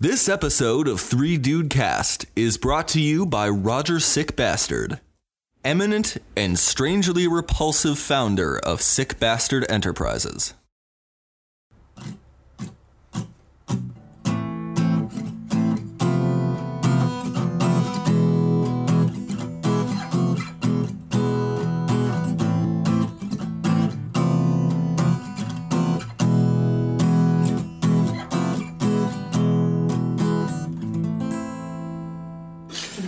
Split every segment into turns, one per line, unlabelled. This episode of Three Dude Cast is brought to you by Roger Sick Bastard, eminent and strangely repulsive founder of Sick Bastard Enterprises.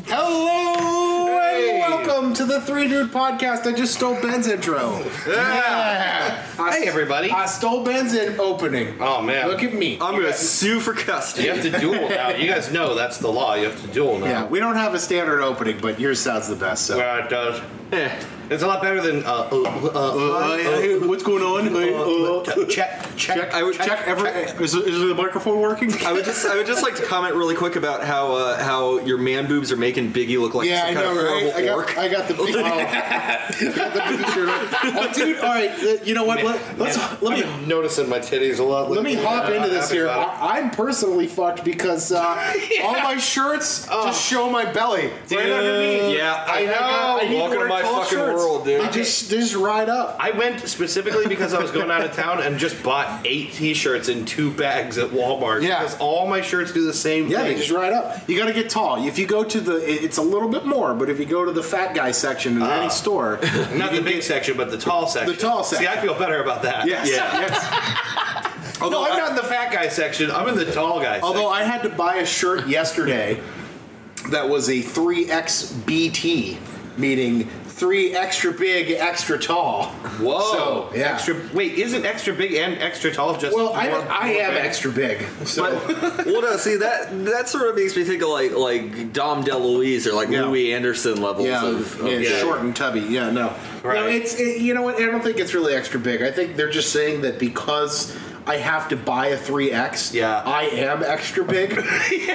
Hello and welcome to the Three Dude Podcast. I just stole Ben's intro. Yeah.
Hey, everybody.
I stole Ben's in opening.
Oh, man.
Look at me.
I'm gonna sue for custody.
You have to duel now. You guys know that's the law. You have to duel now.
Yeah, we don't have a standard opening, but yours sounds the best. So.
Well, it does. It's a lot better than uh, uh, uh, uh,
Hey, what's going on? Hey,
uh,
uh,
uh, check, check,
check, I would check, every. Is, is the microphone working?
I would just I would just like to comment really quick about how uh, how your man boobs are making Biggie look like
Yeah,
some
I
kind
know,
of
right?
horrible
I got,
orc.
I got the big, oh. the big shirt on. Oh, dude, all right. uh, You know what? Let, let's let me
I'm noticing my titties a lot.
Let me
lately.
hop
I'm
into
not
this
happy
here.
about
I, I'm personally fucked because uh, all my shirts just show my belly right underneath.
Oh. yeah,
I,
I
I got- I
know.
need
Welcome
to
to
wear
my
tall
fucking
shirts.
world, dude.
They just they just ride up.
it. I went specifically because I was going out of town and just bought eight T-shirts and two bags at Walmart.
Yeah.
because all my shirts do the same
Yeah,
thing.
they just ride up. You got to get tall. If you go to the, it- it's a little bit more, but if you go to the fat guy section in
Ah.
any store,
Not the big section, but the tall section.
The tall
See, I
section.
feel better about that.
yes,
Yeah.
yes.
Although
Although
I'm
I-
not in the fat guy section, I'm in the tall guy.
Although I had to buy a shirt yesterday that was a 3XBT, meaning three extra big, extra tall.
section. whoa,
So, oh, yeah.
extra. Wait, isn't extra big and extra tall just?
Well, I,
more-
I
more
am
big?
extra big, so
But, well, no, see that that sort of makes me think of like like Dom DeLuise or like
Yeah.
Louis Anderson levels
yeah,
of, of
yeah,
shit.
short and tubby. Yeah, no, no,
Right.
it's it, you know what? I don't think it's really extra big. I think they're just saying that because I have to buy a three X.
Yeah.
I am extra big. so, they're you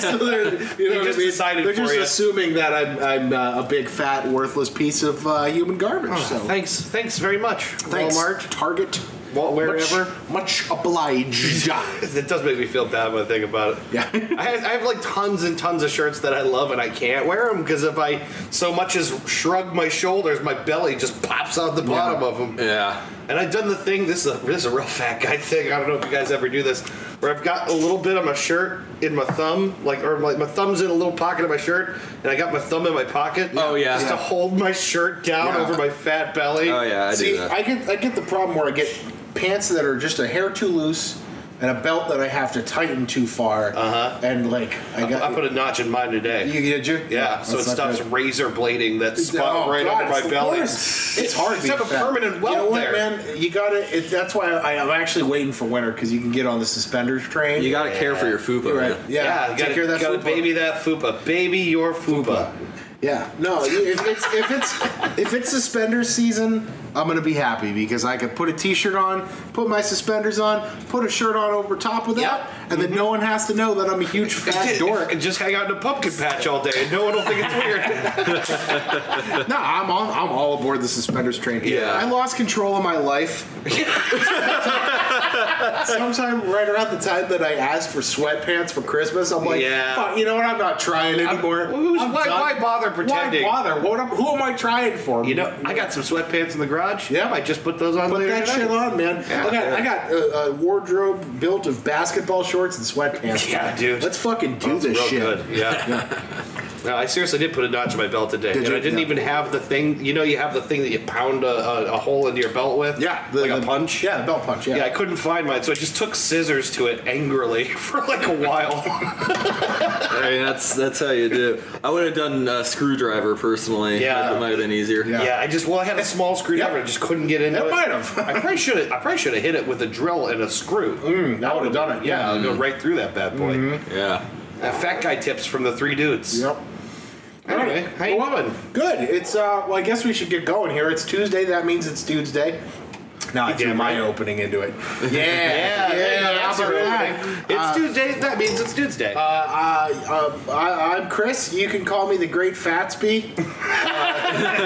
know what I
just
mean?
decided
They're
for
just
you.
assuming that I'm I'm uh, a big fat worthless piece of uh, human garbage. so
Thanks, thanks very much,
thanks,
Oh, Walmart.
Target,
Wal- wherever.
Much, much obliged.
It does make me feel bad when I think about it.
Yeah.
I have, I have like tons and tons of shirts that I love and I can't wear them because if I so much as shrug my shoulders, my belly just pops out the bottom of 'em. of them.
Yeah.
And I've done the thing. This is a this is a real fat guy thing. I don't know if you guys ever do this, where I've got a little bit of my shirt in my thumb, like or like my thumb's in a little pocket of my shirt, and I got my thumb in my pocket.
Oh, yeah.
just to
Yeah.
hold my shirt down
Yeah.
over my fat belly.
Oh yeah, I
See,
do that.
I get I get the problem where I get pants that are just a hair too loose and a belt that I have to tighten too far. Uh-huh. And like I got
I put a notch in mine today.
you did you?
yeah, so it
that's not
stops
good.
razor blading that spot
Oh,
right
God,
over my
of
belly.
course. It's hard.
It's
to
have
be
a
fat.
permanent welt
You know what,
there.
man? You gotta. It, that's why I, I'm actually waiting for winter because you can get on the suspenders train.
you gotta care for your fupa.
You're right.
man.
Yeah.
Yeah,
take
gotta,
care of that.
gotta
fupa.
baby that fupa, baby your fupa.
Yeah. No. you- If it's if it's if it's suspenders season, I'm gonna be happy because I could put a T-shirt on, put my suspenders on, put a shirt on over top of that,
Yeah.
and then no one has to know that I'm a huge fat dork.
and just hang out in a pumpkin patch all day, and no one will think it's weird.
No, I'm on. I'm all aboard the suspenders train.
Yeah.
I lost control of my life. Sometime right around the time that I asked for sweatpants for Christmas, I'm like,
Yeah.
"Fuck, you know what? I'm not trying anymore.
who's-
I'm
why-
done.
why bother pretending?
Why bother? What am, who am I trying for?
You know, I got some sweatpants in the garage.
Yeah.
I might just put those on
Put
later
that
tonight.
shit on, man.
Yeah.
I got, I got a, a wardrobe built of basketball shorts and sweatpants.
Yeah, dude.
Let's fucking do
That's
this
real
shit.
good. Yeah. No, I seriously did put a notch in my belt today,
Did
and
you?
I didn't
Yeah.
even have the thing. You know, you have the thing that you pound a, a, a hole into your belt with.
Yeah, the-
like a
the-
punch.
Yeah, the belt punch. Yeah.
Yeah, I couldn't find mine, so I just took scissors to it angrily for like a while.
I mean, that's that's how you do. I would have done uh, screwdriver personally.
Yeah.
that might have been easier.
Yeah.
Yeah, I just well, I had a small screwdriver.
Yeah.
I just couldn't get into
That
it.
might have.
I probably should have. I probably should have hit it with a drill and a screw.
Mm, Mm-hmm. that would have done it.
Yeah,
Yeah.
I'll go right through that bad boy.
yeah.
Uh, fat guy tips from the three dudes.
Yep.
Anyway,
Alright.
how you doing?
Good. It's uh. Well, I guess we should get going here. It's Tuesday. That means it's Dude's Day. Now I
You
threw
damn
my
right.
opening into it. Yeah.
Yeah, yeah,
how
that's
about
your
that?
opening. It's Tuesday. That means it's Tuesday.
Uh, uh, uh, I, I'm Chris. You can call me the Great Fatsby.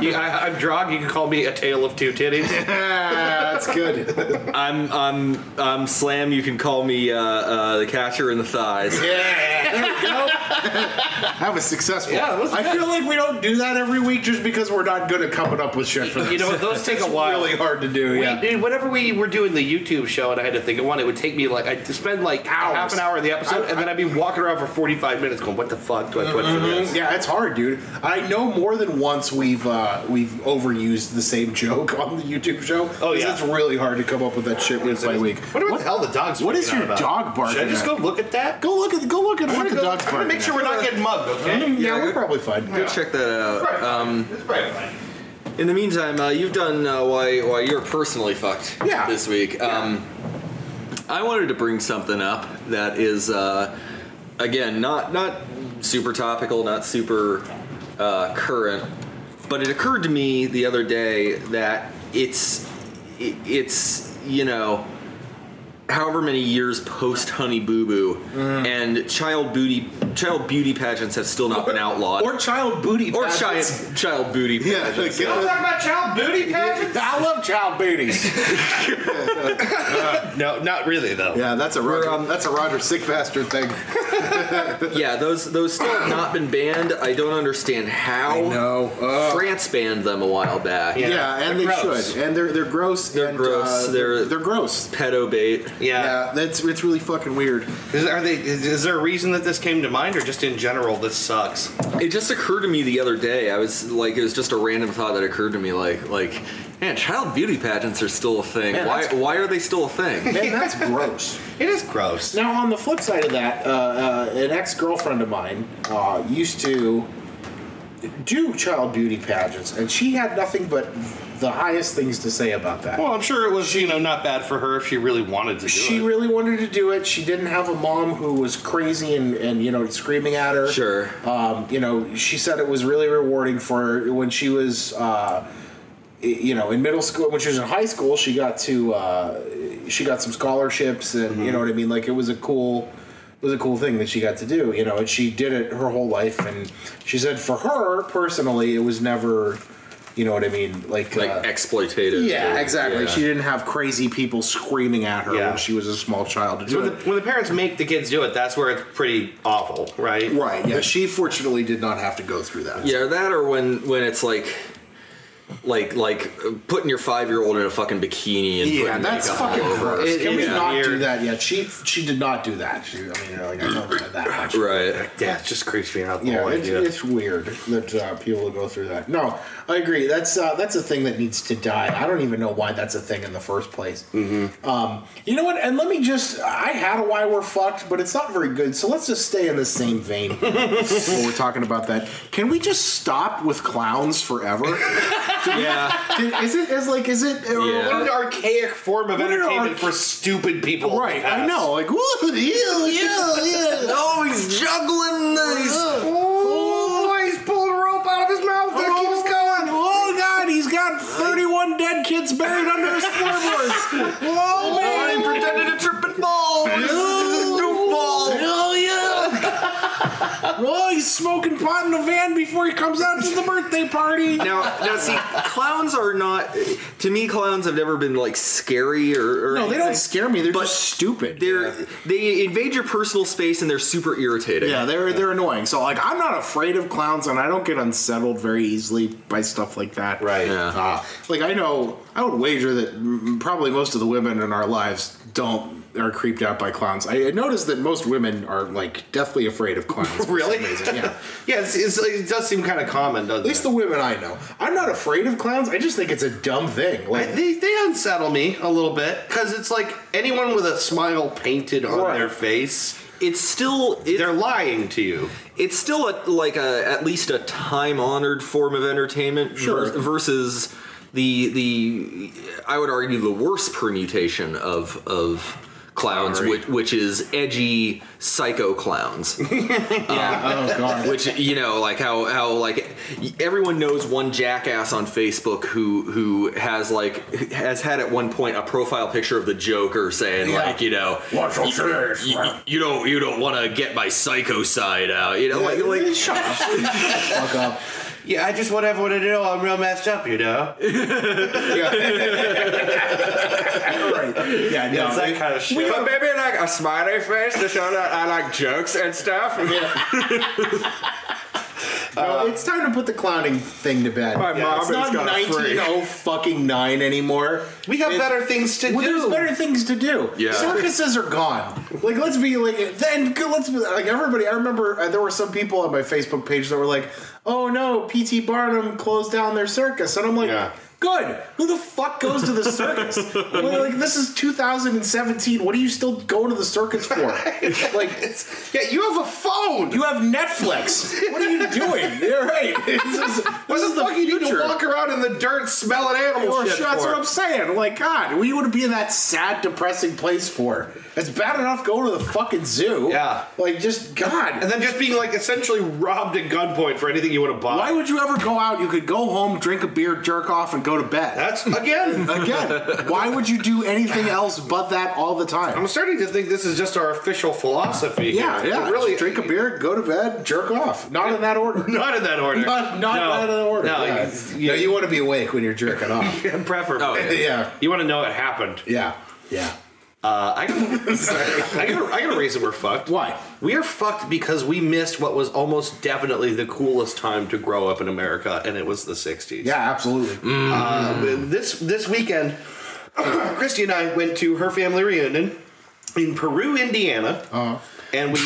You- I, am Drog. You can call me a tale of two titties.
Yeah, That's Uh, good.
I'm I'm I'm Um, slam. You can call me uh, uh, the catcher in the thighs.
That was successful.
Yeah, that was
I feel like we don't do that every week just because we're not good at coming up with shit for this.
You know, what, those take a while.
really hard to do.
We-
yeah.
Dude, whenever we were doing the YouTube show and I had to think of one, it would take me like I'd spend like half
Hours.
an hour in the
I-
episode,
Mm-hmm.
and then I'd be walking around for forty-five minutes going, "What the fuck do I put for this?"
Yeah, it's hard, dude. I know more than once we've uh, we've overused the same joke on the YouTube show.
Oh,
'Cause
yeah.
it's really hard to come up with that shit week by week.
What about the hell the dog's?
What is
freaking out
your
about?
dog barking?
Uh, Should I just
at?
go look at that?
Go look at go look at
I'm
what
gonna
the
go-
dog's
I'm gonna
barking.
make
at.
sure we're not getting mugged. Okay.
Yeah,
Yeah,
we're
go-
probably fine.
Go check that out.
Right.
Um,
It's probably
Mm-hmm.
fine.
in the meantime, uh, you've done uh, why why you're personally fucked
Yeah.
this week. Um, I wanted to bring something up that is uh, again not not super topical, not super uh, current, but it occurred to me the other day that it's it, it's you know however many years post Honey Boo Boo,
Mm.
and child booty child beauty pageants have still not been outlaw.
Or child booty.
Or
pads.
child child booty.
Yeah,
pageants.
like,
Don't
yeah.
talk about child booty pageants.
I love child booties.
No, not really though.
yeah, that's a
We're,
Roger.
um,
that's a Roger sick bastard thing.
yeah. Those those still have not been banned. I don't understand how.
I know. Ugh.
France banned them a while back.
Yeah.
Yeah, and they
they're gross.
should. And they're they're gross.
Oh. They're
and,
gross,
uh,
they're-
they're gross.
Pedo bait.
Yeah.
Yeah, that's it's really fucking weird.
Is, are they? Is, is there a reason that this came to mind, or just in general, this sucks?
It just occurred to me the other day. I was like, it was just a random thought that occurred to me. Like, like, man, child beauty pageants are still a thing.
Man,
why
that's-
why are they still a thing?
Man, that's gross.
It is gross.
Now, on the flip side of that, uh, uh, an ex girlfriend of mine uh, used to do child beauty pageants, and she had nothing but the highest things to say about that.
Well, I'm sure it was you know not bad for her if she really wanted to do
she
it.
really wanted to do it. She didn't have a mom who was crazy and, and you know screaming at her.
Sure.
Um, you know, she said it was really rewarding for her when she was, uh, i- you know, in middle school. When she was in high school, she got to uh, she got some scholarships, and
Mm-hmm.
you know what I mean. Like it was a cool. It was a cool thing that she got to do, you know, and she did it her whole life. And she said, for her personally, it was never, you know what I mean, like
Like
uh,
exploitative.
yeah,
or-
exactly.
yeah.
She didn't have crazy people screaming at her
Yeah.
when she was a small child to do
When the,
it.
when the parents make the kids do it, that's where it's pretty awful, right?
Right. Yeah. She fortunately did not have to go through that.
Yeah, or that or when when it's like like like uh, putting your five year old in a fucking bikini and
Yeah,
putting
that's
makeup all
fucking
over.
gross.
It
Can we
is
not do
weird.
that yet? She she did not do that. She, I mean, like I don't know that much.
Right.
Yeah, it just creeps me out. The
Yeah,
whole
it's,
idea.
it's weird that uh, people go through that. No, I agree. That's uh, that's a thing that needs to die. I don't even know why that's a thing in the first place. Um, you know what? And let me just—I had a why we're fucked, but it's not very good. So let's just stay in the same vein when we're talking about that. Can we just stop with clowns forever?
Yeah.
Can- is it as like is it? or-
Yeah.
what an archaic form of
What an
entertainment
arch-
for stupid people.
Right, I know. Like, woo, ew, ew, ew.
oh, he's juggling
Oh, he's pulling rope out of his mouth. That keeps going.
Oh God, he's got 31 dead kids buried under his floorboards. Whoa,
Oh, he pretended to trip and fall. Goofball.
Hell yeah! well, he's smoking pot in the van before he comes out to the birthday party.
Now, now, see, clowns are not. To me, clowns have never been like scary or. or
No, they don't
anything.
scare me. They're
But
just stupid.
They're they invade your personal space and they're super irritating.
yeah, they're they're annoying. So like, I'm not afraid of clowns, and I don't get unsettled very easily by stuff like that.
Right.
Yeah.
Uh, like I know, I would wager that mm, probably most of the women in our lives don't are creeped out by clowns. I I noticed that most women are like deathly afraid of clowns. for some
Really?
reason. Yeah.
Yeah, it's, it's, it does seem kind of common, doesn't
At least
it?
the women I know. I'm not afraid of clowns. I just think it's a dumb thing. Like
they, they unsettle me a little bit because it's like anyone with a smile painted on
Right.
their face,
It's still it,
they're lying to you.
it's still a, like a at least a time honored form of entertainment
Sure.
vers- versus the the I would argue the worst permutation of of clowns,
Sorry.
which, which is edgy psycho clowns.
Yeah. oh god.
which you know like how how like everyone knows one jackass on facebook who who has like has had at one point a profile picture of the joker saying
Yeah.
like you know
Watch your
you,
face,
you,
man."
you don't you don't want to get my psycho side out you know like like
shut up. Fuck up.
Yeah, I just want everyone to know I'm real messed up, you know?
Yeah. right. Yeah. No,
Yeah, it's that
it-
kind of shit.
maybe like a smiley face to show that I like jokes and stuff.
No, it's time to put the clowning thing to bed.
My mom
it's
has
not
got a free.
1909 fucking nine anymore.
we have
It's-
better things to
Well, there's
do.
better things to do.
Yeah.
Circuses are gone. Like, let's be like, then let's be like everybody. I remember uh, there were some people on my Facebook page that were like, "Oh no, PT Barnum closed down their circus," and I'm like.
Yeah.
Good. Who the fuck goes to the circus? Well, like this is 2017. What are you still going to the circus for? Like
It's- yeah, you have a phone.
you have Netflix. What are you doing? You're right. This is,
what
this is
the, fuck
the
you do to
future.
walk around in the dirt smelling animal
Or
shit
shit, that's
for?
what I'm saying. Like, God, what do you want to be in that sad, depressing place for? It's bad enough going to the fucking zoo.
Yeah.
Like, just, God.
And then just being like essentially robbed at gunpoint for anything you want to buy.
Why would you ever go out? You could go home, drink a beer, jerk off, and go to bed.
That's again.
Again, why would you do anything else but that all the time?
I'm starting to think this is just our official philosophy.
Yeah,
here.
yeah.
It really,
Just drink a beer, go to bed, jerk off. Not in that order.
Not in that order.
Not, not
No.
in that order.
No,
yeah.
you,
No, you want to be awake when you're jerking off.
you, preferably.
Oh, yeah.
yeah.
You want to know it happened.
Yeah. Yeah.
Uh, I, got, I, got a, I got a reason we're fucked.
Why?
We are fucked because we missed what was almost definitely the coolest time to grow up in America, and it was the 60s.
Yeah, absolutely.
Uh, this this weekend, Christy and I went to her family reunion in Peru, Indiana,
Oh. Uh,
and we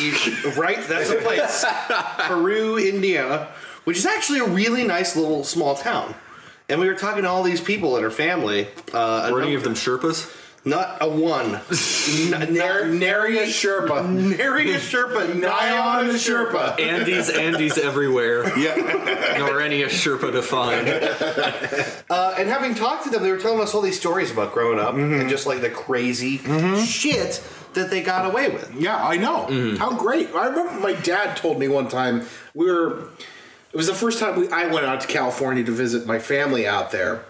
right that's a place, Peru, Indiana, which is actually a really nice little small town. And we were talking to all these people and her family. Uh,
Were
a
any
num-
of them Sherpas?
Not a one. N- nar-
Nary a Sherpa.
nary a Sherpa.
Nigh on a Sherpa.
Andes, Andes everywhere. Yeah. Nor any a Sherpa to find.
Uh, and having talked to them, they were telling us all these stories about growing up
Mm-hmm.
and just like the crazy shit that they got away with.
Yeah, I know. How great. I remember my dad told me one time we were it was the first time we, I went out to California to visit my family out there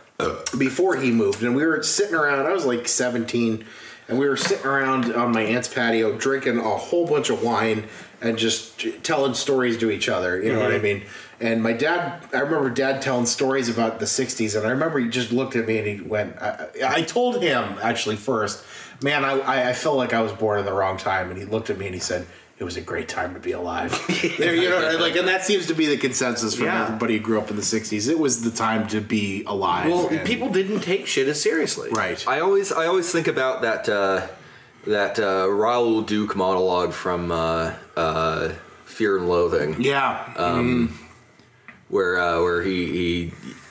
before he moved and we were sitting around I was like 17 and we were sitting around on my aunt's patio drinking a whole bunch of wine and just telling stories to each other, you know what I mean? And my dad, I remember dad telling stories about the 60s, and I remember he just looked at me and he went, I, I I told him actually first, man, I- I, I felt like I was born in the wrong time. And he looked at me and he said, it was a great time to be alive. There, you know, and like, and that seems to be the consensus from
Yeah.
everybody who grew up in the '60s. It was the time to be alive.
Well,
and-
people didn't take shit as seriously.
right?
I always I always think about that uh, that uh, Raoul Duke monologue from uh, uh, Fear and Loathing.
yeah,
Uh,
where uh, where he,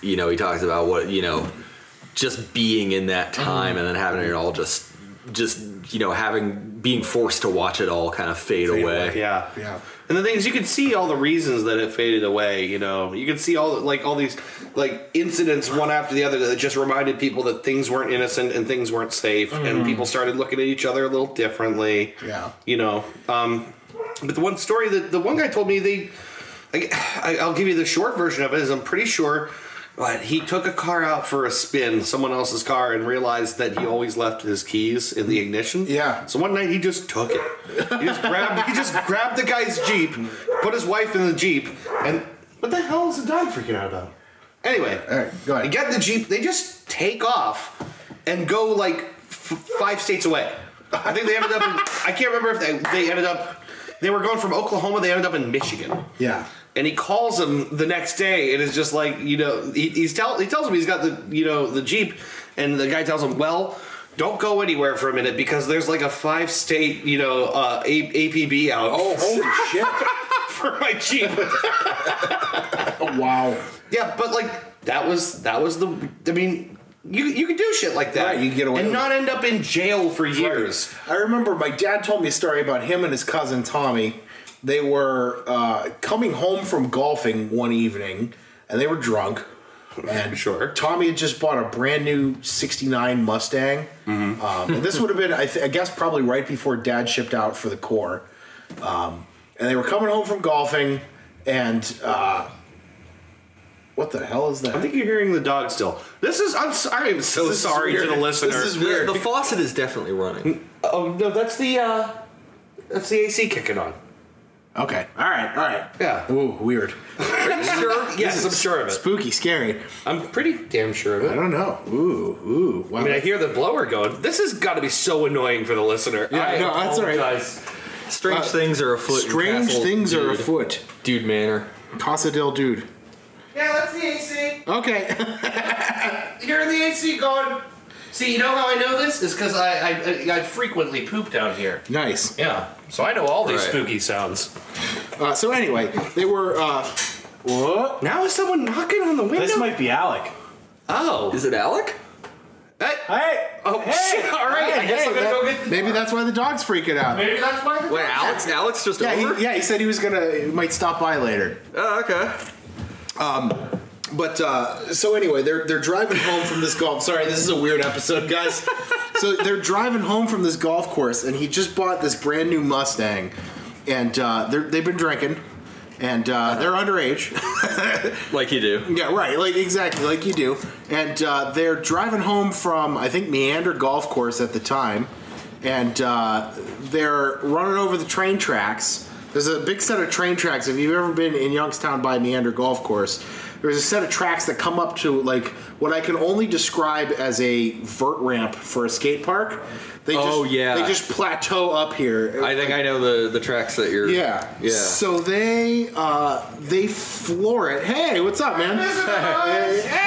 he you know he talks about what you know just being in that time and then having it all just just you know having being forced to watch it all kind of fade, away.
Yeah.
yeah.
And the thing is, you could see all the reasons that it faded away. You know, you could see all like all these like incidents one after the other that just reminded people that things weren't innocent and things weren't safe, and people started looking at each other a little differently.
Yeah.
You know, um, but the one story that the one guy told me they, I, I, I'll give you the short version of it. Is I'm pretty sure. But he took a car out for a spin, someone else's car, and realized that he always left his keys in the ignition.
Yeah.
So one night he just took it. He just grabbed. he just grabbed the guy's jeep, put his wife in the jeep, and what the hell is the dog freaking out about? Anyway,
All right, go ahead.
They get in the jeep. They just take off and go like f- five states away. I think they ended up. In, I can't remember if they they ended up. They were going from Oklahoma. They ended up in Michigan.
yeah.
And he calls him the next day, and is just like, you know, he, he's tell he tells him he's got the you know the jeep, and the guy tells him, well, don't go anywhere for a minute because there's like a five state you know uh, a- APB out
Oh, holy shit!
for my jeep.
Wow.
yeah, but like that was that was the I mean. You, you could do shit like that.
Right, you can get away
and
with
not end up in jail for years.
I remember my dad told me a story about him and his cousin Tommy. They were uh, coming home from golfing one evening, and they were drunk. And
Sure.
Tommy had just bought a brand new '69 Mustang.
Mm-hmm.
Um, and this would have been, I, th- I guess, probably right before Dad shipped out for the Corps. Um, and they were coming home from golfing, and uh, what the hell is that?
I think you're hearing the dog still. This is. I'm. s- I am so
This is
sorry to
weird.
the listener.
This is
The-
weird.
the faucet is definitely running.
oh no, that's the. uh That's the AC kicking on.
okay, all right, all right.
Yeah.
Ooh, weird.
Sure. yes, I'm sure of it.
Spooky, scary.
I'm pretty damn sure of
I
it.
don't know. Ooh, ooh. Wow.
I mean, I hear the blower going. This has got to be so annoying for the listener.
Yeah,
I
no, that's all right.
apologize.
Strange things are afoot. in
Strange
Castle
things are
Dude-
afoot.
Dude Manor.
Casa del Dude.
Yeah, that's the AC.
Okay.
Hear the AC going. See, you know how I know this is because I, I I- I frequently poop down here.
nice.
Yeah.
So I know all these
Right.
spooky sounds.
Uh, so anyway, they were. Uh, what?
Now is someone knocking on the window?
This might be Alec.
oh.
Is it Alec?
Hey.
Hey!
Oh, shit. All right. I guess I'm gonna go get.
Maybe that's why the dog's freaking out.
Maybe that's why.
Wait, Alex? Alex just
Yeah,
over?
he, yeah. He said he was gonna. He might stop by later.
Oh, okay.
But uh, so anyway, they're they're driving home from this golf. Sorry, this is a weird episode, guys. so they're driving home from this golf course, and he just bought this brand new Mustang, and uh, they're, they've been drinking, and uh, they're underage.
Like you do.
Yeah, right. Like exactly, like you do. And uh, they're driving home from I think Meander Golf Course at the time, and uh, they're running over the train tracks. There's a big set of train tracks. If you've ever been in Youngstown by Meander Golf Course, there's a set of tracks that come up to like what I can only describe as a vert ramp for a skate park. They just,
Oh, yeah.
they just plateau up here.
I think I know the, the tracks that you're.
yeah,
Yeah.
So they uh, they floor it. Hey, what's up, man?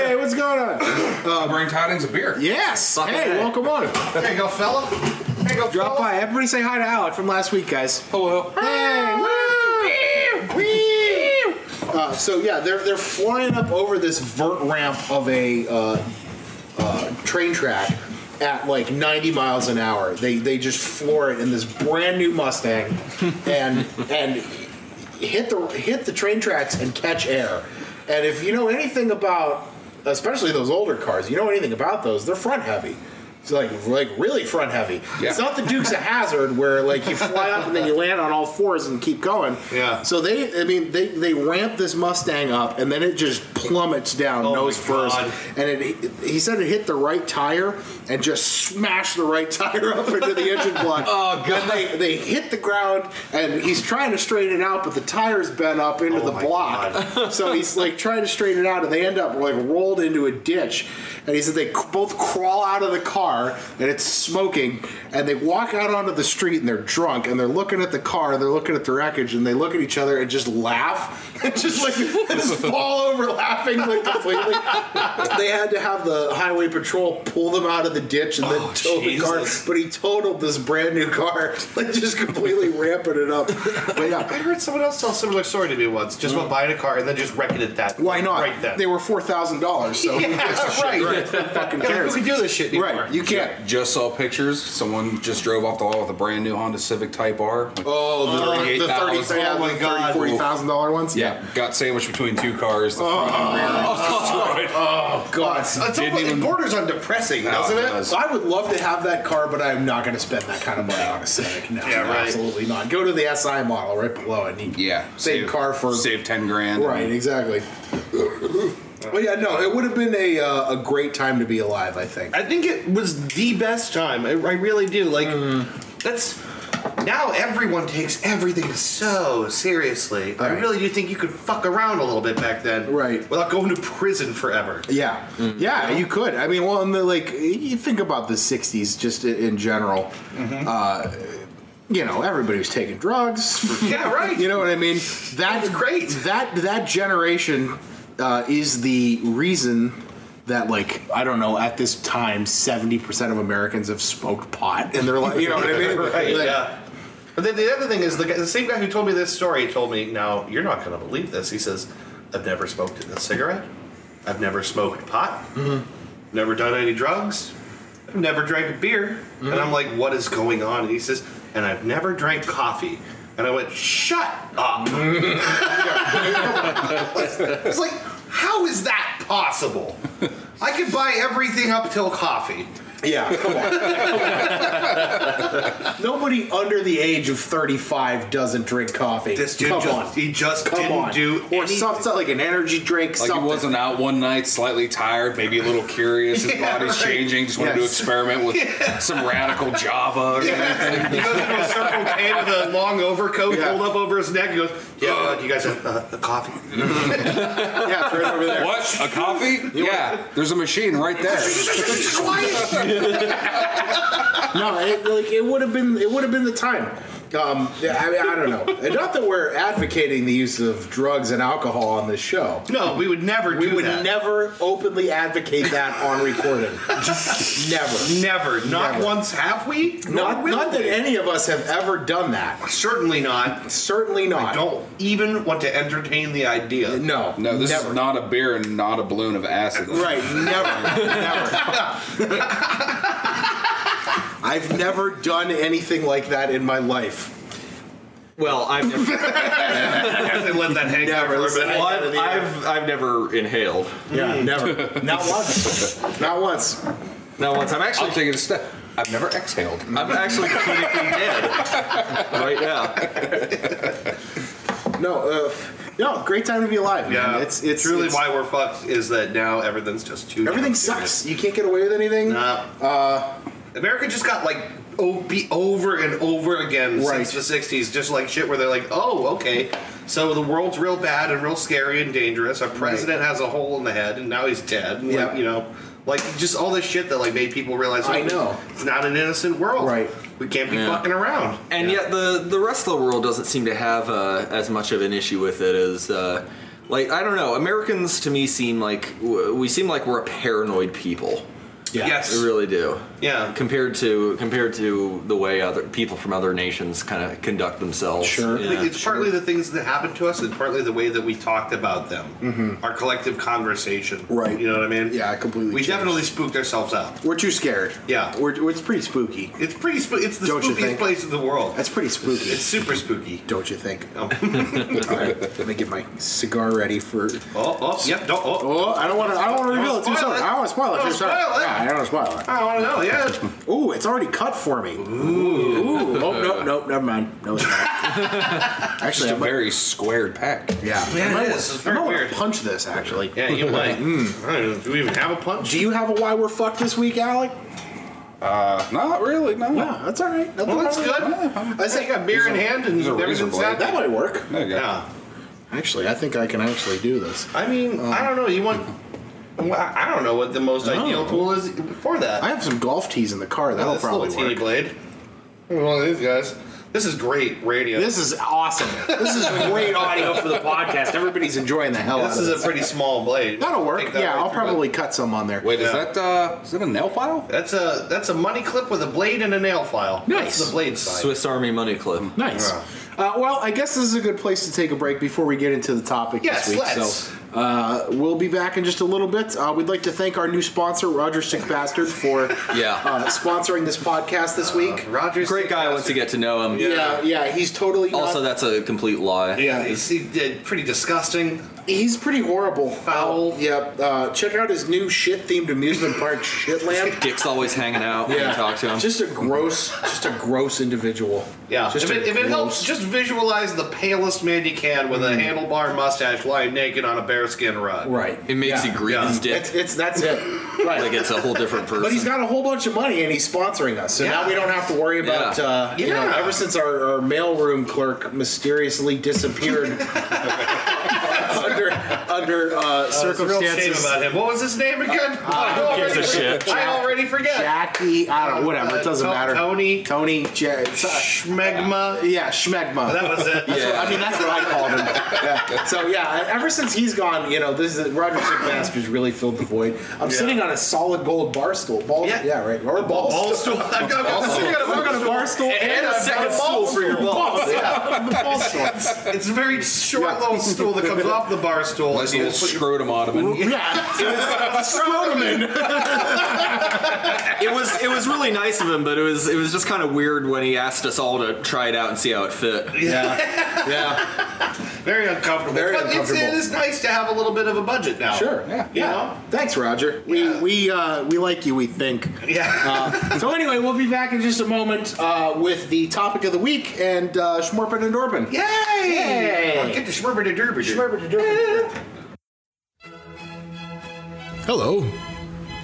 Hey, what's going on?
bring tidings of beer.
Yes. Hey, welcome on.
There you go, fella. There you go,
Drop
fella.
by. Everybody say hi to Alec from last week, guys.
Oh,
Hello.
Hey, woo! Wee! Uh, so yeah, they're they're flying up over this vert ramp of a uh, uh, train track at like 90 miles an hour. They they just floor it in this brand new Mustang, and and hit the hit the train tracks and catch air. And if you know anything about, especially those older cars, you know anything about those, they're front heavy. It's like like really front heavy. It's not the Dukes of Hazard where like you fly up and then you land on all fours and keep going.
Yeah.
So they, I mean, they they ramp this Mustang up and then it just plummets down
Oh my
nose first.
God.
And it, he said it hit the right tire and just smashed the right tire up into the engine block. oh god! they they hit the ground and he's trying to straighten it out, but the tire's bent up into the
my
block. so he's like trying to straighten it out, and they end up like rolled into a ditch. And he said they c- both crawl out of the car, and it's smoking. And they walk out onto the street, and they're drunk, and they're looking at the car, they're looking at the wreckage, and they look at each other and just laugh, and just like just fall over laughing like completely. they had to have the highway patrol pull them out of the ditch and then tow the car.
Jesus.
But he totaled this brand new car, like just completely ramping it up. But yeah.
I heard someone else tell a similar story to me once. Just about buying a car and then just wrecking it that.
Mm. Why not?
Right then.
They were four thousand dollars, so who gives a shit?
right.
Who fucking
Yeah, like,
cares?
who can do this shit anymore?
right, you can't.
Just saw pictures. Someone just drove off the wall with a brand new Honda Civic Type R.
Oh, the, the thirty,
$38,000.
yeah,
Oh my
the
God.
thirty, forty thousand dollar ones.
Yeah, got sandwiched between two cars. The
Oh.
front and rear end destroyed.
God,
It's
Didn't
almost,
even-
it borders on depressing,
No,
doesn't
it
it?
does.
I would love to have that car, but I'm not going to spend that kind of money on a Civic. No,
Yeah, right.
absolutely not. Go to the SI model right below it. and you-
Yeah,
same
save-
car for
save ten grand.
Right, exactly. but yeah, no, it would have been a uh, a great time to be alive. I think.
I think it was the best time. I, I really do. Like,
Mm.
that's. Now everyone takes everything so seriously. I
Right.
really do think you could fuck around a little bit back then.
Right.
Without going to prison forever.
Yeah,
Mm-hmm.
yeah, you could. I mean, well, in the like, you think about the '60s just i- in general.
Mm-hmm.
Uh, you know, everybody was taking drugs.
Yeah, right.
you know what I mean? That's
great.
That that generation uh, is the reason that like I don't know at this time seventy percent of Americans have smoked pot and they're like you know what I mean?
right,
Like,
yeah. But then the other thing is, the, guy, the same guy who told me this story told me, now, you're not going to believe this. He says, I've never smoked a cigarette. I've never smoked pot.
Mm-hmm.
Never done any drugs. I've never drank a beer. And
Mm-hmm.
I'm like, what is going on? And he says, and I've never drank coffee. And I went, shut up. it's like, How is that possible? I could buy everything up till coffee.
Yeah, come on. Nobody under the age of 35 doesn't drink coffee.
This dude
come
just
on.
he just
Come
didn't
on.
do
or
anything.
something like an energy drink.
Like
something.
he wasn't out one night, slightly tired, maybe a little curious. His
Yeah,
body's
right.
changing. Just wanted to
Yes.
experiment with some radical Java. Or
he goes into a circle K with a long overcoat pulled up over his neck and goes, Yeah, uh, do you guys have uh, a coffee?
Yeah, it's right over there.
What? A coffee? yeah. There's a machine right there.
no, it, like it would have been it would have been the time. Um, yeah, I, mean, I don't know. And not that we're advocating the use of drugs and alcohol on this show.
No, we would never
We
do
would
that.
never openly advocate that on recording. never.
never. Not
Never.
once have we?
Not, not that any of us have ever done that.
Certainly not.
Certainly not.
Don't even want to entertain the idea.
No.
No, this
never.
is not a beer and not a balloon of acid.
Right, never, never. I've never done anything like that in my life.
Well, I've never,
they let that hang
Never.
there for a bit.
Well,
I've, I've, I've never inhaled.
Mm.
Yeah, never. Not once. Not once.
Not once. I'm actually
I'm taking a step. I've never exhaled.
I'm actually clinically dead right now.
No, uh, no. Great time to be alive.
Yeah,
man. it's it's
really
it's-
why we're fucked is that now everything's just too.
everything sucks. You can't get away with anything.
Nah. Uh,
Uh,
America just got like o- be over and over again
Right.
since the '60s, just like shit where they're like, oh, okay, so the world's real bad and real scary and dangerous. Our president has a hole in the head, and now he's dead. and,
Yeah.
Like, you know. Like just all this shit that like made people realize
I
oh,
know.
it's not an innocent world.
Right.
We can't be
Yeah.
fucking around.
And yet the the rest of the world doesn't seem to have uh, as much of an issue with it as uh, like I don't know. Americans to me seem like w- we seem like we're a paranoid people.
yeah.
Yes.
We really do.
Yeah.
Compared to compared to the way other people from other nations kind of conduct themselves.
Sure.
Yeah.
Like, it's partly the things that happened to us, and partly the way that we talked about them. Our collective conversation.
Mm-hmm. Right.
You know what I mean?
Yeah, I completely
We
changed.
definitely spooked ourselves out.
We're too scared.
Yeah.
We're, it's pretty spooky.
It's pretty. Sp- it's the
Don't you
spookiest
think?
place in the world.
That's pretty spooky.
it's super spooky.
Don't you think?
Oh,
All right, let me get my cigar ready for.
oh, oh yep. Don't, oh.
Oh, I don't want to. I don't want to reveal it. Too
spoil
soon.
it.
I don't want to spoil it.
Don't
Too soon.
spoil it.
Yeah, I don't want to spoil it.
I don't want to know. Yeah.
Ooh, it's already cut for me. Ooh. Oh, no, no, never mind. No, it's not. actually,
It's
I
a
might,
very squared pack.
yeah.
Yeah,
I might,
it is. It's
I
very
might want
weird.
to punch this, actually.
Yeah. You might. Hmm, I don't know. Do we even have a punch?
Do you have a why we're fucked this week, Alec?
Not really. No.
No, that's all right. Nothing
Well, that's
wrong
good.
with that.
I think a beer in hand and
There's a razor
everything's
blade.
happening.
That might work.
There you go.
Yeah.
Actually, I think I can actually do this.
I mean,
Um,
I don't know. You want? Well, I I don't know what the most
I don't
ideal
know.
tool is for that.
I have some golf tees in the car. That'll
this
probably
little teeny
work.
blade. Look at One of these guys. This is great radio.
This is awesome. This is great audio for the podcast. Everybody's enjoying the hell
This
out of
is
this.
a pretty small blade.
That'll
Take
work.
that
yeah,
right
I'll
through.
probably cut some on there.
Wait, is
Yeah.
that uh, is that a nail file?
That's a that's a money clip with a blade and a nail file.
Nice.
That's the blade side.
Swiss Army money clip.
Nice.
Yeah.
Uh, well, I guess this is a good place to take a break before we get into the topic
Yes,
this week.
let's.
So uh, we'll be back in just a little bit. Uh, we'd like to thank our new sponsor, Roger Sick Bastard, for
Yeah.
uh, sponsoring this podcast this week.
Rogers,
Great guy once you get to know him.
yeah, yeah, he's totally uh, not-
Also, that's a complete lie.
yeah,
He's
he's,
he did pretty disgusting.
he's pretty horrible.
Foul.
Uh, yep. Uh, check out his new shit-themed amusement park, Shitland.
Dick's always hanging out when you talk to him.
Just a gross, just a gross individual.
Yeah.
Just
if
a
it, if it
gross-
helps, just visualize the palest man you can with
Hmm.
a handlebar mustache lying naked on a bearskin rug.
right?
It makes
Yeah.
you green
Yeah.
as dick.
It's, it's that's it. Right.
like it's a whole different person.
But he's got a whole bunch of money and he's sponsoring us, so now
Yeah.
we don't have to worry about.
Yeah.
Uh, You know,
Yeah.
ever since our, our mailroom clerk mysteriously disappeared under under uh,
It's a real shame
circumstances. Uh,
about him. What was his name again? I
who
already
gives a
forget.
shit?
I already forget.
Jackie, I don't know, whatever. It doesn't
Uh, To-
matter.
Tony.
Tony, J- uh,
Schmegma.
yeah, Schmegma.
That was it.
Oh, That's what- I mean, that's what I called him. Yeah. So yeah, ever since he's gone, you know, this is Roger Sickmaster's really filled the void. I'm sitting on a solid gold bar stool. Ball, yeah.
Yeah.
right. Or ball,
Ball
stool.
stool. I've got I've got
I've got a bar stool and
I've
a
got
second
ball
stool for your balls. Yeah, the ball stool.
It's a very short little stool that comes off the bar stool.
Unless his little scrotum ottoman.
Yeah, scrotum
It was it was really nice of him, but it was it was just kind of weird when he asked us all to try it out and see how it fit.
Yeah, yeah.
Very uncomfortable.
Very
but it's-
uncomfortable.
It is nice to have a little bit of a budget now.
Sure. Yeah.
You know?
Thanks, Roger. We
Yeah.
we uh, we like you. We think.
Yeah.
Uh, so anyway, we'll be back in just a moment uh, with the topic of the week and uh, Schmorpin and Dorpin.
Yay! Get the Schmerber to Derby.
Schmorpin and Dorpin.
Hello,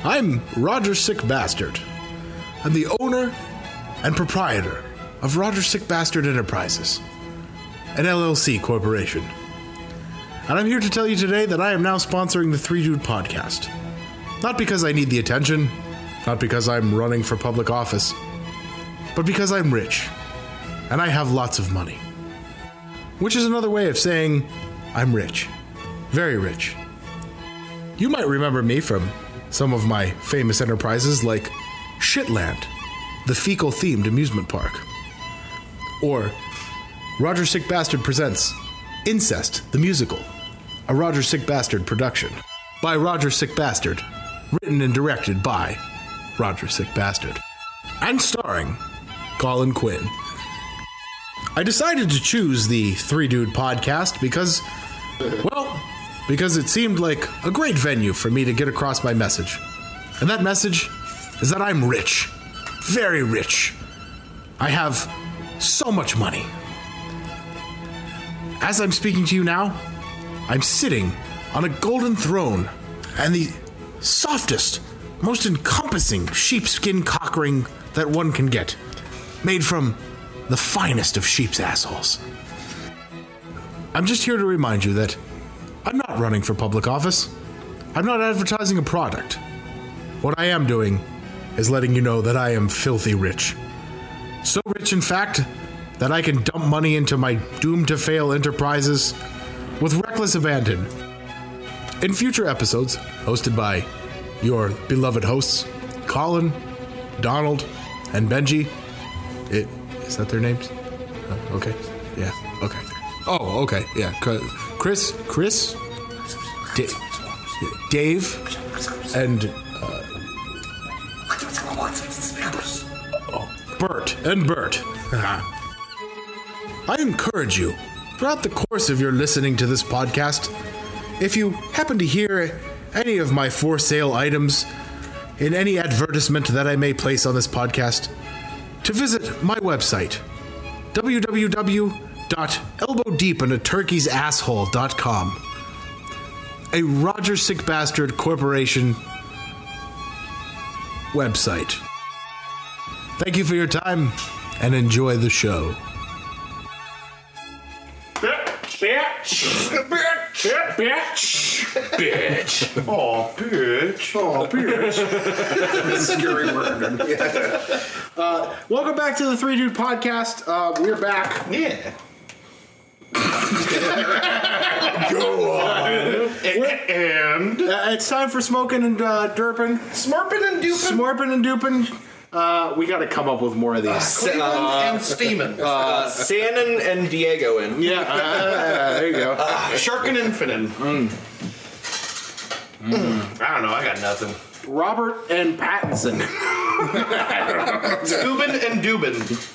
I'm Roger Sick Bastard. I'm the owner and proprietor of Roger Sick Bastard Enterprises, an LLC corporation. And I'm here to tell you today that I am now sponsoring the Three Dude podcast. Not because I need the attention, not because I'm running for public office, but because I'm rich and I have lots of money. Which is another way of saying I'm rich. Very rich. You might remember me from some of my famous enterprises like Shitland, the fecal themed amusement park, or Roger Sick Bastard Presents Incest, the Musical, a Roger Sick Bastard production by Roger Sick Bastard, written and directed by Roger Sick Bastard, and starring Colin Quinn. I decided to choose the Three Dude podcast because, well, because it seemed like a great venue for me to get across my message. And that message is that I'm rich, very rich. I have so much money. As I'm speaking to you now, I'm sitting on a golden throne and the softest, most encompassing sheepskin cock ring that one can get, made from the finest of sheep's assholes. I'm just here to remind you that I'm not running for public office. I'm not advertising a product. What I am doing is letting you know that I am filthy rich. So rich, in fact, that I can dump money into my doomed to fail enterprises with reckless abandon. In future episodes, hosted by your beloved hosts, Colin, Donald, and Benji, it, is that their names? Uh, Okay. Yeah. Okay. Oh, okay. Yeah. Cr- Chris, Chris, Da- Dave, and uh, oh, Bert and Bert. I encourage you, throughout the course of your listening to this podcast, if you happen to hear any of my for sale items in any advertisement that I may place on this podcast, to visit my website, www.elbowdeepinaturkeysasshole.com. A Roger Sick Bastard Corporation website. Thank you for your time and enjoy the show.
Bitch! Bitch! Bitch!
Oh, bitch.
Oh, Peter.
Scary word.
Welcome back to the Three Dude Podcast. Uh, we're back.
Yeah.
And uh, it's time for smoking and uh, derping,
Smurping and duping.
smorping and duping. Uh, we got to come up with more of these.
Cleveland and steaming.
Uh, Sannon and Diego in.
yeah, uh, there you go.
Sharkin and Finnan. Mm, I don't know. I got nothing.
Robert and Pattinson.
Scoobin and Dubin.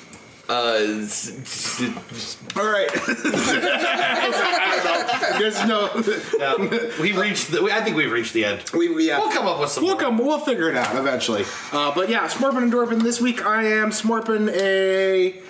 Uh, s- s- s-
All right. There's no.
No, we reached. The, I think we've reached the end.
We, we, uh,
We'll come up with some.
We'll
more.
come. We'll figure it out eventually. Uh, but yeah, Smorpin and Dorpin. This week I am Smorpin a.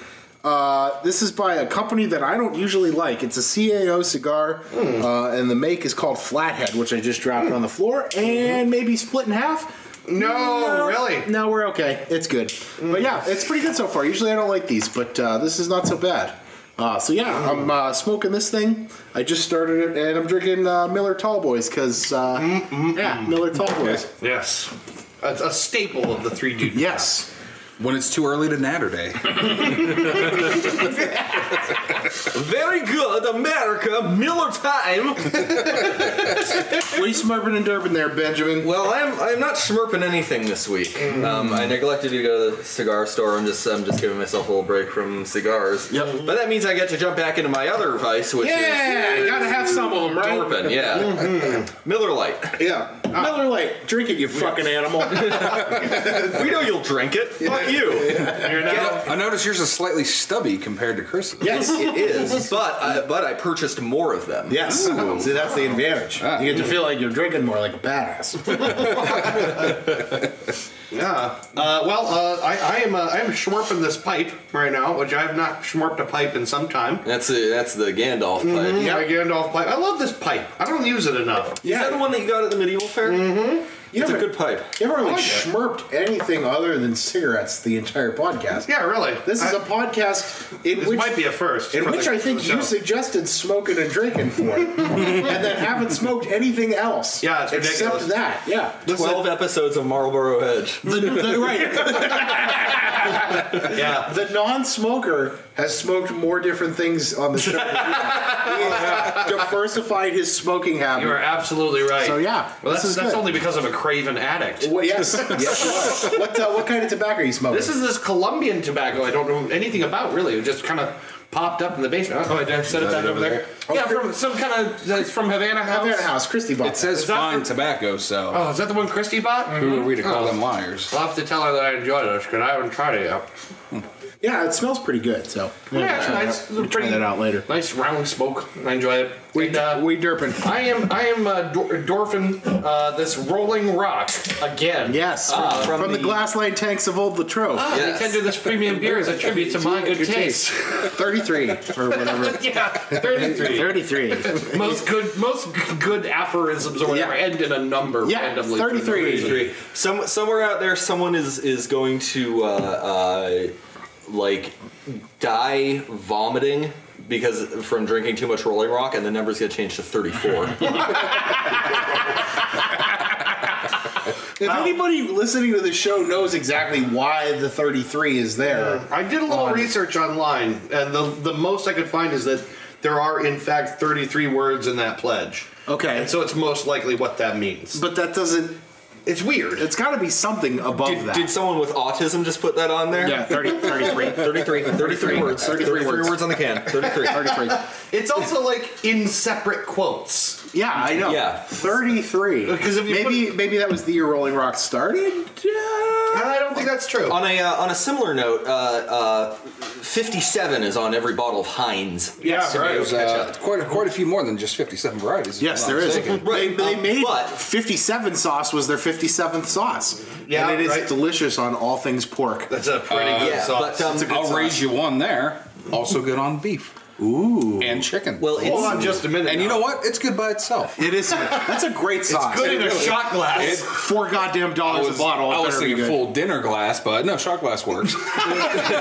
Uh, this is by a company that I don't usually like. It's a CAO cigar,
Hmm.
uh, and the make is called Flathead, which I just dropped on the floor, and maybe split in half.
Mm-hmm. No, really? Mm.
No, we're okay. It's good. But yeah, it's pretty good so far. Usually I don't like these, but uh, this is not so bad. Uh, so yeah,
Mm.
I'm uh, smoking this thing. I just started it, and I'm drinking uh, Miller Tall Boys because uh, yeah, Miller Tall Boys.
Yes. A, a staple of the three dude.
Yes.
When it's too early to natter day.
Very good, America, Miller time.
What are you smirping and derping there, Benjamin?
Well, I'm I'm not schmirping anything this week. Um, I neglected to go to the cigar store. I'm just I'm just giving myself a little break from cigars. Yep. But that means I get to jump back into my other vice, which
Yeah,
is
gotta have some of them, right? Uh,
Dorpin, yeah. Miller Lite.
Yeah. Miller Lite, drink it, you fucking animal.
We know you'll drink it. Fuck you.
I notice yours is slightly stubby compared to Chris's.
Yes, it is. But I, but I purchased more of them.
Yes. See, that's the advantage. You get to feel like you're drinking more like a badass.
Yeah. Uh, well, uh, I, I am uh, I am schmorping this pipe right now, which I have not schmorped a pipe in some time.
That's a, that's the Gandalf pipe.
Yeah, my Gandalf pipe. I love this pipe. I don't use it enough.
Is that the one that you got at the medieval fair?
You
It's a
never,
good pipe.
you never really
like it.
schmirped anything other than cigarettes the entire podcast.
Yeah, really.
This is
I-
a podcast in
This
which
might be a first.
in
for
which
the-
I
for
think
the
you
show.
suggested smoking and drinking for it, and then haven't smoked anything else.
Yeah, it's
except
ridiculous.
that. Yeah.
Twelve episodes of Marlboro Hedge.
right.
Yeah.
The non-smoker has smoked more different things on the show. than you have. He has diversified his smoking habits.
You are absolutely right.
So, yeah,
Well,
this
that's
is
that's
good.
only because I'm a craven addict.
Well, yes, yes. you are. What uh, what kind of tobacco are you smoking?
This is this Colombian tobacco I don't know anything about, really. It just kind of popped up in the basement. Oh, I did set it back over there. Yeah, from some kind of. It's from Havana House.
Oh, Havana House. Christie bought.
It says
Is that
fine
for-
tobacco, so
Oh, is that the one Christy bought?
who are we to call
Oh.
them liars?
I'll have to tell her that I enjoyed it because I haven't tried it yet.
that. yeah, it smells pretty good. So we'll
Yeah,
try that
it's
out. We'll
pretty-
try that out later.
Nice round smoke. I enjoy it.
We
And, uh,
we derping.
I am I am uh, dor- dwarfing uh, this rolling rock again.
Yes,
Ah,
Uh, from,
from
the,
the-
glass line tanks of old Latrobe.
Ah,
Yes.
They tender this premium beer as a tribute to my good taste.
Thirty-three or whatever.
yeah, thirty-three.
Thirty-three.
most good, most g- good aphorisms or whatever
Yeah.
end in a number.
Yeah,
randomly
33.
Three. Some somewhere out there, someone is is going to uh, uh, like die vomiting because from drinking too much Rolling Rock, and the numbers get changed to thirty four.
If anybody listening to the show knows exactly why the thirty-three is there,
I did a little
Um,
research online, and the the most I could find is that there are in fact thirty-three words in that pledge.
Okay.
and so it's most likely what that means.
but that doesn't.
it's weird.
It's got to be something above
did,
that.
did someone with autism just put that on there?
yeah, 30, 33.
33, 33 words, 33 words. on the can, 33.
33.
It's also like in separate quotes.
Yeah, I know.
Yeah.
33.
Because if you
maybe maybe that was the year Rolling Rock started.
I don't think that's true.
On a uh, on a similar note, uh, uh, 57 is on every bottle of Heinz.
yeah, right.
There's uh, quite a, quite a few more than just 57 varieties. if
Yes,
I'm
there
not
is.
mistaken.
They, they
um,
made
but-
57 sauce was their 57th sauce.
Yeah,
and it is
right.
delicious on all things pork.
That's a pretty good
yeah,
sauce.
but um,
uh,
I'll raise you one there. Also good on beef. Ooh. And chicken.
well, it's,
Hold on just a minute.
and you know what? It's good by itself.
It is. That's a great sauce.
good in a shot glass.
Four goddamn dollars a bottle.
I
it
was
better be
thinking
good.
full dinner glass, but no, shot glass works.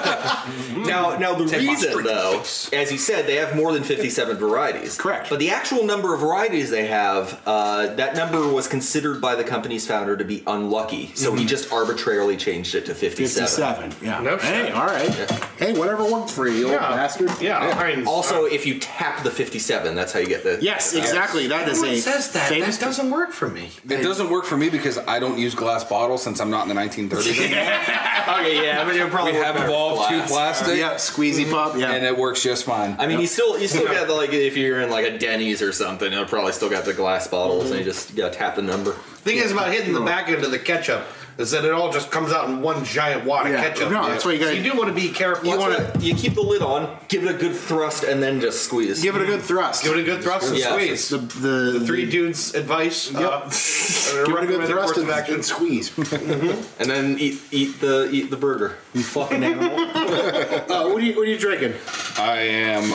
Now, now the
Take my
reason,
strength.
though, as you said, they have more than fifty-seven varieties.
Correct.
But the actual number of varieties they have, uh, that number was considered by the company's founder to be unlucky, so he just arbitrarily changed it to fifty-seven.
57. Yeah.
No
hey,
shit.
all right. Hey, whatever worked for you, you old
Yeah.
bastard.
Yeah, Heinz.
Also, if you tap the fifty-seven, that's how you get the.
Yes, exactly. That is
Everyone
a
says that.
famous
That doesn't work for me.
it doesn't work for me because I don't use glass bottles since I'm not in the 1930s. anymore.
Okay. Yeah. I mean, you're
We
probably
have evolved to plastic,
Yeah, squeezy pop. Yeah.
and it works just fine.
I mean, you still you still got the like if you're in like a Denny's or something, you probably still got the glass bottles, and you just gotta tap the number.
thing is about hitting the back end of the ketchup is that it all just comes out in one giant wad
Yeah.
of ketchup.
No, that's what you
So
gotta-
you do want to be careful.
You
You
want
want
to you keep the lid on, give it a good thrust, and then just squeeze.
Give it a good thrust.
give it a good thrust and
Yeah.
squeeze.
the, the,
The three dudes' advice. Yep. Uh,
Give it a good
recommended
thrust
course of
and,
action.
and squeeze.
and then eat eat the eat the burger. You fucking animal.
Uh, what, are you, what are you drinking?
I am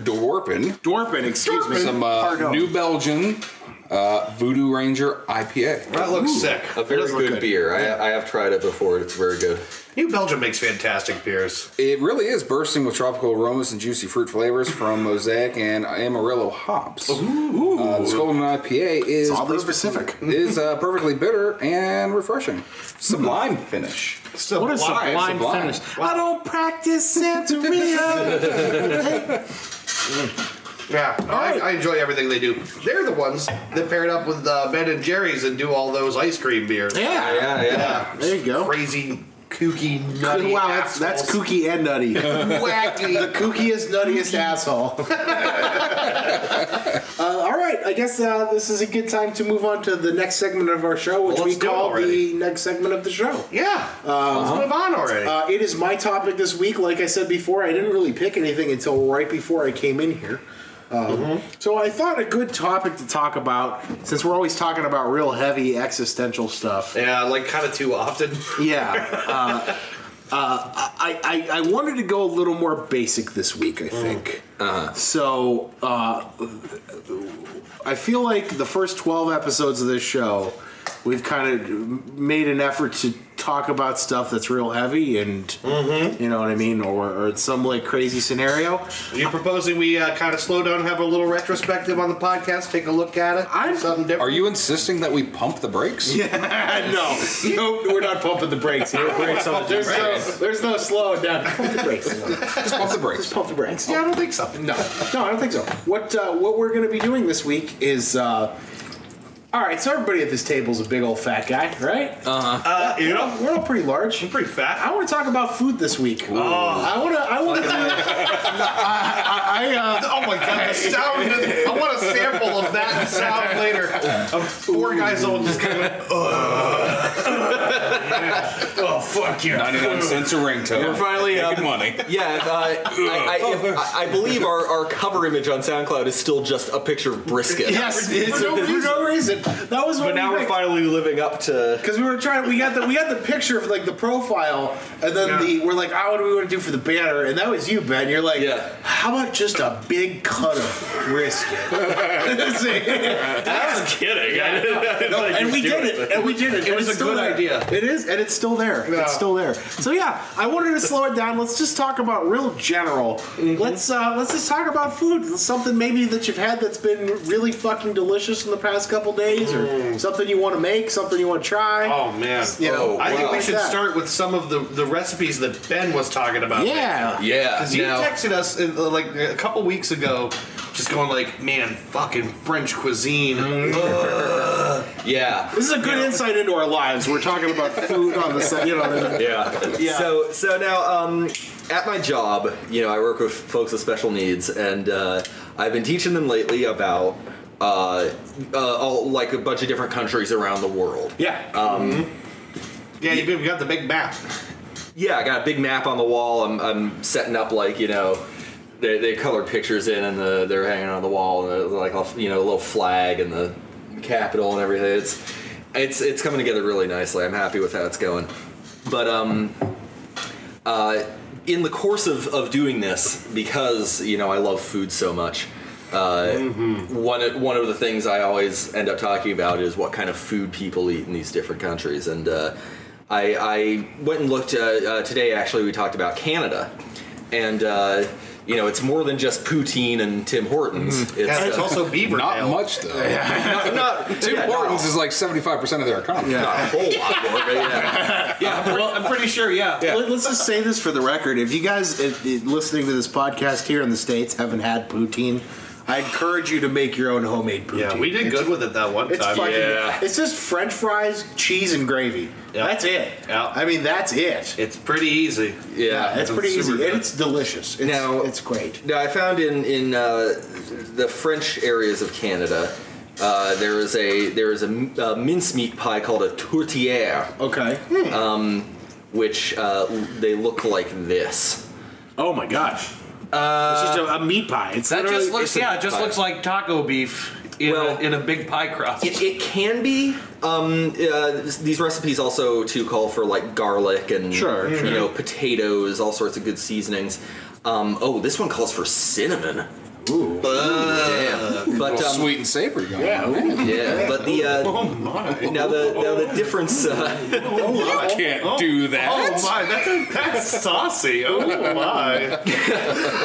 dwarping
Dwarpin, excuse me.
some uh,
Pardon.
New Belgian uh, Voodoo Ranger IPA.
That looks sick.
A very
does look
good,
good.
beer. I, I have tried it before. It's very good.
New Belgium makes fantastic beers.
It really is bursting with tropical aromas and juicy fruit flavors from Mosaic and Amarillo hops. Uh, this golden IPA is
oddly
perfect-
specific.
is uh, perfectly bitter and refreshing. Sublime finish.
What a
Sublime,
sublime
sublime.
finish. I don't practice Santeria.
Yeah, I, I enjoy everything they do. They're the ones that paired up with uh, Ben and Jerry's and do all those ice cream beers.
yeah.
Yeah, yeah.
There you go.
Crazy, kooky, nutty.
Wow, that's, that's
assholes.
kooky and nutty.
wacky.
the kookiest, nuttiest asshole. uh, all right, I guess uh, this is a good time to move on to the next segment of our show, which
Well,
we
let's do it
call
already.
the next segment of the show.
Yeah, Uh-huh. let's move on already.
Uh, it is my topic this week. Like I said before, I didn't really pick anything until right before I came in here. Um, So I thought a good topic to talk about, since we're always talking about real heavy existential stuff.
yeah, like kind of too often.
Yeah. Uh, uh, I, I, I wanted to go a little more basic this week, I think. So uh, I feel like the first 12 episodes of this show, we've kind of made an effort to talk about stuff that's real heavy and, you know what I mean, or, or some like crazy scenario.
You're proposing we uh, kind of slow down, have a little retrospective on the podcast, take a look at it,
I'm-
something different.
Are you insisting that we pump the brakes? Yeah.
no, no, we're not pumping the brakes here. there's, no, there's no slowing down. Pump the brakes.
Just pump the brakes.
Pump the brakes.
Yeah, I don't think so.
No, no, I don't think so. What uh, what we're going to be doing this week is. Uh, all right, so everybody at this table is a big old fat guy, right?
Uh, you know,
We're all pretty large. I'm
pretty fat.
I want to talk about food this week. Oh, I want to. I want to. I, I, I, uh,
Oh my god, the sound! I want a sample of that sound later. Of four guys all just kind of.
Oh, fuck you.
99 cents a ringtone. You're
finally, uh,
making money.
Yeah, if, uh, I, I, if, I, I believe our, our cover image on SoundCloud is still just a picture of brisket.
yes, it's for, no, for no reason. That was. What
But now we're finally living up to.
Because we were trying, we got the we got the picture of like the profile, and then the we're like, oh, what do we want to do for the banner? And that was you, Ben. You're like,
Yeah.
how about just a big cut of brisket? It's like-
I was kidding. I didn't,
No, and we did it. And we did it. It
was a good idea.
It is, and it's still there. It's still there. So yeah, I wanted to slow it down. Let's just talk about real general.
Mm-hmm.
Let's uh, let's just talk about food. Something maybe that you've had that's been really fucking delicious in the past couple days, or something you want to make, something you want to try.
Mm. Oh man!
You know,
I think
wow.
we should
Like that.
start with some of the, the recipes that Ben was talking about.
Yeah.
Yeah.
Because you texted us in, uh, like a couple weeks ago, just going like, "Man, fucking French cuisine."
yeah.
This is a good insight into our lives. We're talking about food on the set. You know,
Yeah. So so now um, at my job, you know, I work with folks with special needs, and uh, I've been teaching them lately about uh, uh, all, like a bunch of different countries around the world.
yeah.
Yeah, you've you've got the big map.
yeah, I got a big map on the wall. I'm, I'm setting up like you know, they, they colored pictures in and the, they're hanging on the wall and the, like a, you know a little flag and the capital and everything. It's it's it's coming together really nicely. I'm happy with how it's going. But um, uh, in the course of, of doing this, because you know I love food so much. Uh, One of- one of the things I always end up talking about is what kind of food people eat in these different countries, and uh, I, I went and looked uh, uh, today. Actually, we talked about Canada, and uh, you know it's more than just poutine and Tim Hortons. It's,
Yeah, it's
uh,
also Beaver
Not
Tail.
much though.
not, not
Tim
yeah,
Hortons
not,
is like 75% of their economy.
not a whole lot more, but yeah.
I'm pretty sure, yeah.
Let, us just say this for the record. If you guys if, if listening to this podcast here in the States haven't had poutine, I encourage you to make your own homemade poutine.
Yeah, we did
It's-
good with it that one
It's
time.
fucking.
yeah.
It's just French fries, cheese, and gravy.
Yeah.
That's it.
Yeah.
I mean, that's it.
It's pretty easy.
yeah.
it's pretty
super
easy.
good.
And it's delicious. It's,
Now-
it's great.
Now, I found in in uh, the French areas of Canada, uh, there is a there is a, m- a mincemeat pie called a tourtière,
Okay.
which uh, they look like this.
Oh my gosh. it's just a, a meat pie. It's
That
literally-
just looks,
it's a
yeah, it just
pie.
looks like taco beef in,
Well-
a, in a big pie crust.
It, it can be. Um, uh, these recipes also too call for like garlic and
Sure,
you know potatoes, all sorts of good seasonings. Um, oh, this one calls for cinnamon. Ooh. But um,
sweet and savory. Going
yeah,
on.
yeah. But the uh,
Oh
now the now the difference. Uh,
I can't
do that.
Oh my, that's, that's saucy. Oh my.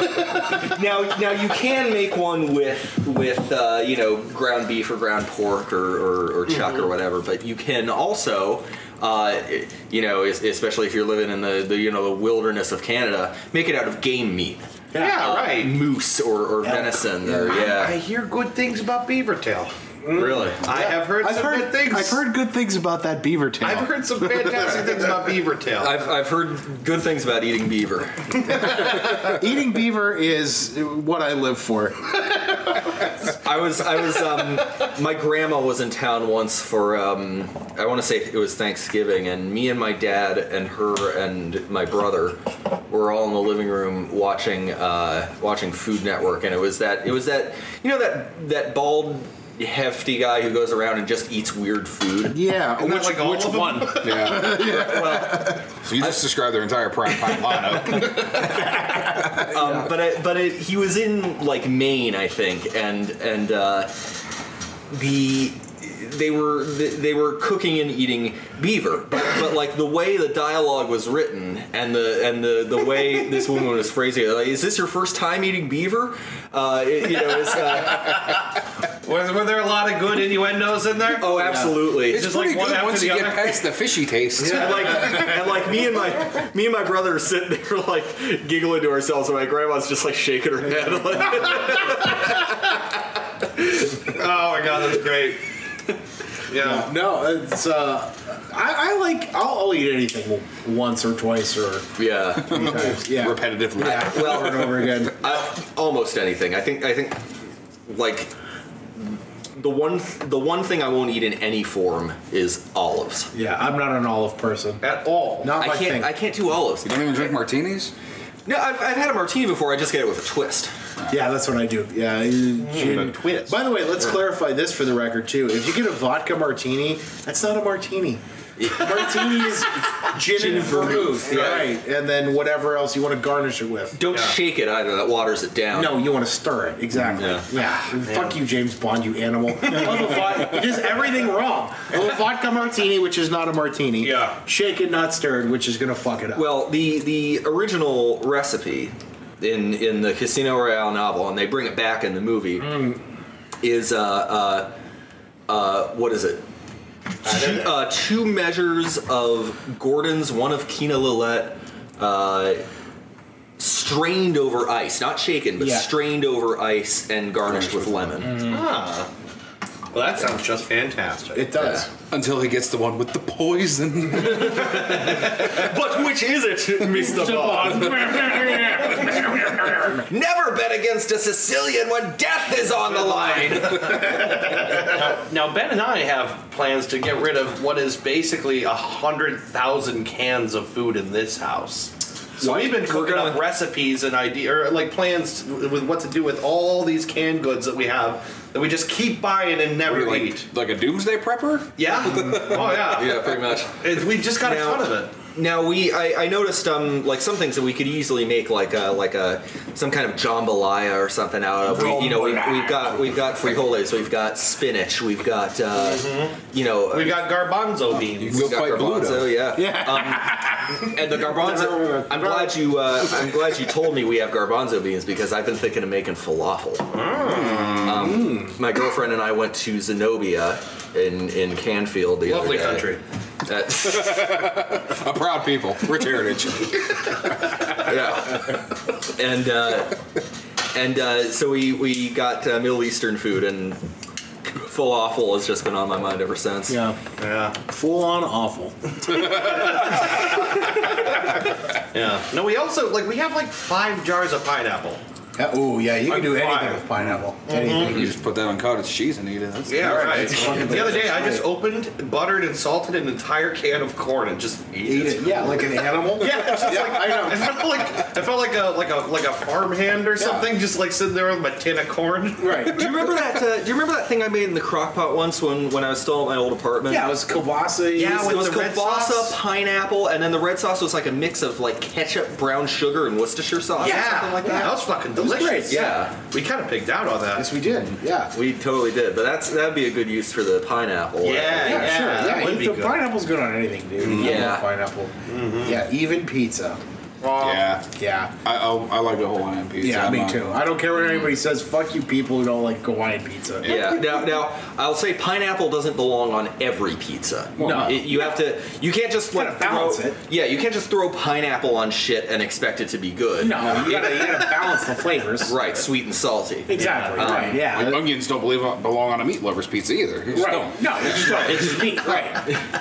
now now you can make one with with uh, you know ground beef or ground pork or or, or chuck or whatever, but you can also. Uh, i- you know, es- especially if you're living in the, the you know the wilderness of Canada, make it out of game meat.
Yeah,
Uh,
right.
Moose or, or venison, or
I
yeah, Mm.
hear good things about beaver tail.
really.
I have heard
I've
some good
heard
things.
I've heard good things about that beaver tail.
I've heard some fantastic things about beaver tail.
I've, I've heard good things about eating beaver.
Eating beaver is what I live for.
I was I was um, my grandma was in town once for um, I want to say it was Thanksgiving and me and my dad and her and my brother were all in the living room watching uh, watching Food Network and it was that it was that you know that that bald hefty guy who goes around and just eats weird food.
Yeah, which,
like all
which
of them?
one?
Yeah.
Well,
So you just described their entire prime time lineup.
um, but I, but it, he was in like Maine, I think, and and uh, the they were they were cooking and eating beaver, but, but like the way the dialogue was written and the and the, the way this woman was phrasing it, like, is this your first time eating beaver? Uh, it- you know, it's, uh,
Were, were there a lot of good innuendos in there?
oh, absolutely.
It's
Just
pretty
like one
good
after
once
the
you get
other.
past the fishy taste.
And like, and like me and my me and my brother are sitting there like giggling to ourselves, and my grandma's just like shaking her head.
Oh my god, that's great. Yeah.
No, it's uh, I, I like I'll, I'll eat anything once or twice or
yeah,
three times. Yeah,
Repetitively.
yeah, over and over again.
I, almost anything. I think. I think. Like the one. Th- the one thing I won't eat in any form is olives.
Yeah, I'm not an olive person
At all.
Not
I
my
can't.
thing.
I can't do olives.
You don't even drink martinis?
No, I've, I've had a martini before. I just get it with a twist.
yeah, that's what I do. Yeah, gin.
twist.
By the way, let's clarify this for the record too. If you get a vodka martini, that's not a martini. martini is gin, and vermouth,
yeah.
right? And then whatever else you want to garnish it with.
Don't shake it either. That waters it down.
No, you want to stir it. Exactly.
Yeah.
Yeah. Fuck you, James Bond, you animal. Love a vodka. It is everything wrong. Love a vodka martini, which is not a martini.
Yeah.
Shaken, not stirred, which is going to fuck it up.
Well, the the original recipe in in the Casino Royale novel, and they bring it back in the movie, is uh, uh, uh, what is it? Two, uh, two measures of Gordon's, one of Kina Lillette, uh, strained over ice, not shaken, but
Yeah.
strained over ice and garnished with lemon. Mm.
Ah. Well, that sounds just fantastic.
it does.
Until he gets the one with the poison.
But which is it, Mr. Bond? Never bet against a Sicilian when death is on the line.
Now, Ben and I have plans to get rid of what is basically a hundred thousand cans of food in this house. So we've been cooking
gonna-
up recipes and idea, or like plans with what to do with all these canned goods that we have that we just keep buying and never
like,
eat.
like a doomsday prepper?
Yeah. oh yeah.
yeah, pretty much.
It- we just got
Now-
a ton of it.
Now we, I, I noticed um like some things that we could easily make like a like a some kind of jambalaya or something out of. We, you know, we, we've got we've got frijoles, we've got spinach, we've got uh, you know. uh,
We got garbanzo
You
beans.
can go fight Bluto.
garbanzo, yeah. Um, and the garbanzo. I'm glad you. Uh, I'm glad you told me we have garbanzo beans because I've been thinking of making falafel. Um, my girlfriend and I went to Zenobia in in Canfield the other
Lovely
day.
country.
That's-
A proud people. Rich heritage.
yeah. And uh, and uh, so we we got uh, Middle Eastern food and falafel has just been on my mind ever since.
Yeah.
Yeah.
Full on awful.
Yeah. No, we also like we have like five jars of pineapple.
oh, yeah, you can do
I'm
anything
fine.
with pineapple. Anything.
you just put that on cottage cheese and eat it. That's
Yeah, right.
It's fucking
The other day, I
delicious.
just opened, buttered, and salted an entire can of corn and just ate,
Eat it. Yeah, like an animal.
Yeah, it's just
Yeah,
like
I know.
I felt like I felt like a like a like a farmhand or something, just like sitting there with my tin of corn.
Right.
Do you remember that? Uh, do you remember that thing I made in the crock pot once when when I was still at my old apartment?
Yeah, it was kielbasa.
Yeah,
it
with
was
the red
kielbasa,
sauce?
pineapple, and then the red sauce was like a mix of like ketchup, brown sugar, and Worcestershire sauce. or
Yeah,
something like
yeah,
that.
was fucking delicious.
great, yeah.
we kind of picked out on that.
Yes, we did. Yeah.
We totally did, but that's that'd be a good use for the pineapple.
Yeah,
Yeah, sure.
that
Yeah,
would be
the
good.
pineapple's good on anything, dude.
Mhm.
I love
Yeah.
pineapple. Yeah, even pizza.
yeah,
Mm-hmm. yeah. uh,
I, I, I like the whole Hawaiian pizza.
yeah,
I'm
me
not-
too. I don't care what anybody says. Fuck you, people who don't like Hawaiian pizza.
Yeah. Now, now I'll say pineapple doesn't belong on every pizza.
Well, no.
It- you have to. You can't just like
gotta balance
throw,
it.
Yeah, you can't just throw pineapple on shit and expect it to be good.
No, you gotta, you gotta balance the flavors.
Right, sweet and salty.
Exactly.
Um,
right. Yeah.
Like, onions don't believe belong on a meat lover's pizza either. You just don't.
Right. No, it's just don't. It's just meat. Right.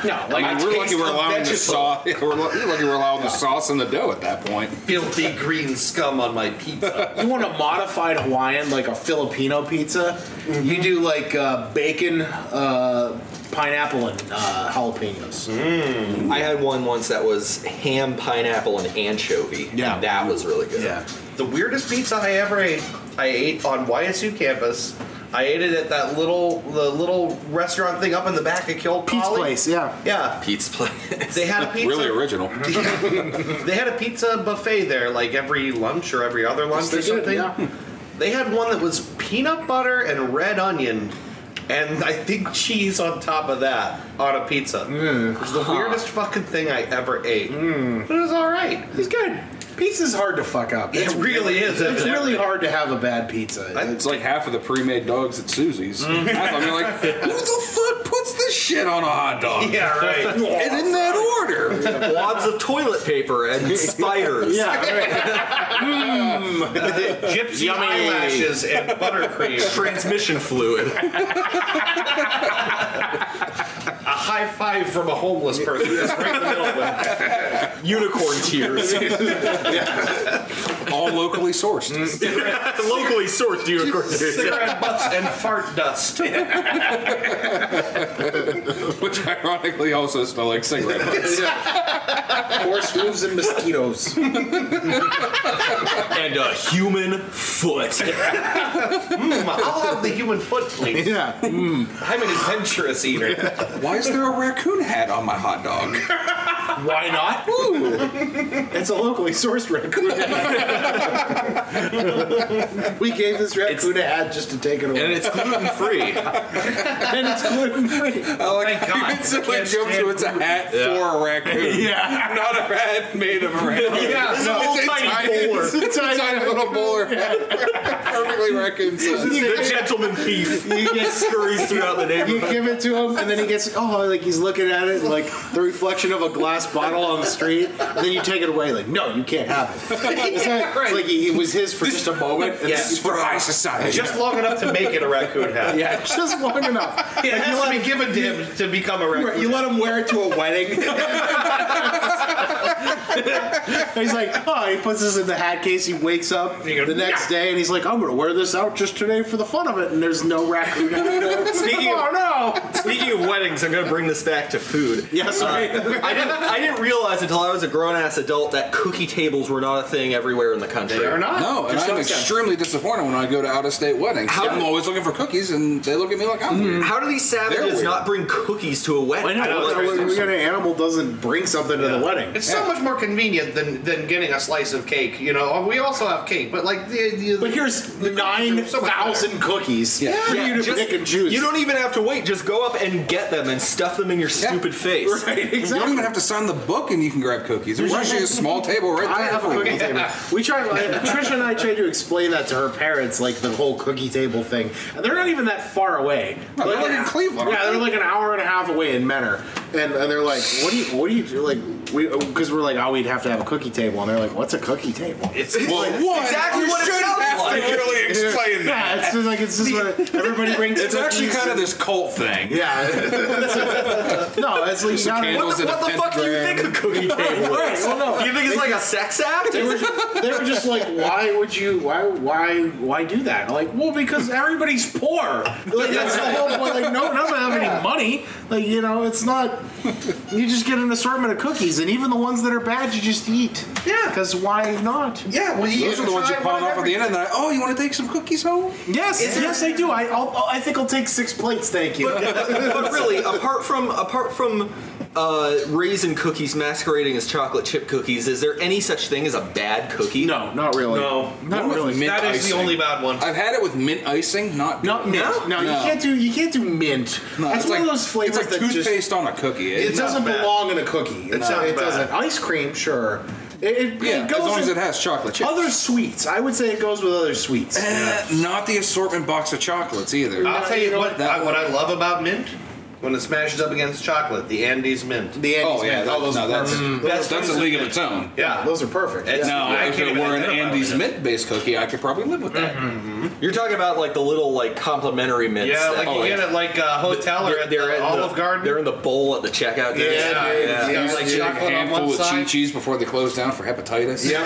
No, like
I mean, we're lucky we're allowing the sauce. We're lu- we're lucky we're allowing the sauce in the dough at that point.
filthy green scum on my pizza.
you want a modified Hawaiian, like a Filipino pizza. You do like uh, bacon, uh, pineapple, and uh, jalapenos.
I had one once that was ham, pineapple, and anchovy.
Yeah.
that was really good.
Yeah.
the weirdest pizza I ever ate, I ate on YSU campus. I ate it at that little the little restaurant thing up in the back of Kill
Pete's place. Yeah.
Yeah,
Pete's place.
they had a pizza.
Really original.
they had a pizza buffet there, like every lunch or every other lunch or something. They had one that was peanut butter and red onion, and I think cheese on top of that on a pizza. It was the weirdest fucking thing I ever ate. But it was all right.
It's good. Pizza's hard to fuck up.
It really is,
It's really
evidently.
hard to have a bad pizza.
It's like half of the pre-made dogs at Susie's. Half of them are like, who the fuck puts this shit on a hot dog?
Yeah, right.
And in that order.
Wads of toilet paper and spiders.
Gypsy eyelashes and buttercream.
Transmission fluid.
A high five from a homeless person. That's right in the middle of it.
Unicorn tears.
All locally sourced.
Locally sourced unicorn tears.
Cigarette butts and fart dust.
Which ironically also smell like cigarette butts.
horse hooves and mosquitoes.
and a human foot.
I'll have the human foot, please.
yeah.
I'm an adventurous eater.
Why is there a raccoon hat on my hot dog?
Why not? it's a locally sourced raccoon. we gave this raccoon a hat just to take it away.
And it's gluten free.
and it's gluten free.
I like God, it's like jump to it's a hat for a raccoon. Yeah. Not a hat made of a raccoon.
Yeah,
It's
no.
a
Tiny bowler.
It's a tiny, little bowler hat. Perfectly raccoon sized.
the gentleman thief
You get-
scurries throughout the
You
neighborhood.
give it to him, and then he gets oh, like he's looking at it, like the reflection of a glass bottle on the street. And then you take it away, like no, you can't have it. It's, not- it's like he, it was his for just a moment. and
Yeah.
This is for high society.
Just long enough to make it a raccoon hat.
then- yeah, just long enough.
It
Like, you
has
let
to be
him-
given to him to become a
Right,
raccoon.
you let him wear it to a wedding. And he's like, oh, he puts this in the hat case. He wakes up
He goes,
the next day and he's like, I'm going to wear this out just today for the fun of it. And there's no raccoon.
Speaking of-
oh, no.
Speaking of weddings, I'm gonna bring this back to food.
Yes, right.
I didn't. I didn't realize until I was a grown ass adult that cookie tables were not a thing everywhere in the country. They are not.
No, and I'm extremely disappointed when I go to out of state weddings.
How- Mm-hmm.
I'm always looking for cookies, and they look at me like I'm weird.
How do these savages
weird.
not bring cookies to a wedding?
I
Like,
don't know. We got an animal doesn't bring something to the wedding.
It's so much more convenient than, than getting a slice of cake. You know, we also have cake, but like the, the
But here's nine
so much better.
thousand cookies
Yeah.
for
yeah,
you to
just-
pick and choose.
You don't even have to wait. Just go up and get them and stuff them in your
Yeah.
stupid face.
right,
You don't
exactly.
even have to sign the book, and you can grab cookies. There's usually a small table right there.
I have a
for you.
cookie table. We tried. Trisha and I tried to explain that to her parents, like the whole cookie table thing. And they're not even that far away.
No, they're like in Cleveland.
Yeah, they're like an hour and a half away in Menor. And, and they're like, "What do you? What do you do? Like, we? Because we're like, oh, we'd have to have a cookie table." And they're like, "What's a cookie table?"
it's
Well, one,
exactly
you
what it
shouldn't
sounds
have
like.
to really explain that.
Yeah, it's just like it's just what everybody brings.
It's actually
cookies
kind of
and-
this cult thing.
Yeah. no, it's like you gotta,
What
candles
the,
and a
what the fuck do you
pentagram.
think a cookie table is?
Well, no.
Do you think it's like a sex act?
they were just, they were just like, why would you? Why why why do that? I'm like, well, because everybody's poor. Like that's the whole point. Like no, none of them have any money. Like you know, it's not. You just get an assortment of cookies, and even the ones that are bad, you just eat.
Yeah.
Because why not?
yeah, well,
Those are the ones you pawn off at the end of the night. Oh, you want to take some cookies home?
Yes, yes, I do. I I'll, I think I'll take six plates, thank you.
but really, apart from apart from uh, raisin cookies masquerading as chocolate chip cookies. Is there any such thing as a bad cookie?
No, not really.
No.
Not What with really. mint
That is
icing?
the only bad one.
I've had it with mint icing, not
Not mint. No,
No.
you can't do you can't do mint.
No,
That's
it's
one
like-
of those flavors
It's like
that
toothpaste
just
on a cookie.
it
It's-
doesn't
bad.
belong in a cookie. It's
sounds
it
bad.
doesn't. Ice cream, sure. It, it,
yeah,
it goes
as long as
in
it has chocolate chips.
other sweets. I would say it goes with other sweets.
Eh, Not the assortment box of chocolates either.
I'll tell you what.
that-
I, what I love about mint when it smashes up against chocolate, the Andes mint.
The Andes
oh yeah,
mint.
that,
Oh, those
no,
are
that's,
perfect.
that's that's a league of its own.
yeah.
Those are perfect.
It's-
yeah.
Now,
I
if
can't
it
even
were an
identify
Andes
with it. Mm-hmm.
mint-based cookie, I could probably live with that.
You're talking about like the little like complimentary mints.
yeah,
that-
like you get at like a hotel or at the
in
Olive
the,
Garden.
They're in the bowl at the checkout. desk.
yeah, yeah,
I
yeah.
used
Like
to do a
chocolate on
handful
one
of
side.
Chi-Chi's before they closed down for hepatitis. Yeah.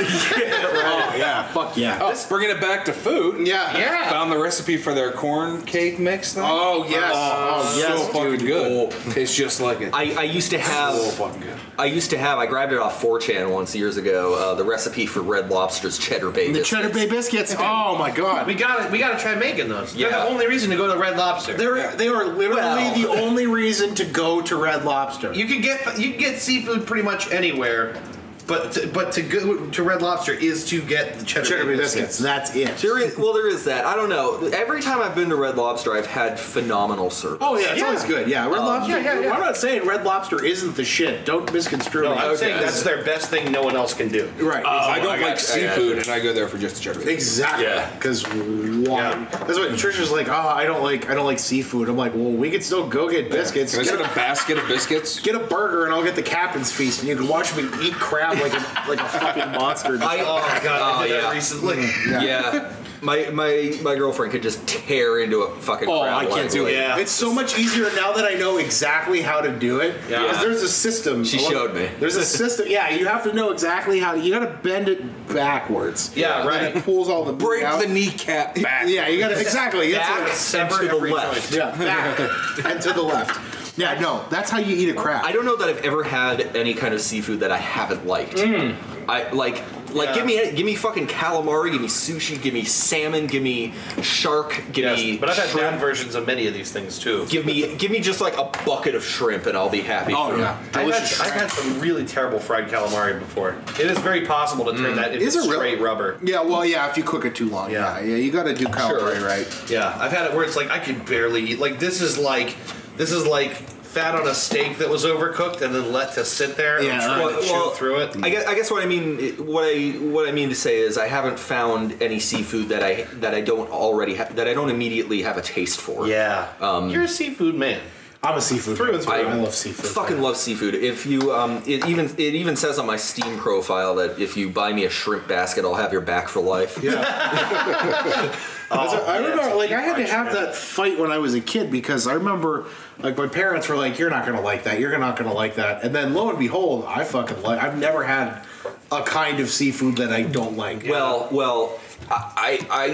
Oh, yeah. Fuck yeah.
Oh, bringing it back to food.
Yeah.
Yeah. Found the recipe for their corn cake mix thing.
Oh yes. Oh, yes.
so fucking good. Tastes just like it.
I, I used to have.
so fucking good.
I used to have. I grabbed it off 4chan once years ago. Uh, the recipe for Red Lobster's cheddar bay.
The cheddar bay biscuits. Oh my god.
we got to We got to try making those. They're
Yeah.
the only reason to go to Red Lobster.
They're, They are literally
Well.
the only reason to go to Red Lobster.
you can get you can get seafood pretty much anywhere, but to, but to go to Red Lobster is to get the cheddar,
Cheddar bay biscuits. That's it.
There is, well, there is that. I don't know. Every time I've been to Red Lobster, I've had phenomenal service.
Oh yeah, it's
Yeah.
always good. Yeah, Red
Oh,
Lobster.
yeah, yeah, yeah.
I'm not saying Red Lobster isn't the shit. Don't misconstrue
No,
me.
I'm saying
Okay.
that's their best thing. No one else can do.
Right.
I
I don't
got- I
like
got
seafood, and I go there for just the cheddar. bacon.
Exactly.
Yeah.
Because why?
Yeah.
That's what Trisha's like. Oh, I don't like. I don't like seafood. I'm like, well, we could still go get biscuits.
Can I
Get,
just
a,
get a basket of biscuits?
get a burger, and I'll get the captain's feast, and you can watch me eat crab like a like a fucking monster.
I,
Oh god, I did
Oh,
that
yeah.
recently.
yeah. My my my girlfriend could just tear into a fucking.
Oh,
crowd
I can't do
like-
it.
Yeah.
It's so much easier now that I know exactly how to do it.
Yeah.
'Cause There's a system.
She showed me.
There's a system. Yeah, you have to know exactly how. You got to bend it backwards.
Yeah,
And
right.
it pulls all the
Break
out.
the kneecap back.
Yeah, you got to exactly. It's
Back
like-
and to the left.
Yeah, back and to the left. Yeah, no, that's how you eat a crab.
I don't know that I've ever had any kind of seafood that I haven't liked.
Mm.
I like like give me give me fucking calamari, give me sushi, give me salmon, give me shark, give me
Yes, but I've had
shrimp,
bad versions of many of these things too.
give me give me just like a bucket of shrimp and I'll be happy.
Oh
for
yeah,
I've had,
delicious.
I've had some really terrible fried calamari before. It is very possible to turn that into
Is it really?
straight rubber.
yeah, well, yeah, if you cook it too long. Yeah,
Yeah.
yeah, you got to do calamari
Sure.
right.
Yeah, I've had it where it's like I could barely eat. Like this is like this is like fat on a steak that was overcooked and then let to sit there
Yeah.
and try
Well-
to chew
well,
through it.
I guess, I guess what I mean what I what I mean to say is I haven't found any seafood that I that I don't already ha- that I don't immediately have a taste for.
yeah, you're a seafood man.
I'm a seafood.
Through
fan.
and through.
I love seafood.
Fucking love seafood. If you, um, it even it even says on my Steam profile that if you buy me a shrimp basket, I'll have your back for life.
Oh,
That's what- I remember, like, I had to have that fight when I was a kid because I remember, like, my parents were like, "You're not gonna like that. You're not gonna like that." And then, lo and behold, I fucking like. I've never had a kind of seafood that I don't like.
Well, well, I, I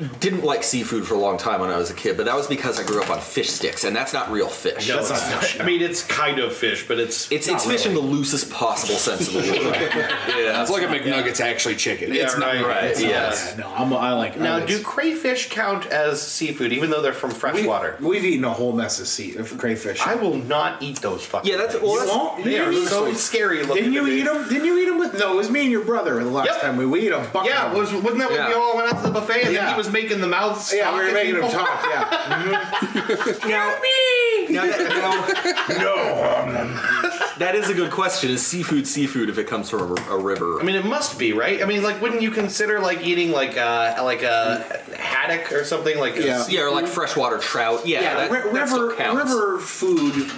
I didn't like seafood for a long time when I was a kid, but that was because I grew up on fish sticks, and that's not real fish.
No,
That's
it's
not
not
fish,
I mean, it's kind of fish, but it's
It's, it's fish in the loosest possible sense of the word. yeah,
It's like a McNugget's actually chicken.
yeah,
it's not.
right.
right. Yes.
Yeah, no, I'm. I like. I
Now,
like
do crayfish count as seafood, even though they're from
we,
freshwater?
We've eaten a whole mess of sea of crayfish.
I will not eat those fucking.
Yeah, that's-
things.
well,
You
that's-
won't?
They are
Didn't you-
so scary
Didn't
looking.
you
to me.
eat them? Didn't you eat them with? No, it was me and your brother the last
Yep.
time we we ate a bucket.
Yeah,
of
was, wasn't that when
Yeah.
we all went out to the buffet and
Yeah.
then he was making the mouths?
yeah, we were making them
talk.
talk. Yeah,
Now, now that, now, that is a good question. Is seafood seafood if it comes from a, a river?
I mean, it must be right. I mean, like, wouldn't you consider like eating like uh like a haddock or something like? a-
Yeah.
yeah, or like freshwater trout. Yeah,
yeah.
that,
ri-
that still
river
counts.
river food.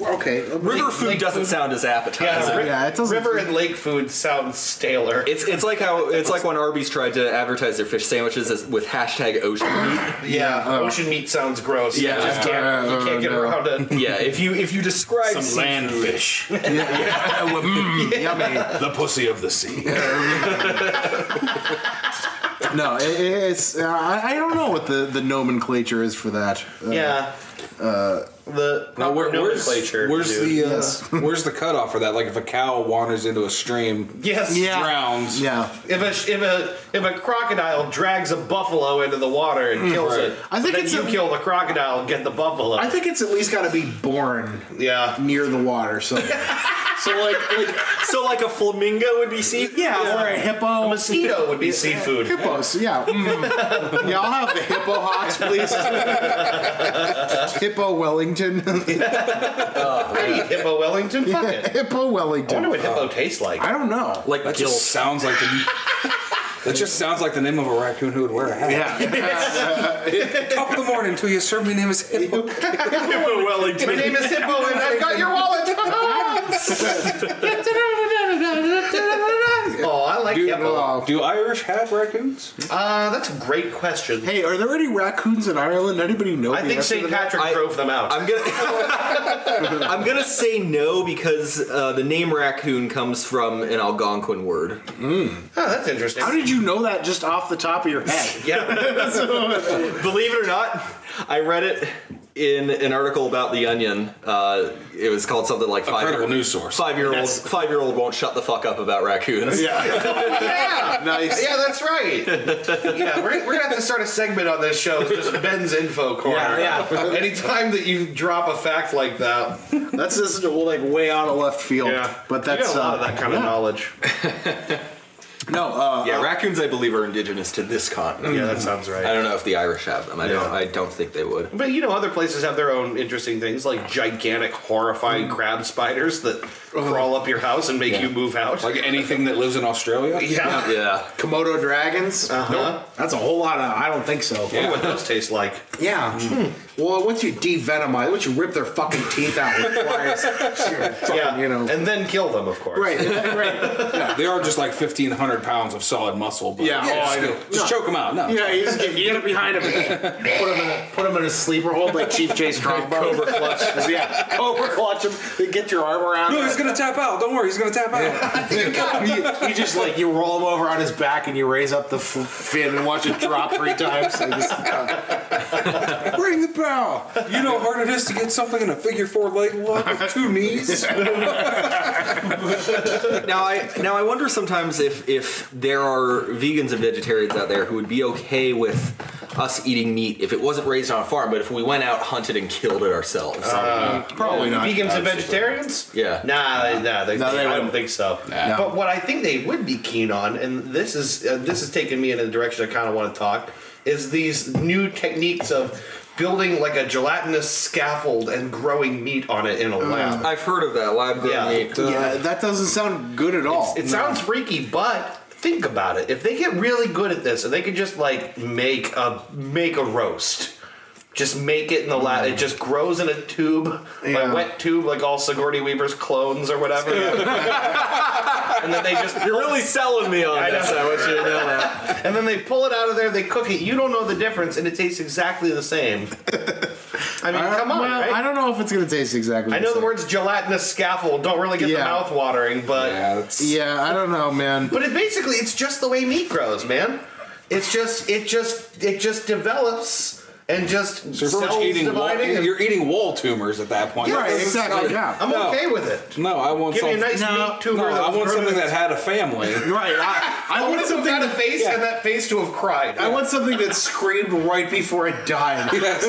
Okay,
River food doesn't sound as appetizing.
Yeah, ri-
Yeah, it doesn't-
river and lake food sounds staler.
It's it's like how it's like when Arby's tried to advertise their fish sandwiches as, with hashtag ocean meat.
yeah, ocean meat sounds gross.
Yeah.
you just can't,
Uh,
you can't get
Oh. no.
around it.
Yeah, if you if you describe
Some
seafood-
land fish.
mm, Yummy.
the pussy of the sea.
No, it, it's. Uh, I I don't know what the, the nomenclature is for that. Uh,
Yeah,
Uh,
the
Now, where, where's,
nomenclature,
where's
dude.
the uh, where's the cutoff for that? Like if a cow wanders into a stream,
Yes. Yeah.
drowns.
yeah.
If a if a if a crocodile drags a buffalo into the water and kills
right.
it,
Hmm. I think
then
it's
you
a-
kill the crocodile and get the buffalo.
I think it's at least got to be born
yeah.
near the water. So
So like, like, so like a flamingo would be sea.
yeah, or a hippo,
A mosquito would be seafood.
hippos. Yeah, Mm. yeah. I'll have the hippo hawks, please. hippo Wellington,
I eat hippo Wellington. Fuck it.
hippo
I wonder
Wellington.
what hippo tastes like.
I don't know.
Like
That
guilt.
just sounds like the, that just sounds like the name of a raccoon who would wear a hat. Top of the morning to you, sir. My name is Hippo.
Hippo Wellington.
My name is Hippo, and I've got your wallet. oh, I like
Do, uh,
hippo.
do Irish have raccoons?
Uh, that's a great question.
Hey, are there any raccoons in Ireland? Anybody know?
I
the
think
answer
St.
to that?
Patrick
I-
drove them out.
I'm gonna I'm gonna say no because uh, the name raccoon comes from an Algonquin word.
oh, that's interesting.
How did you know that just off the top of your head?
yeah.
Believe it or not, I read it in an article about the Onion. Uh, it was called something like five
credible
year
news source.
Five year old five year old won't shut the fuck up about raccoons. Yeah.
yeah.
nice.
Yeah, that's right. Yeah, we're, we're gonna have to start a segment on this show, just Ben's info corner.
Yeah,
Anytime that you drop a fact like that,
That's just like way out of left field. But that's
you got a lot
uh,
of that kind of knowledge.
no. Uh,
Yeah, raccoons I believe are indigenous to this continent.
Yeah, that sounds
I
right.
don't know if the Irish have them. I don't.
Yeah.
I don't think they would.
But you know, other places have their own interesting things, like gigantic, horrifying
Mm.
crab spiders that
Oh.
crawl up your house and make you move out.
Like anything that lives in Australia?
yeah.
Yeah.
Komodo dragons.
Uh-huh.
That's a whole lot of. I don't think so.
I wonder what those taste like.
Yeah. Well, once you devenomize, once you rip their fucking teeth out with pliers, you're fucking,
Yeah,
you know.
and then kill them, of course.
right. Right.
They are just like 1,500 pounds of solid muscle. But
Yeah.
just,
Oh, I know.
just choke them out. No.
Yeah. You just get, you get it behind him. and Put him in a put him in a sleeper hold like Chief J Strongbow. Cobra clutch. yeah. Cobra clutch him. Then get your arm around.
No,
him.
he's gonna tap out. Don't worry, he's gonna tap out.
you, you just like you roll him over on his back and you raise up the f- fin and watch it drop three times. Like, just,
Ring the bell. You know how hard it is to get something in a figure four leg lock with two knees.
Now I now I wonder sometimes if if there are vegans and vegetarians out there who would be okay with us eating meat if it wasn't raised on a farm, but if we went out hunted and killed it ourselves.
Uh,
probably not.
Vegans and vegetarians?
Yeah.
Nah, they- nah, they,
No, they
I
wouldn't.
don't think so.
No.
But what I think they would be keen on, and this is uh, this is taking me in a direction I kind of want to talk, is these new techniques of building like a gelatinous scaffold and growing meat on it in a
Mm.
lab.
I've heard of that Uh, lab grown
Yeah.
meat.
Yeah, that doesn't sound good at all.
It sounds freaky, but think about it. If they get really good at this, and they could just like make a make a roast. Just make it in the lab. It just grows in a tube,
Yeah.
a wet tube, like all Sigourney Weaver's clones or whatever. and then they just
You're really selling me on
I
this.
know.
I want you to know that.
and then they pull it out of there. They cook it. You don't know the difference, and it tastes exactly the same. I mean,
Uh,
come on,
well,
right?
I don't know if it's gonna taste exactly.
I know the
same.
words gelatinous scaffold don't really get
Yeah.
the mouth watering, but
yeah, that's,
Yeah, I don't know, man.
But it basically, it's just the way meat grows, man. It's just, it just, it just develops and just
So if we're
cells
eating wall,
dividing. and-
you're eating wall tumors at that point.
Yeah,
That's
right,
exactly,
not-
yeah.
I'm
no,
okay with it.
No, I want
Give me a
something.
nice
No,
meat tumor.
no,
that
I
was
want
grown
something
in a-
that had a family.
Right. I,
I want something that face and that face to have cried.
I want something that screamed right before it died.
Yes.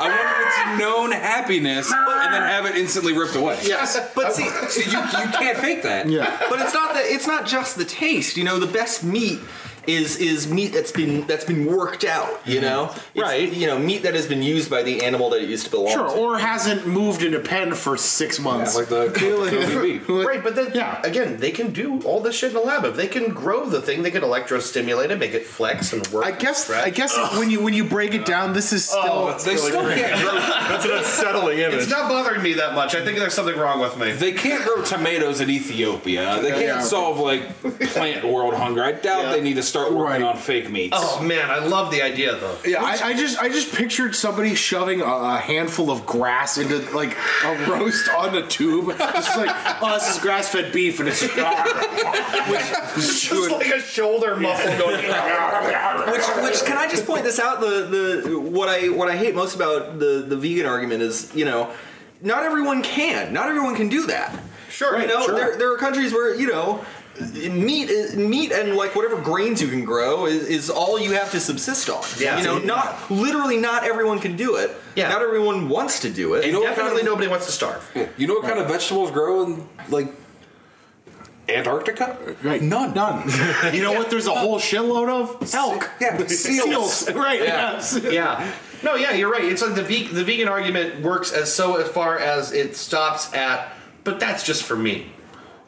I want it to known happiness and then have it instantly ripped away.
Yes.
But see,
So you, you can't fake that.
Yeah.
but it's not that. It's not just the taste. You know, the best meat. Is, is meat that's been that's been worked out,
Mm-hmm.
you know, It's,
Right.
You know, meat that has been used by the animal that it used to belong
Sure.
to.
Or hasn't moved in a pen for six months.
It's like the Kobe beef.
Right, but then
Yeah.
again, they can do all this shit in the lab. If they can grow the thing, they can electrostimulate it, make it flex and work.
I
and
guess.
stretch.
I guess when you when you break it down, this is still.
They still can't.
That's an unsettling image.
it's not bothering me that much. I think there's something wrong with me.
They can't grow tomatoes in Ethiopia. They can't
Yeah.
solve like plant world hunger. I doubt
Yeah.
they need a
start working
Right.
on fake meats.
Oh man, I love the idea though.
Yeah, I, I just I just pictured somebody shoving a, a handful of grass into like a roast on the tube. It's like, oh, this is grass fed beef, and it's
It's just like a shoulder muscle going.
which, which can I just point this out? The the what I what I hate most about the the vegan argument is you know, not everyone can. Not everyone can do that. Sure, you know
sure.
There, there are countries where you know. Meat, is- meat, and like whatever grains you can grow is, is all you have to subsist on.
Yeah.
you know, not literally not everyone can do it. Yeah, not everyone wants to do it.
You know what
Definitely
kind of-
nobody wants to starve.
Yeah. You know what kind of vegetables grow in like Antarctica?
Right. None. None. You know what? There's a whole shitload of elk.
Yeah.
Seals. Right.
Yeah.
Yes.
yeah. No, yeah, you're right. It's like the ve- the vegan argument works as so as far as it stops at, but that's just for me.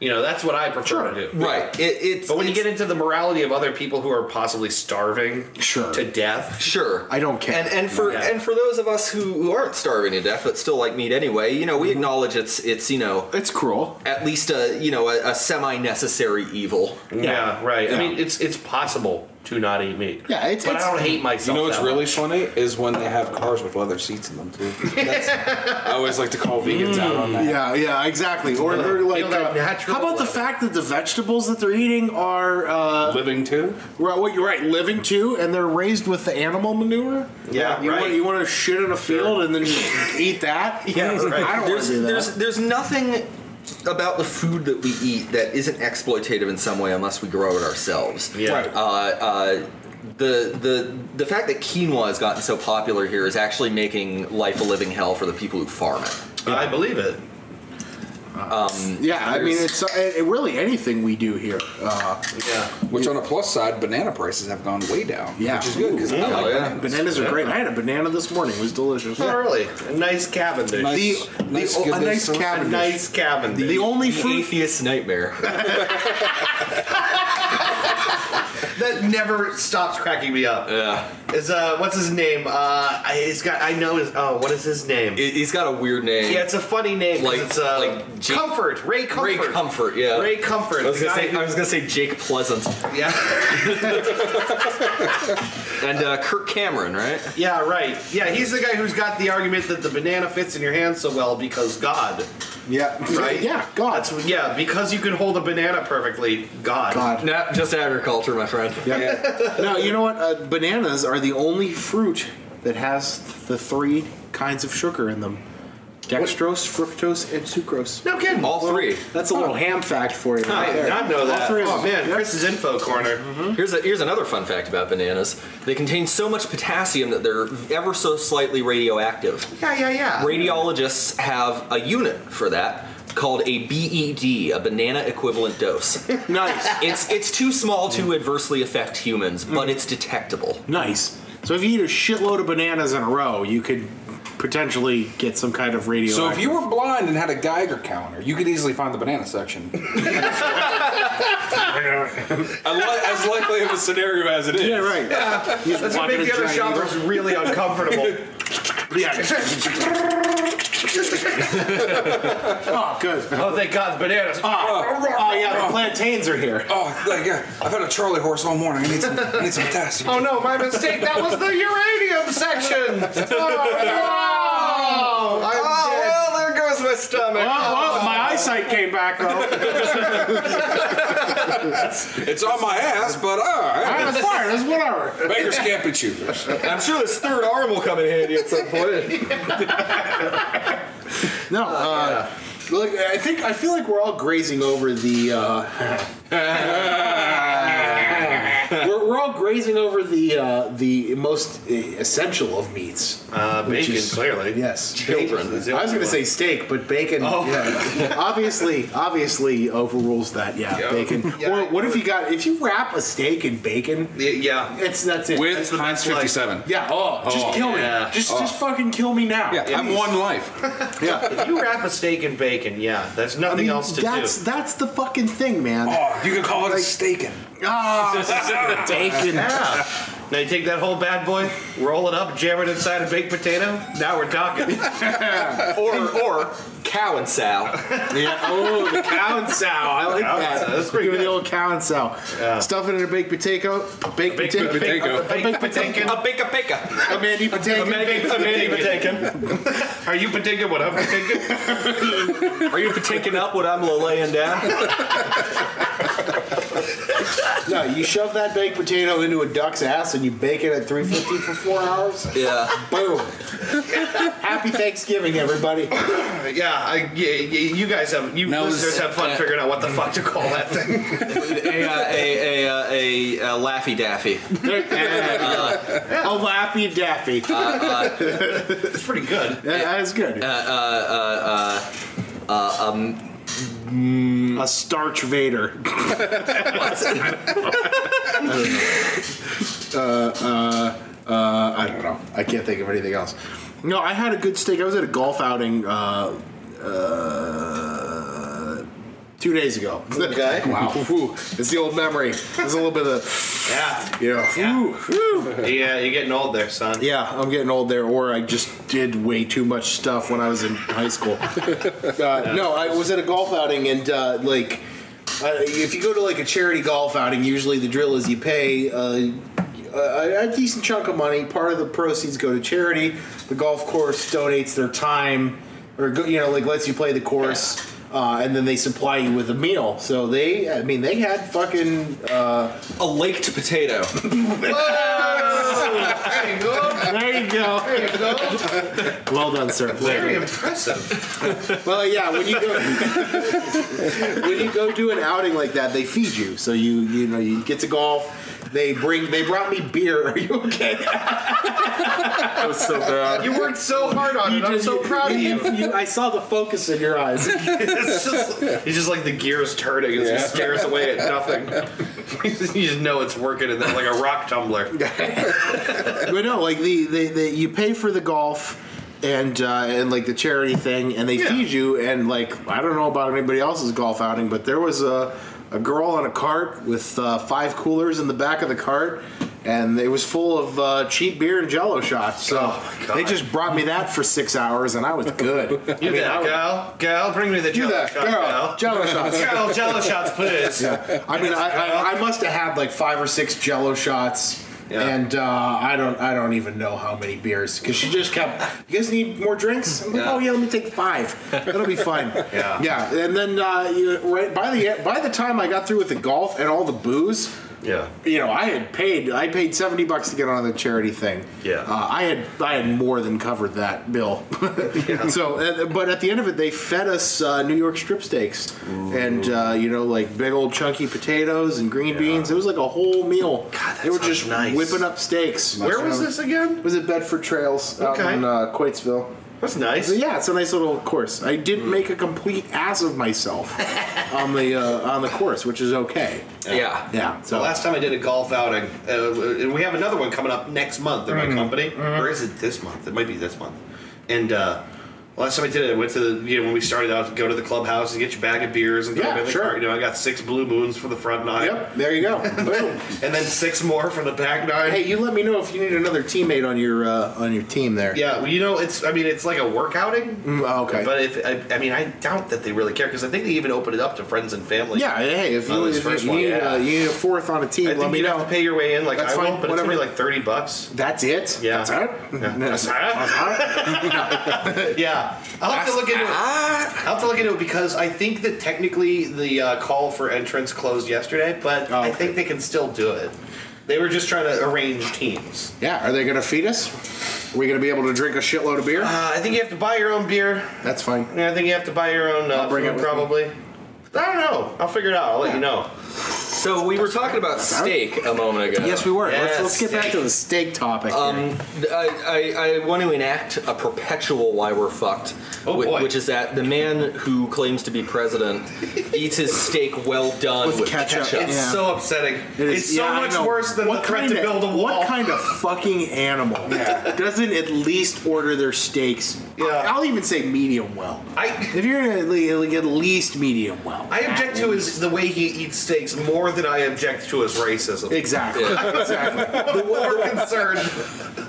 You know, that's what I prefer to do.
Right. It, it's
But when you get into the morality of other people who are possibly starving
Sure.
to death,
Sure.
I don't care.
And and for
Yeah.
and for those of us who, who aren't starving to death but still like meat anyway, you know, we acknowledge it's it's you know
it's cruel.
At least a you know a, a semi necessary evil.
yeah, right.
Yeah.
I mean, it's it's possible to not eat meat.
Yeah, it's-
but
it's-
I don't hate myself.
You know what's
that much.
really funny is when they have cars with leather seats in them too. That's, I always like to call vegans out on that.
Yeah, yeah, exactly. Or, or like,
Feel that
uh,
natural
how about the fact that the vegetables that they're eating are uh,
Living too.
right? What you're right, living too, and they're raised with the animal manure.
Yeah,
you
right.
want you want to shit in a field and then you eat that? Yeah, I don't want
There's
to do that.
there's there's nothing about the food that we eat that isn't exploitative in some way unless we grow it ourselves.
Yeah. Right.
Uh, uh, the the the fact that quinoa has gotten so popular here is actually making life a living hell for the people who farm it.
I believe it.
Um,
yeah, I mean,
there's-
it's uh, it, really anything we do here. Uh,
Yeah.
Which on the plus side, banana prices have gone way down.
Yeah.
which is good because I
Ooh.
like
Oh, yeah.
bananas.
bananas are great. I had a banana this morning; it was delicious.
Not really. A nice cabin dish.
Nice,
The-
nice,
the- a
good
nice
source.
a
cabin dish.
nice cabin dish.
The only
the
food
atheist nightmare.
that never stops cracking me up.
yeah.
Is uh, what's his name? Uh, I- he's got. I know his. Oh, what is his name?
It- He's got a weird name.
yeah, it's a funny name. 'cause
Like-
it's uh,
like Jake-
Comfort. Ray Comfort.
Ray Comfort, yeah.
Ray Comfort.
I was,
the
gonna
guy
say,
who-
I was gonna say Jake Pleasant
yeah.
and uh, Kirk Cameron, right?
Yeah. Right. Yeah. He's the guy who's got the argument that the banana fits in your hand so well because God.
yeah,
Right?
Yeah, God,
That's yeah. Because you can hold a banana perfectly. God.
God.
No, just agriculture, my friend.
Yeah. no, you know what? Uh, bananas are the only fruit that has the three kinds of sugar in them: dextrose, fructose, and sucrose.
No kidding.
All three.
That's a little ham fact for you.
I
right
did
there.
not know
All
that.
three of
Oh
them.
man, Chris's info corner.
Here's a, here's another fun fact about bananas. They contain so much potassium that they're ever so slightly radioactive.
Yeah, yeah,
Ah.
yeah.
Radiologists have a unit for that called a BED, a banana equivalent dose.
Nice,
it's it's too small to adversely affect humans, but it's detectable.
nice. So if you eat a shitload of bananas in a row, you could potentially get some kind of radio.
So if you were blind and had a Geiger counter, you could easily find the banana section.
as likely of a scenario as it is.
yeah, right. You
That's what
walk in
made
a
the other
giant
shoppers really uncomfortable.
eagle- Yeah. oh, good. Oh,
oh, thank God, the bananas.
oh, yeah, the plantains are here.
Oh, like, yeah. I've had a Charlie horse all morning. I need some, I need some potassium.
Oh no, my mistake. That was the uranium section. Oh, no. I'm dead.
well, there goes my stomach.
Oh, oh, my eyesight came back though.
It's on my ass, but uh,
I was fired. It's whatever.
beggars can't be choosers.
I'm sure this third arm will come in handy at some point.
No. Uh, Look, I think I feel like we're all grazing over the. Uh, we're, we're all grazing over the uh, the most uh, essential of meats.
Uh,
which
bacon, clearly.
Yes.
Children.
Bacon's the
I was
only Oh.
going to say steak, but bacon. yeah. obviously, obviously overrules that. Yeah, bacon.
Yeah.
or what if you got if you wrap a steak in bacon?
one. Y- Yeah.
It's that's it.
With Heinz 57.
yeah. Oh, just
Oh,
kill
yeah.
me. Just just fucking kill me now.
Yeah,
please.
I'm one life.
Yeah.
If you wrap a steak in bacon, yeah, there's nothing else to
that's
do.
that's the fucking thing, man.
Oh, you could call it a staking.
Ah, bacon.
Yeah. Now you take that whole bad boy, roll it up, jam it inside a baked potato. Now we're talking.
Or or cow and sow.
yeah. Oh, the cow and sow. I like
Cow and
that.
sow. That's
pretty good. The old cow and sow. Stuff it in a baked potato. Baked
baked
potato.
potato.
A baked potato.
A baked potato.
A mandy potato.
A mandy- a mandy potato. Are you potato? What I'm potato?
Are you potaking up what I'm laying down?
No, you shove that baked potato into a duck's ass and you bake it at 350 for four hours.
Yeah.
Boom. Happy Thanksgiving, everybody.
Yeah, I, yeah, yeah, you guys have you
Now is-
listeners have fun
uh,
figuring out what the fuck to call that thing.
a, uh, a, a, uh, a, a Laffy Daffy.
a Laffy Daffy.
Uh, uh,
it's pretty good.
that is good.
Uh, uh, uh, uh, uh, um, mm.
a starch Vader. uh, uh, uh, I don't know. I can't think of anything else. No, I had a good steak. I was at a golf outing uh, uh, two days ago.
Okay.
wow. Whew. It's the old memory. It's a little bit of,
Yeah,
you know.
yeah. yeah, you're getting old there, son.
Yeah, I'm getting old there, or I just did way too much stuff when I was in high school. uh, no, I was at a golf outing, and uh, like, uh, if you go to like a charity golf outing, usually the drill is you pay uh, a, a decent chunk of money. Part of the proceeds go to charity. The golf course donates their time, or go, you know, like lets you play the course. Uh, and then they supply you with a meal. So they, I mean, they had fucking uh,
a laked potato.
there you go.
There you go.
There you go.
well done, sir.
Very impressive.
Well, yeah, when you go when you go do an outing like that, they feed you. So you you know you get to golf. They bring they brought me beer. Are you okay? that was so bad.
You worked so hard on it. I'm so proud of you.
I saw the focus in your eyes.
it's, just, it's just like the gears turning as he stares away at nothing. you just know it's working in there like a rock tumbler.
but no, like the, the, the you pay for the golf and uh, and like the charity thing, and they feed you. And like I don't know about anybody else's golf outing, but there was a a girl on a cart with uh, five coolers in the back of the cart. And it was full of uh, cheap beer and Jello shots, so they just brought me that for six hours, and I was good.
You that gal, gal, bring me the
Do
jello
that,
shot,
girl.
gal.
Jello shots.
Girl, jello shots, please.
Yeah. I mean, I, I, I must have had like five or six Jello shots, and uh, I don't I don't even know how many beers because she just kept. You guys need more drinks? I'm like, oh yeah, let me take five. That'll be fun.
Yeah.
yeah. And then uh, you, right by the by the time I got through with the golf and all the booze,
Yeah.
you know, I had paid I paid seventy bucks to get on the charity thing.
Yeah.
uh, I had I had more than covered that bill. So, uh, but at the end of it, they fed us uh, New York strip steaks and uh, you know like big old chunky potatoes and green beans. It was like a whole meal. God, they were
sounds
just
nice.
whipping up steaks.
Where was this again?
It was at Bedford Trails out
Okay.
in uh, Quaitsville.
That's nice.
So yeah, it's a nice little course. I did
Mm.
make a complete ass of myself on the uh, on the course, which is okay.
yeah.
Yeah. So
The last time I did a golf outing, uh, and we have another one coming up next month in my company, or is it this month? It might be this month. And uh, last time I did it, I went to the you know when we started out, go to the clubhouse and get your bag of beers and throw
Yeah,
them in the
sure.
cart. You know, I got six blue moons for the front nine,
Yep. There you go. Boom.
and then six more for the back nine.
Hey, you let me know if you need another teammate on your uh, on your team there.
Yeah, well, you know, it's I mean, it's like a work outing.
Mm, oh, okay.
But if I, I mean, I doubt that they really care because I think they even open it up to friends and family.
yeah. Hey, if
Oh,
you,
this
if
first
you
one,
need,
yeah.
uh, you need a fourth on a team,
I
let
think
me
you'd
know.
have to pay your way in like
That's
I
fine,
will, but it's gonna be
whatever.
like thirty bucks.
That's it.
Yeah.
That's Mm, it.
Yeah.
No.
That's Yeah, I'll have to look into it.
Ah. Uh,
I'll have to look into it because I think that technically the uh, call for entrance closed yesterday, but I think they can still do it. They were just trying to arrange teams.
yeah. Are they going to feed us? Are we going to be able to drink a shitload of beer?
Uh, I think you have to buy your own beer.
That's fine.
and I think you have to buy your own uh,
I'll bring
food,
it with me.
probably. I don't know. I'll figure it out. I'll let you know.
So we were talking about steak a moment ago.
Yes, we were. let's,
Yes.
let's get back to the steak topic. here.
Um, I, I, I want to enact a perpetual why we're fucked,
Oh,
which,
boy.
which is that the man who claims to be president eats his steak well done with,
With ketchup.
It's
Yeah.
so upsetting.
It is-
it's so
yeah, I know.
much worse than
what
the threat
kind
to
of-
build a wall.
What kind of fucking animal doesn't at least order their steaks?
Yeah.
I'll even say medium well.
I-
if you're gonna like, at least medium well.
I object to is the way he eats steaks more than I object to his racism.
Exactly. exactly.
I'm more concerned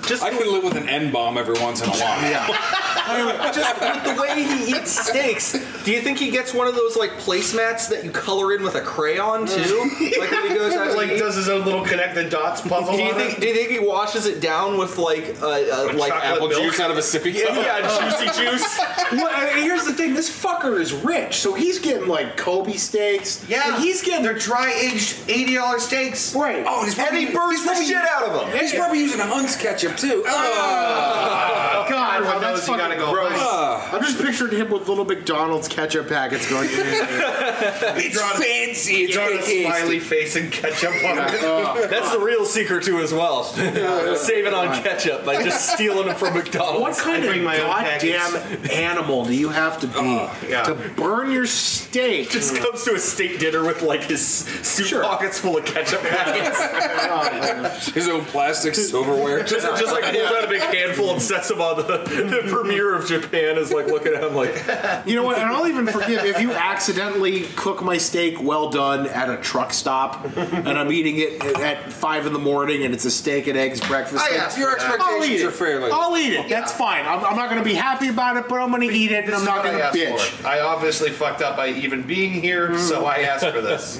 Just I can live with an N bomb every once in a while.
yeah. Just with the way he eats steaks, do you think he gets one of those like placemats that you color in with a crayon too? like when he goes out to
like
eat?
does his own little connect the dots puzzle.
do you
on
think
it.
do you think he washes it down with like a, a
With
like
chocolate
apple
milk?
juice out of a sippy cup?
Yeah,
Yeah, juicy juice.
well, I mean, here's the thing: this fucker is rich, so he's getting like Kobe steaks.
Yeah.
and he's getting
They're dry aged eighty dollar steaks.
right.
Oh, and he's probably,
and he burns
he's
the
probably-
shit out of them.
He's probably using a Hunt's ketchup too.
Ah, God,
Everyone
how
knows
that's
you gotta
fucking
go
gross.
home. I'm just picturing him with little McDonald's ketchup packets going.
Oh,
it's fancy. It's
Draw a
fancy.
smiley face and ketchup on it.
That's the real secret too, as well. Saving on ketchup by just stealing it from McDonald's.
What kind
I bring
of
my own packets.
goddamn animal do you have to be
Oh.
yeah.
to burn your steak?
Just comes to a steak dinner with like his suit pockets full of ketchup packets.
His own plastic silverware.
just, just like pulls out a big handful and sets them on the, the premier of Japan is like looking at him like
You know what? And I'll even forgive if you accidentally cook my steak well done at a truck stop, and I'm eating it at five in the morning, and it's a steak and eggs breakfast.
I
thing.
asked
Your
for that.
I'll eat
expectations
it.
are fairly.
I'll eat it. That's fine. I'm, I'm not going to be happy about it, but I'm going to eat it, and
This
I'm
is
not
what
going
I
to
asked
bitch. Mm.
for. I obviously fucked up by even being here, so I asked for this.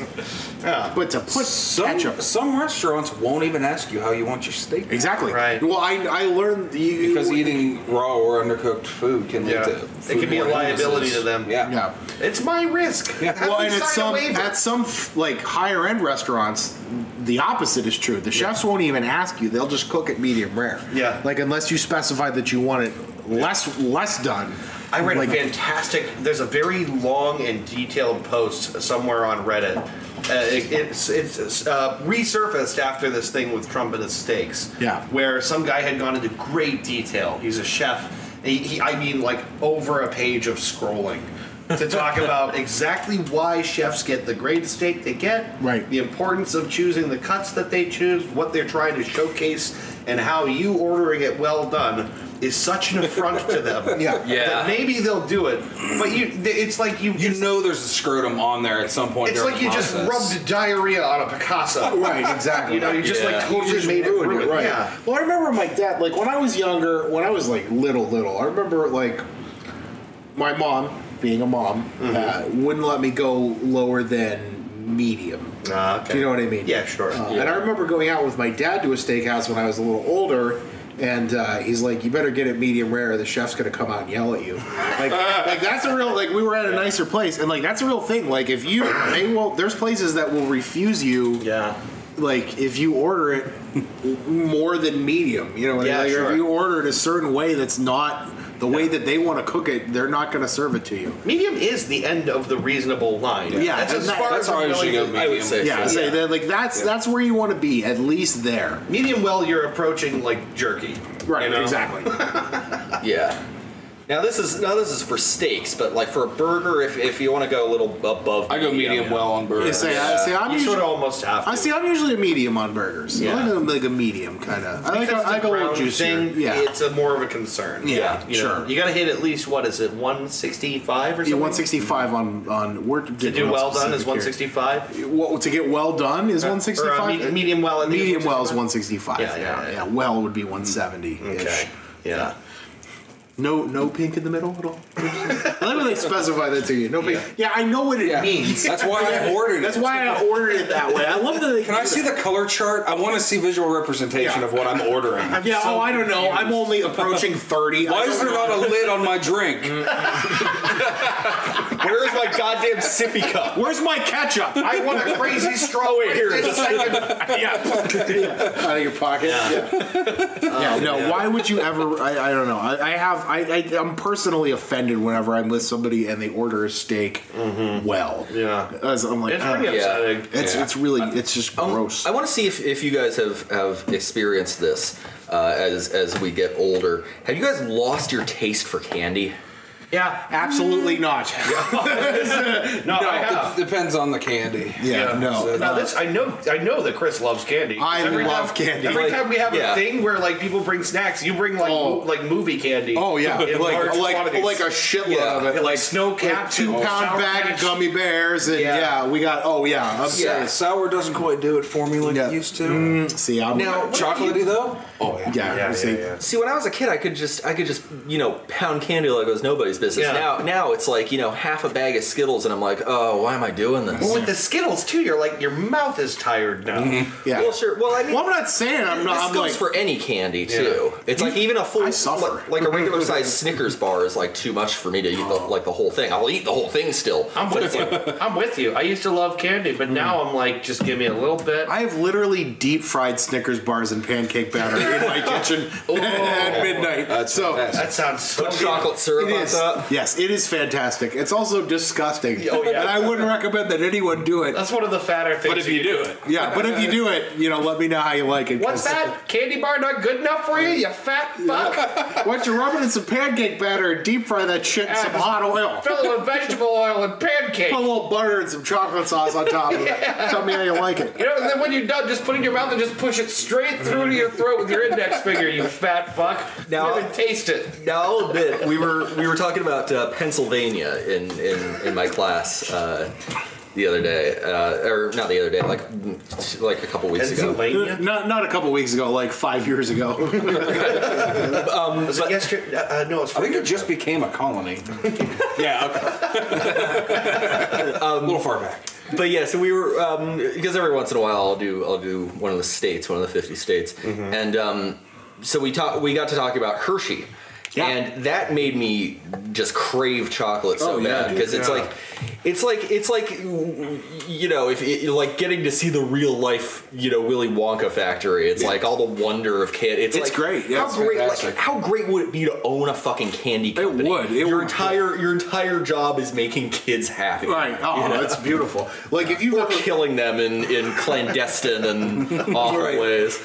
Yeah.
But to put
Some,
ketchup.
some restaurants won't even ask you how you want your steak
Exactly.
Right.
Well, I, I learned you,
because eating raw or undercooked food can lead
Yeah.
to
It
foodborne
can be a liability to them.
Yeah.
Yeah.
It's my risk.
Yeah.
Have
well,
me
and at
sign a
some
waiver.
at some f- like higher end restaurants, the opposite is true. The chefs won't even ask you; they'll just cook it medium rare.
Yeah.
like unless you specify that you want it less less done.
I read
like,
a fantastic. There's a very long and detailed post somewhere on Reddit. Uh, it, it's it's uh, resurfaced after this thing with Trump and the steaks.
Yeah.
where some guy had gone into great detail. He's a chef. He, he, I mean, like over a page of scrolling to talk about exactly why chefs get the grade of steak they get,
Right.
The importance of choosing the cuts that they choose, what they're trying to showcase, and how you ordering it well done is such an affront to them.
Yeah.
Yeah.
That maybe they'll do it, but you, it's like you,
You
just-
know there's a scrotum on there at some point.
it's
during
like
the
you just
process.
rubbed diarrhea on a Picasso.
right, exactly.
You know, you just like
Yeah.
totally made it ruined
Right.
Yeah.
Well, I remember my dad. Like when I was younger, when I was like little, little, I remember like my mom being a mom
Mm-hmm.
uh, wouldn't let me go lower than medium.
Ah, okay.
Do you know what I mean?
Yeah, sure.
Uh, And I remember going out with my dad to a steakhouse when I was a little older. And uh, he's like, "You better get it medium rare, or the chef's gonna come out and yell at you." Like, like that's a real like. We were at a nicer place, and like that's a real thing. Like, if you they will, there's places that will refuse you
yeah.
like if you order it more than medium, you know,
Yeah,
like,
sure.
if you order it a certain way that's not the way that they want to cook it, they're not going to serve it to you.
Medium is the end of the reasonable line.
Yeah,
that's, as
that's-
far
that's
as
how I
I'm
usually
going.
go
I would
medium.
say
Yeah,
so.
so that- like that's that's where you want to be at least there.
Medium well, you're approaching like jerky. you know?
exactly.
Yeah. Now this is now this is for steaks, but like for a burger, if, if you want to go a little above,
I go medium well on
You
burgers.
say, I, see, I'm
You
usually,
sort of almost have to.
I see. I'm usually a medium on burgers.
Yeah.
I like a, like a medium kind of. I like.
Because
A,
it's
I go a little
ground
juicier.
thing,
yeah.
It's a more of a concern.
Yeah,
you know.
sure.
You got to hit at least what is it, 165 or something?
yeah, 165 on on we're
To do well done is 165.
Well, to get well done is
Or- or a
165.
me- medium well, I think, is
Medium well is
165.
165.
Yeah, yeah, yeah. Mm,
Well would be 170.
Okay. Yeah.
No, no pink in the middle at all. I like when they specify that to you. No pink. Yeah, I know what it
Yeah.
means.
That's why I ordered it.
That's why I ordered it that way. I love that. They
Can I see the color chart? I want to see visual representation
Yeah.
of what I'm ordering.
Yeah. oh, I don't know. I'm only approaching 30.
Why is there not a lid on my drink?
Where's my goddamn sippy cup?
Where's my ketchup? I want a crazy straw in Oh, here. yeah. Out of your pocket. Yeah. Oh, Yeah, no. Why would you ever? I, I don't know. I, I have. I, I I'm personally offended whenever I'm with somebody and they order a steak. Well.
Yeah.
As I'm like,
It's
"Ah."
pretty upsetting.
It's
Yeah.
it's really it's just gross.
I want to see if, if you guys have, have experienced this uh, as as we get older. Have you guys lost your taste for candy?
Yeah.
Absolutely not.
no, it depends on the candy. So-
Now this, I know, I know that Chris loves candy. 'Cause
I love
time,
candy.
Every
Like,
time we have
yeah.
a thing where like people bring snacks, you bring like mo- like movie candy.
Oh yeah,
in
like
large
like,
quantities.
like a shitload
Yeah,
of it,
like, snow
cap,
caps,
two
and
pound
Sour
bag
Patch.
of gummy bears, and yeah, we got oh yeah, I'm
yeah,
serious.
sour doesn't quite do it for me like it used to.
Mm, see, I'm
now chocolatey though.
Oh yeah, yeah, see,
See, when I was a kid, I could just, I could just, you know, pound candy like it was nobody's business.
Yeah.
Now, now it's like, you know, half a bag of Skittles, and I'm like, oh, why am I doing this?
Well, with the Skittles too, you're like your mouth is tired now.
Yeah.
Well, sure. Well, I mean,
well, I'm not saying I'm
this
not. I'm
goes
like
for any candy
Yeah.
too. It's like even a full,
I suffer.
like, like a regular sized Snickers bar is like too much for me to eat the, like the whole thing. I'll eat the whole thing still.
I'm
But
with
it's
you.
like,
I'm with you. I used to love candy, but now I'm like, just give me a little bit.
I have literally deep fried Snickers bars and pancake batter in my kitchen at midnight. so
that sounds so
Put chocolate syrup
It
on
is.
top.
Yes, it is fantastic. It's also disgusting.
Oh, yeah.
And I wouldn't recommend that anyone do it.
That's one of the fatter things.
if you do it,
Yeah, but if you do it, you know, let me know how you like it.
What's
'cause-
that? Candy bar not good enough for you? You fat fuck?
Why don't you rub it in some pancake batter and deep fry that shit in some hot oil?
Fill it with vegetable oil and pancake.
Put a little butter and some chocolate sauce on top of it. Tell me how you like it.
You know, and then when you're done, just put it in your mouth and just push it straight through to your throat with your index finger, you fat fuck.
Now-
Now taste it.
Now I'll admit, we were we were talking about uh, Pennsylvania in, in in my class uh, the other day, uh, or not the other day, like like a couple weeks ago.
Pennsylvania?
Not, not a couple weeks ago, like five years ago.
Was it yesterday? Uh, uh, no, it's
I think it just became a colony. yeah, okay. a little far back.
But yeah, so we were um, because every once in a while I'll do I'll do one of the states, one of the fifty states,
Mm-hmm.
and um, so we talk we got to talk about Hershey, and that made me just crave chocolate so
Oh, yeah,
bad
dude,
because it's
yeah.
like it's like it's like you know if it, like getting to see the real life you know Willy Wonka factory. It's like all the wonder of candy. It's,
It's
like,
great, yeah,
how
it's
great like,
fantastic.
how great would it be to own a fucking candy company?
would, it
your
would.
entire your entire job is making kids happy.
right. Oh,
You know?
that's beautiful. Like, if you've
We're
ever-
killing them in, in clandestine and awful ways.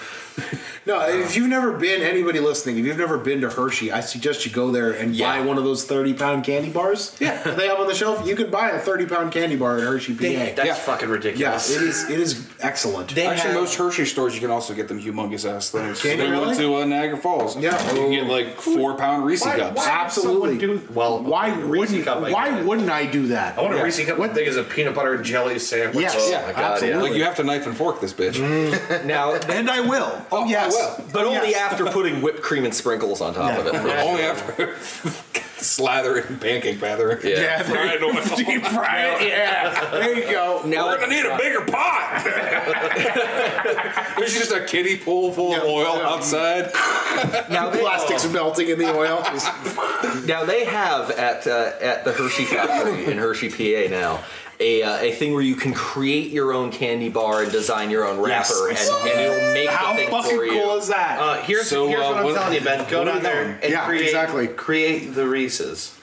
No, if you've never been, anybody listening, if you've never been to Hershey, I suggest you go there and buy one of those 30 pound candy bars. Yeah. they have on the shelf. You can buy a 30 pound candy bar at Hershey, PA.
That's fucking ridiculous.
yes, it is, it is excellent.
They
Actually,
have-
most Hershey stores you can also get them humongous ass things.
Can
they
you really?
went to uh, Niagara Falls.
Yeah.
you can get like four pound Reese cups.
why-
Absolutely.
someone do- well,
why
Reese
wouldn't
cup, I
why
get it.
wouldn't I do that?
Oh
I want
Yeah.
a Reese cup. What thing is a peanut butter and jelly sandwich?
Yes.
Oh,
Yeah,
my God,
absolutely.
yeah.
Like you have to knife and fork this bitch.
Now,
Mm. And I will. Oh, yes.
will.
but only
Yes.
after putting whipped cream and sprinkles on top of it.
Only after slather it in pancake batter.
Yeah.
Fry it in oil.
Deep fry it. Yeah. There you go.
We're
Now,
gonna need a bigger pot. There's just a kiddie pool full of
Yeah.
oil
Yeah.
outside.
now, they,
Plastics melting in the oil.
now they have at uh, at the Hershey factory in Hershey, PA now. A, uh, a thing where you can create your own candy bar and design your own
Yes,
wrapper, and, and it'll make
How
the thing
fucking
for you.
cool is that?
Uh, here's
So,
here's
uh,
what I'm
what-
telling you, Ben. Go
what are
down
we
there
doing?
and
Yeah,
create,
exactly.
create the Reese's.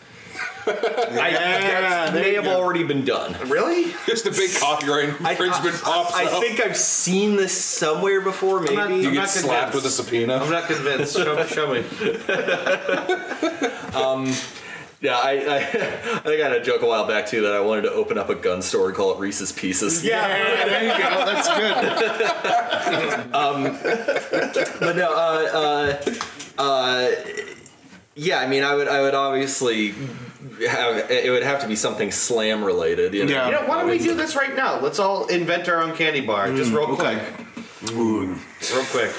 I, that
there
may
you
have
go.
already been done.
Really?
Just a big copyright infringement pops
I,
up.
think I've seen this somewhere before. Maybe
not-
you
I'm
get
not
slapped with a
I'm
subpoena.
not convinced. show, show me.
Um, Yeah, I, I, I think I had a joke a while back too that I wanted to open up a gun store and call it Reese's Pieces.
yeah, there you go. That's good.
but no, uh, uh, uh, yeah. I mean, I would, I would obviously have it would have to be something slam related. You know?
Yeah.
You know, why don't we do this right now? Let's all invent our own candy
Mm,
bar, just real quick. Real quick.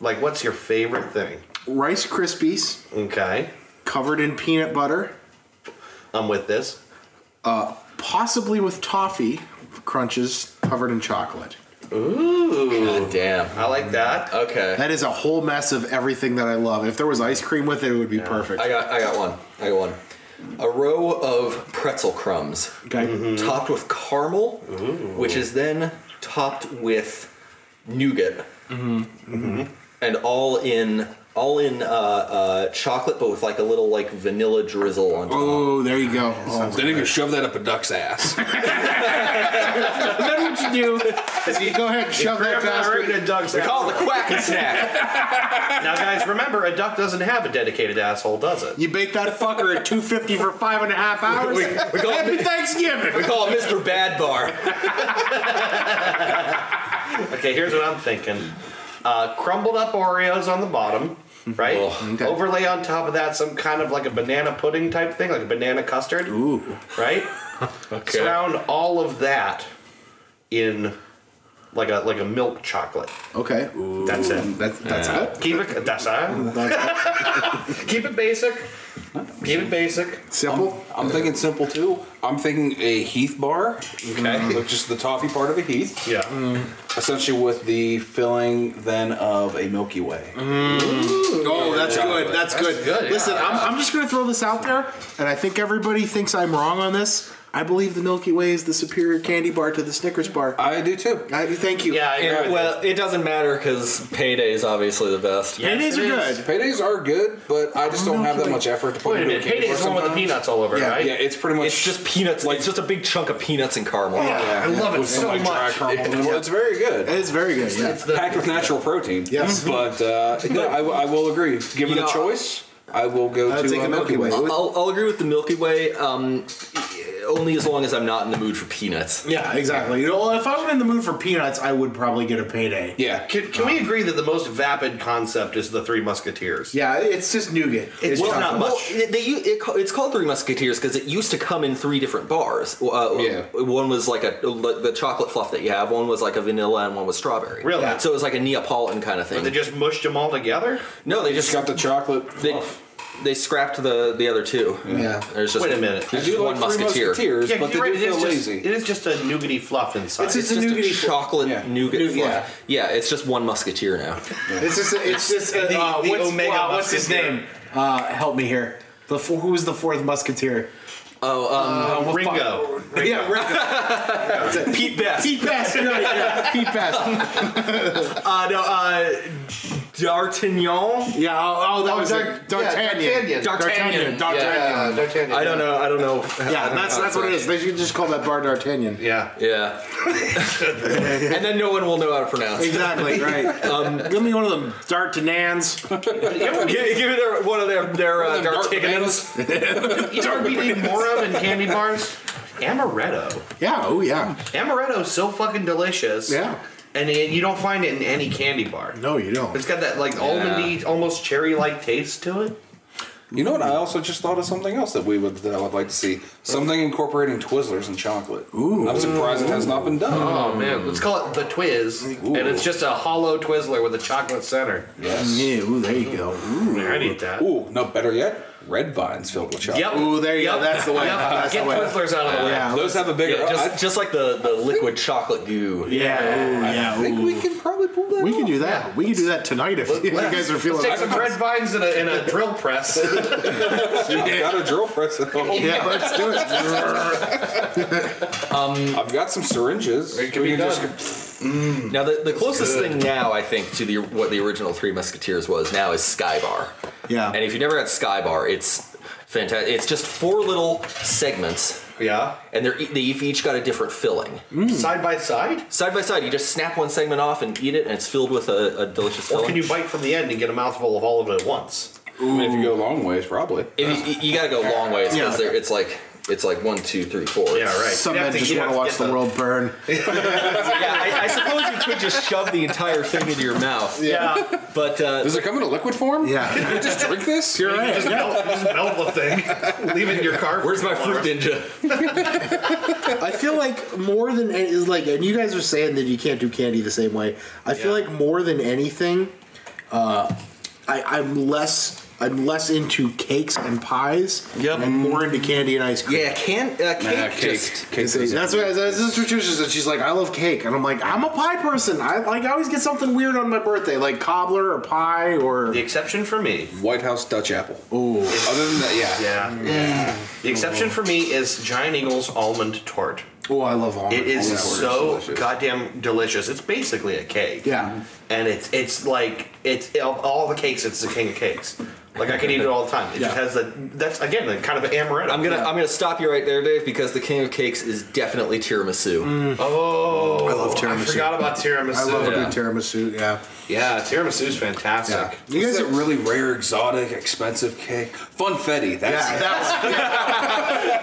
Like, what's your favorite thing?
Rice Krispies
Okay,
covered in peanut butter,
I'm with this.
possibly with toffee crunches covered in chocolate.
Ooh,
God damn.
I like that.
Mm, Okay.
That is a whole mess of everything that I love. If there was ice cream with it, it would be perfect.
I got, I got one. I got one. A row of pretzel crumbs
okay.
topped with caramel, which is then topped with nougat, Mm-hmm. and all in all in uh, uh, chocolate, but with like a little like vanilla drizzle on top.
Oh, there you go. Oh.
Then you can shove that up a duck's ass.
Then what you do is you go ahead and shove that bastard in a duck's
We call it the quack and
snack.
now, guys, remember, a duck doesn't have a dedicated asshole, does it?
You bake that fucker at 250 for five and a half hours.
We- we call it-
Happy Thanksgiving.
we call it Mr. Bad Bar. Okay, here's what I'm thinking. Uh, crumbled up Oreos on the bottom, right? Overlay on top of that some kind of like a banana pudding type thing, like a banana custard. Ooh. Right? okay. Surround all of that in like a like a milk chocolate.
Okay.
That's it.
That's that's it.
Keep it that's it. Keep it basic. Keep it basic.
Simple. I'm, I'm thinking simple too. I'm thinking a Heath bar. Okay. just the toffee part of a Heath.
Yeah.
Essentially with the filling then of a Milky Way.
Mm-hmm.
Oh, that's
Chocolate.
good. That's,
That's
good.
good, yeah.
Listen, I'm, I'm just going to throw this out there, and I think everybody thinks I'm wrong on this. I believe the Milky Way is the superior candy bar to the Snickers bar.
I do too.
I, thank you.
Uh,
Yeah, well, it doesn't matter because payday is obviously the best.
Yes, Paydays it are is. good.
Paydays are good, but I just don't have that much effort to put
Wait a
into
minute,
a candy
Paydays
bar
is the one with the
sometimes.
peanuts all over it,
yeah,
right?
Yeah, it's pretty much.
It's just peanuts. Like, it's just a big chunk of peanuts and caramel.
Yeah, with some dry caramel. Well, It's very good.
It's very good. yeah.
It's packed with natural protein.
Yes.
but uh, no, I, I will agree. Given
You
a
know,
choice, I will go to uh,
I'll, I'll- I'll agree with the Milky Way, um, only as long as I'm not in the mood for peanuts.
Yeah, exactly. You know, well, if I were in the mood for peanuts, I would probably get a payday.
Yeah.
Can, can we agree that the most vapid concept is the Three Musketeers?
Yeah, it's just nougat.
It's
well,
not
well,
much.
it- they, u- it, ca- it's called Three Musketeers because it used to come in three different bars. Uh, yeah. One was like a like the chocolate fluff that you have. One was like a vanilla, and one was strawberry.
Really?
So it was like a Neapolitan kind of thing.
But they just mushed them all together?
no, they just
got the chocolate. Oh,
They, they scrapped the the other two.
Yeah.
There's just
Wait a minute.
There's just one musketeer.
Yeah, you're right, it is just- it is just a nougaty fluff
It's,
inside.
just a, chocolate nougat fluff. Yeah. it's just one musketeer now.
It's just, it's just uh,
The-
uh,
the
what's,
Omega
wow, what's his
Musketeer.
name? Uh, help me here. The fo- who was the fourth musketeer?
Oh,
um, well,
Ringo.
fuck. Yeah, Ringo.
Pete Best.
Pete Best. Right, yeah. Pete Best.
uh, no, uh, D'Artagnan.
Yeah. Oh, oh that
Oh,
was
Dar-
it. D'Artagnan.
yeah, D'Artagnan.
D'Artagnan.
D'Artagnan. Yeah, D'Artagnan, I don't know- I don't know. I
Yeah,
don't
that's
know
that's what it is. They should just call that bar D'Artagnan.
Yeah.
Yeah. and then no one will know how to pronounce. it.
Exactly right. Um, give me one of them D'Artagnans.
give, give me their, one of their their uh, D'Artagnans.
you know what we need more of in candy bars? Amaretto.
Yeah, oh yeah.
Amaretto's so fucking delicious.
Yeah.
And it- you don't find it in any candy bar.
No, you don't.
It's got that like almondy, almost cherry-like taste to it.
You know what? I also just thought of something else that we would that I would like to see. Something incorporating Twizzlers and chocolate. Ooh. I'm surprised it has not been done.
Oh man, let's call it the Twiz, and it's just a hollow Twizzler with a chocolate center.
Yes.
Yeah. Ooh, there you go. Ooh.
I need that.
Ooh, no, better yet, red vines filled with chocolate.
Yep.
Ooh, there you go.
Yep.
That's the way.
Yep.
That's
Get
the way.
Twizzlers out of the way.
Yeah.
Those have a bigger.
Yeah,
I-
just, just like the, the liquid chocolate goo.
Yeah.
I
Yeah.
think
ooh.
we can probably pull that.
We can do that. We can do that tonight if, if you guys are feeling.
Let's take some red vines in a, in a drill press.
I've got a drill press at home.
Yeah, let's do it.
I've got some syringes.
It can
We
be
can
done.
Now the, the closest thing now I think to the what the original Three Musketeers was now is Skybar.
Yeah.
And if you never had Skybar, it's fantastic. It's just four little segments,
yeah.
and they're e- they've each got a different filling.
Hmm.
Side by side?
Side by side, you just snap one segment off and eat it, and it's filled with a, a delicious
Or
filling.
can you bite from the end and get a mouthful of all of it at once?
I mean, if you go a long ways, probably.
If you, you got to go long ways
Yeah.
because they're it's like it's like one, two, three, four.
Yeah, right.
Some
You'd
men
have to-
just
you'd
want
have
to watch the
to get the-
world burn.
yeah, I, I suppose you could just shove the entire thing into your mouth.
Yeah.
But uh,
Does it come in a liquid form?
Yeah.
Can we just drink this?
You're right.
Just,
yeah.
melt, just melt the thing. Leave it in your car. for
where's my fruit
tomorrow.
ninja?
I feel like more than any, is like, and you guys are saying that you can't do candy the same way. I feel like more than anything, uh, I, I'm less I'm less into cakes and pies,
Yep.
and more into candy and ice cream.
Yeah, can uh, cake,
Nah, cake.
just
cake
See,
doesn't-
that's what that's what Patricia said. She's like, I love cake, and I'm like, I'm a pie person. I like I always get something weird on my birthday, like cobbler or pie or
The exception for me.
White House Dutch apple. Ooh. Other than that, yeah.
Yeah. The exception for me is Giant Eagle's almond tort.
oh, I love almond.
It is
Yeah.
so goddamn delicious. It's basically a cake.
Yeah.
And it's it's like it's of all the cakes. It's the king of cakes. Like I can eat it all the time. It just has a that's again like kind of an amaretto.
I'm gonna I'm gonna stop you right there, Dave, because the king of cakes is definitely tiramisu.
Oh,
I love tiramisu.
I forgot about tiramisu.
I love a good
tiramisu. Yeah,
yeah, tiramisu is fantastic.
You guys are really rare, exotic, expensive cake. Funfetti. That's
Yeah,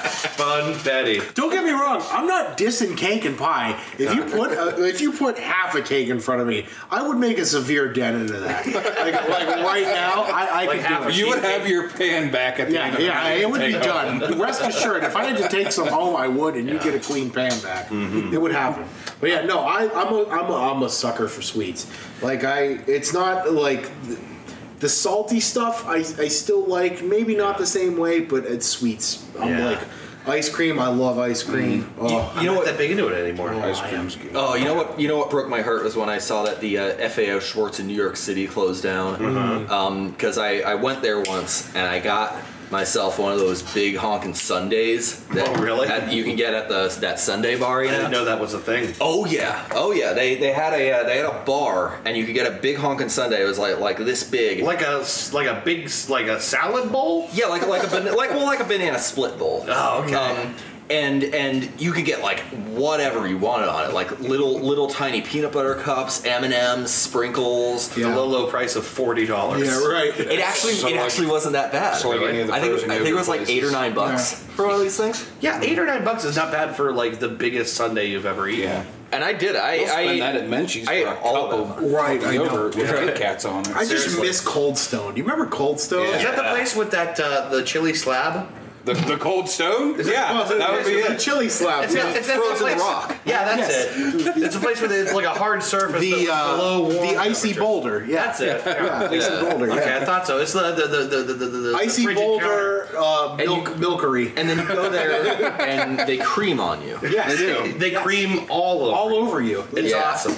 Funfetti. Don't get me wrong. I'm not dissing cake and pie. If you put a, if you put half a cake in front of me, I would make a severe dent into that. Like, like right now, I, I
Like
could
half
do
a
it.
You would cheesecake. have your pan back at the
yeah,
end of
Yeah,
the
it would be
take home.
done. Rest assured, if I had to take some home, I would, and you get a clean pan back.
Mm-hmm.
It would happen. But yeah, no, I, I'm a I'm a I'm a sucker for sweets. Like I, it's not like. The, the salty stuff I, I still like, maybe not the same way, but it's sweets. I'm
Yeah.
like ice cream. I love ice cream.
Mm-hmm.
Oh,
You know what? That big into it anymore.
ice cream's good.
Oh, you know what? You know what broke my heart was when I saw that the uh, FAO Schwartz in New York City closed down.
Mhm.
Mm-hmm.
Because I, I went there once and I got myself one of those big honking Sundays. That,
Oh, really?
That you can get at the that Sunday bar. You
I
know?
didn't know that was a thing.
Oh yeah, oh yeah. They they had a uh, they had a bar and you could get a big honking Sunday. It was like like this big,
Like a s- like a big s- like a salad bowl.
Yeah, like like a bana- like well like a banana split bowl.
Oh, okay.
Um, and and you could get like whatever you wanted on it, like little little tiny peanut butter cups, M and M's, sprinkles. For
the low low price of forty dollars.
Yeah, right. It actually- it actually wasn't that bad.
So like any of the
I think-
frozen
I think it
yogurt
was like eight or
places.
nine bucks for all these things.
Yeah, eight or nine bucks is not bad for like the biggest Sunday you've ever eaten. Yeah.
And I did. I
We'll spend
I
that at
Menchie's. I ate all of them.
Right, I know.
Kit
Kats on
I just miss Cold Stone. Do you remember Cold Stone?
Is that the place with that uh, the chili slab?
The, the cold stone?
Is it- well, it is with the
chili slab.
It's, it's that place- Yeah, that's it. It's a place where it's like a hard surface.
The,
that was
uh,
below warm
the icy boulder. Yeah.
That's it.
Yeah, icy boulder.
Okay,
yeah.
I thought so. It's the the the the, the, the, the
Icy
frigid
boulder uh, milk milkery.
And then you go there and they cream on you.
Yeah,
They do.
They cream all over
all over you.
It's
Yeah.
awesome.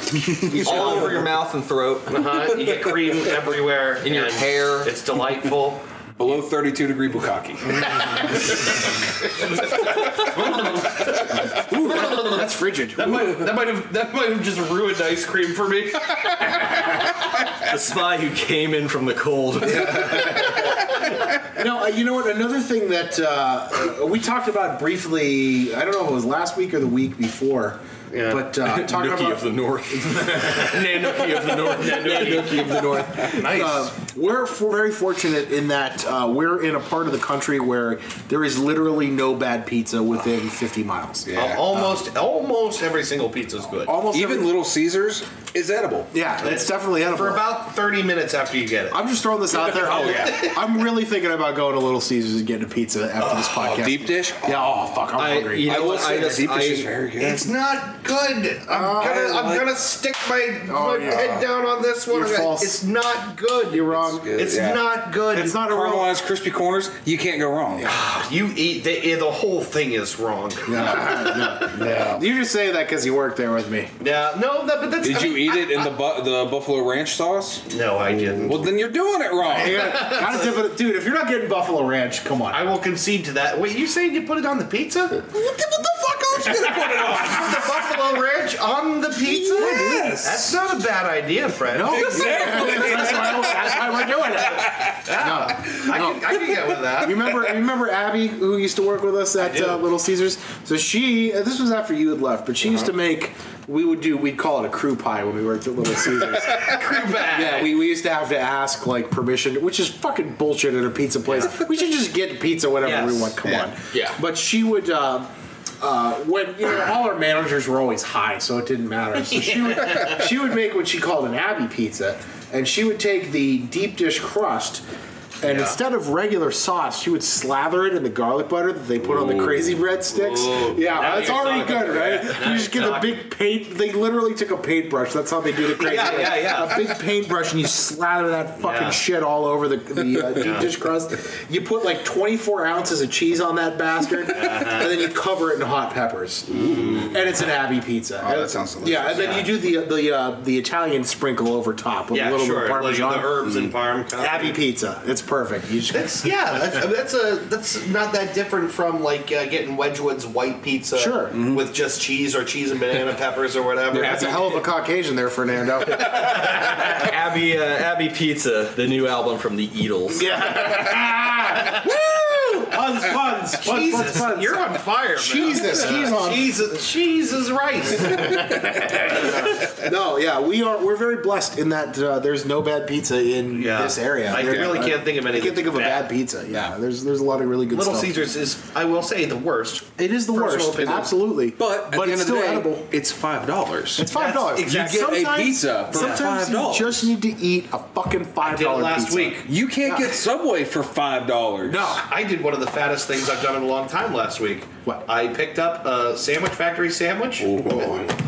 all over your mouth and throat.
Uh-huh. You get cream everywhere
in your
and
hair.
It's delightful.
Below 32 degree bukkake.
that's frigid.
That might, that might have that might have just ruined ice cream for me.
The spy who came in from the cold.
No, uh, you know what? Another thing that uh, we talked about briefly, I don't know if it was last week or the week before, but uh, talking
Nookie
about
of the North. Nanuki of the North.
Nanuki of the North.
Nice.
Uh, we're f- very fortunate in that uh, we're in a part of the country where there is literally no bad pizza within 50 miles.
Uh, almost almost every single pizza is good.
Almost Even every-
Little Caesars is edible.
Yeah, it's definitely edible.
For about thirty minutes after you get it.
I'm just throwing this out there.
oh yeah.
I'm really thinking about going to Little Caesars and getting a pizza after this podcast.
deep dish?
Yeah. Oh fuck, I'm
I-
hungry.
you know what, I just- I-
It's not good. I'm gonna
I
I'm
like-
gonna stick my,
Oh,
my
yeah.
head down on this one.
You're
I'm gonna-
false.
It's not good. You're wrong. It's,
yeah.
not good.
It's not a real.
Caramelized crispy corners, you can't go wrong.
You eat eh, the the whole thing is wrong.
No, no. You just say that because you worked there with me.
Yeah, uh, no, that, but that's.
Did
I
you
mean,
eat it in the bu- the buffalo ranch sauce?
No, I didn't.
Well, then you're doing it
You
wrong.
gotta- gotta dip it- dude, if you're not getting Buffalo Ranch, come on.
I will concede to that. Wait, you saying you put it on the pizza? What the, what the fuck else you gonna put it on? the buffalo ranch on the pizza?
Yes.
That's not a bad idea, friend. No,
that's, why, that's why we're doing it.
I, can, I can get with that.
You remember, you remember Abby, who used to work with us at uh, Little Caesars. So she, uh, this was after you had left, but she used to make. We would do. We'd call it a crew pie when we worked at Little Caesars. Yeah, we, we used to have to ask like permission, which is fucking bullshit at a pizza place. We should just get pizza whenever we
Yes.
want. Come on.
Yeah.
But she would. Uh, uh, when you know, all our managers were always high, so it didn't matter. So she would, she would make what she called an Abbey pizza, and she would take the deep dish crust, and instead of regular sauce, she would slather it in the garlic butter that they put on the crazy bread sticks. Yeah,
Now
that's
you're
already
talking.
good, right?
Now
you just
you're
get a big paint. They literally took a paintbrush. That's how they do the crazy.
Yeah,
bread.
yeah, yeah.
A big paintbrush and you slather that fucking
Yeah.
shit all over the, the uh, deep dish crust. You put like 24 ounces of cheese on that bastard,
Uh-huh.
and then you cover it in hot peppers. And it's an Abbey pizza.
Oh,
And-
that sounds delicious.
yeah, and then you do the the uh, the Italian sprinkle over top with
Yeah,
a little
sure.
bit of
like
parmesan.
the herbs and parm. kind of
Abbey
thing.
pizza. It's perfect. You just
That's yeah. That's, I mean, that's a that's not that different from like uh, getting Wedgwood's white pizza,
Sure.
with just cheese or cheese and banana peppers or whatever.
that's a hell of a Caucasian there, Fernando.
Abby, uh, Abby Pizza, the new album from the Eatles.
Woo! Puns, puns, puns,
Jesus,
puns, puns.
you're on fire. man.
Jesus, he's on-
Jesus, Jesus, right.
no, yeah, we are. We're very blessed in that uh, there's no bad pizza in this area.
I
There-
really can't think of
I can't
anything
think of a
bad.
bad pizza. Yeah, there's there's a lot of really good.
Little
stuff.
Caesars is, I will say, the worst.
It is the
Personal
worst.
opinion.
Absolutely,
But, at
but
the
it's
end
still
of the day,
edible.
it's five dollars.
It's five dollars.
Exactly. You get a pizza for
sometimes
five dollars.
You just need to eat a fucking five dollar pizza.
You can't
Yeah.
get Subway for five dollars.
No, I did one of the fattest things I've done in a long time last week. What? I picked up a Sandwich Factory sandwich, and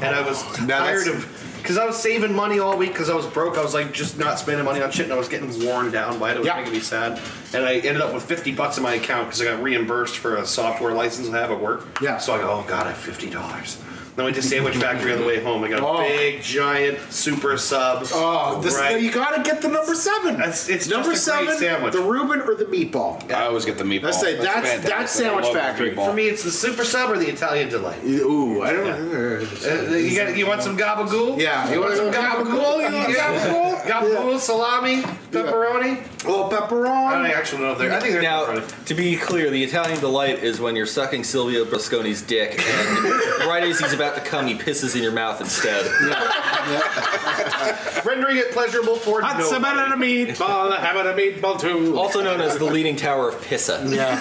I was tired of because I was saving money all week because I was broke. I was like just not spending money on shit, and I was getting worn down by it. It was making me sad, and I ended up with fifty bucks in my account because I got reimbursed for a software license I have at work. Yeah. So I go, oh god, I have fifty dollars. Then I went to Sandwich Factory on the way home. I got a
Oh.
big, giant, super sub.
Oh, this
right?
you gotta get the number seven.
That's- it's
number
just a great
seven.
sandwich.
The Reuben or the meatball.
I always get the meatball.
Let's say that's-
fantastic.
that's
I
Sandwich
love the
Factory.
meatball.
For me, it's the super sub or the Italian delight.
Ooh, I don't.
Uh, you, got, you want some gabagool?
Yeah.
You want some gabagool? You want gabagool? Gabagool, salami, pepperoni?
Oh, pepperoni.
I don't actually know if they're. I think they're
now, to be clear, the Italian delight is when you're sucking Silvio Berlusconi's dick, and right as he's about to come, he pisses in your mouth instead.
rendering it pleasurable for
Hot
nobody.
sabbat and a meatball, a habit of meatball too.
Also known as the Leaning Tower of Pisa.
Yeah.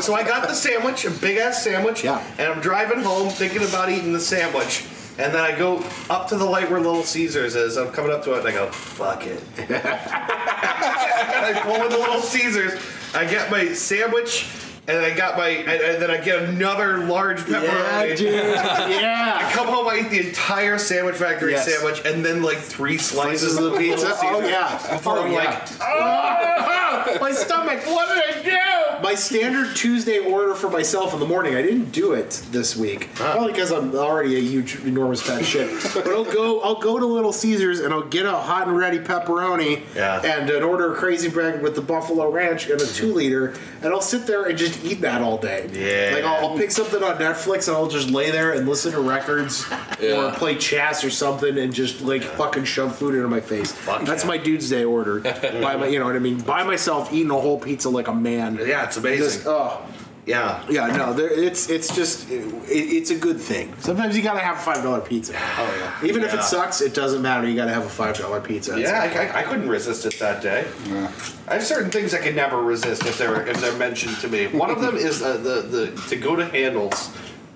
So I got the sandwich, a big ass sandwich, and I'm driving home thinking about eating the sandwich. And then I go up to the light where Little Caesars is. I'm coming up to it and I go, fuck it. and I pull into Little Caesars. I get my sandwich and I got my, and, and then I get another large pepperoni.
Yeah, dude. Yeah.
I come home, I eat the entire Sandwich Factory
Yes.
sandwich and then like three slices,
Slices
of the pizza.
Oh yeah.
Before I'm like,
oh, my stomach. What did I do? My standard Tuesday order for myself in the morning. I didn't do it this week, probably because I'm already a huge, enormous fat shit. But I'll go. I'll go to Little Caesars and I'll get a hot and ready pepperoni
Yeah.
and uh, an order of crazy bread with the buffalo ranch and a two liter, and I'll sit there and just eat that all day.
Yeah.
Like I'll, I'll pick something on Netflix and I'll just lay there and listen to records or play chess or something and just like fucking shove food into my face. That's my dude's day order. by my, you know what I mean? By myself eating a whole pizza like a man.
Yeah, it's amazing.
Just, oh.
yeah.
Yeah, no, there, it's it's just it, it's a good thing. Sometimes you gotta have a five dollar pizza. Oh yeah. Even if
Yeah.
it sucks, it doesn't matter. You gotta have a five dollar pizza.
Yeah, I, I, I couldn't resist it that day. I have certain things I can never resist if they're if they're mentioned to me. One of them is uh, the the to go to handles,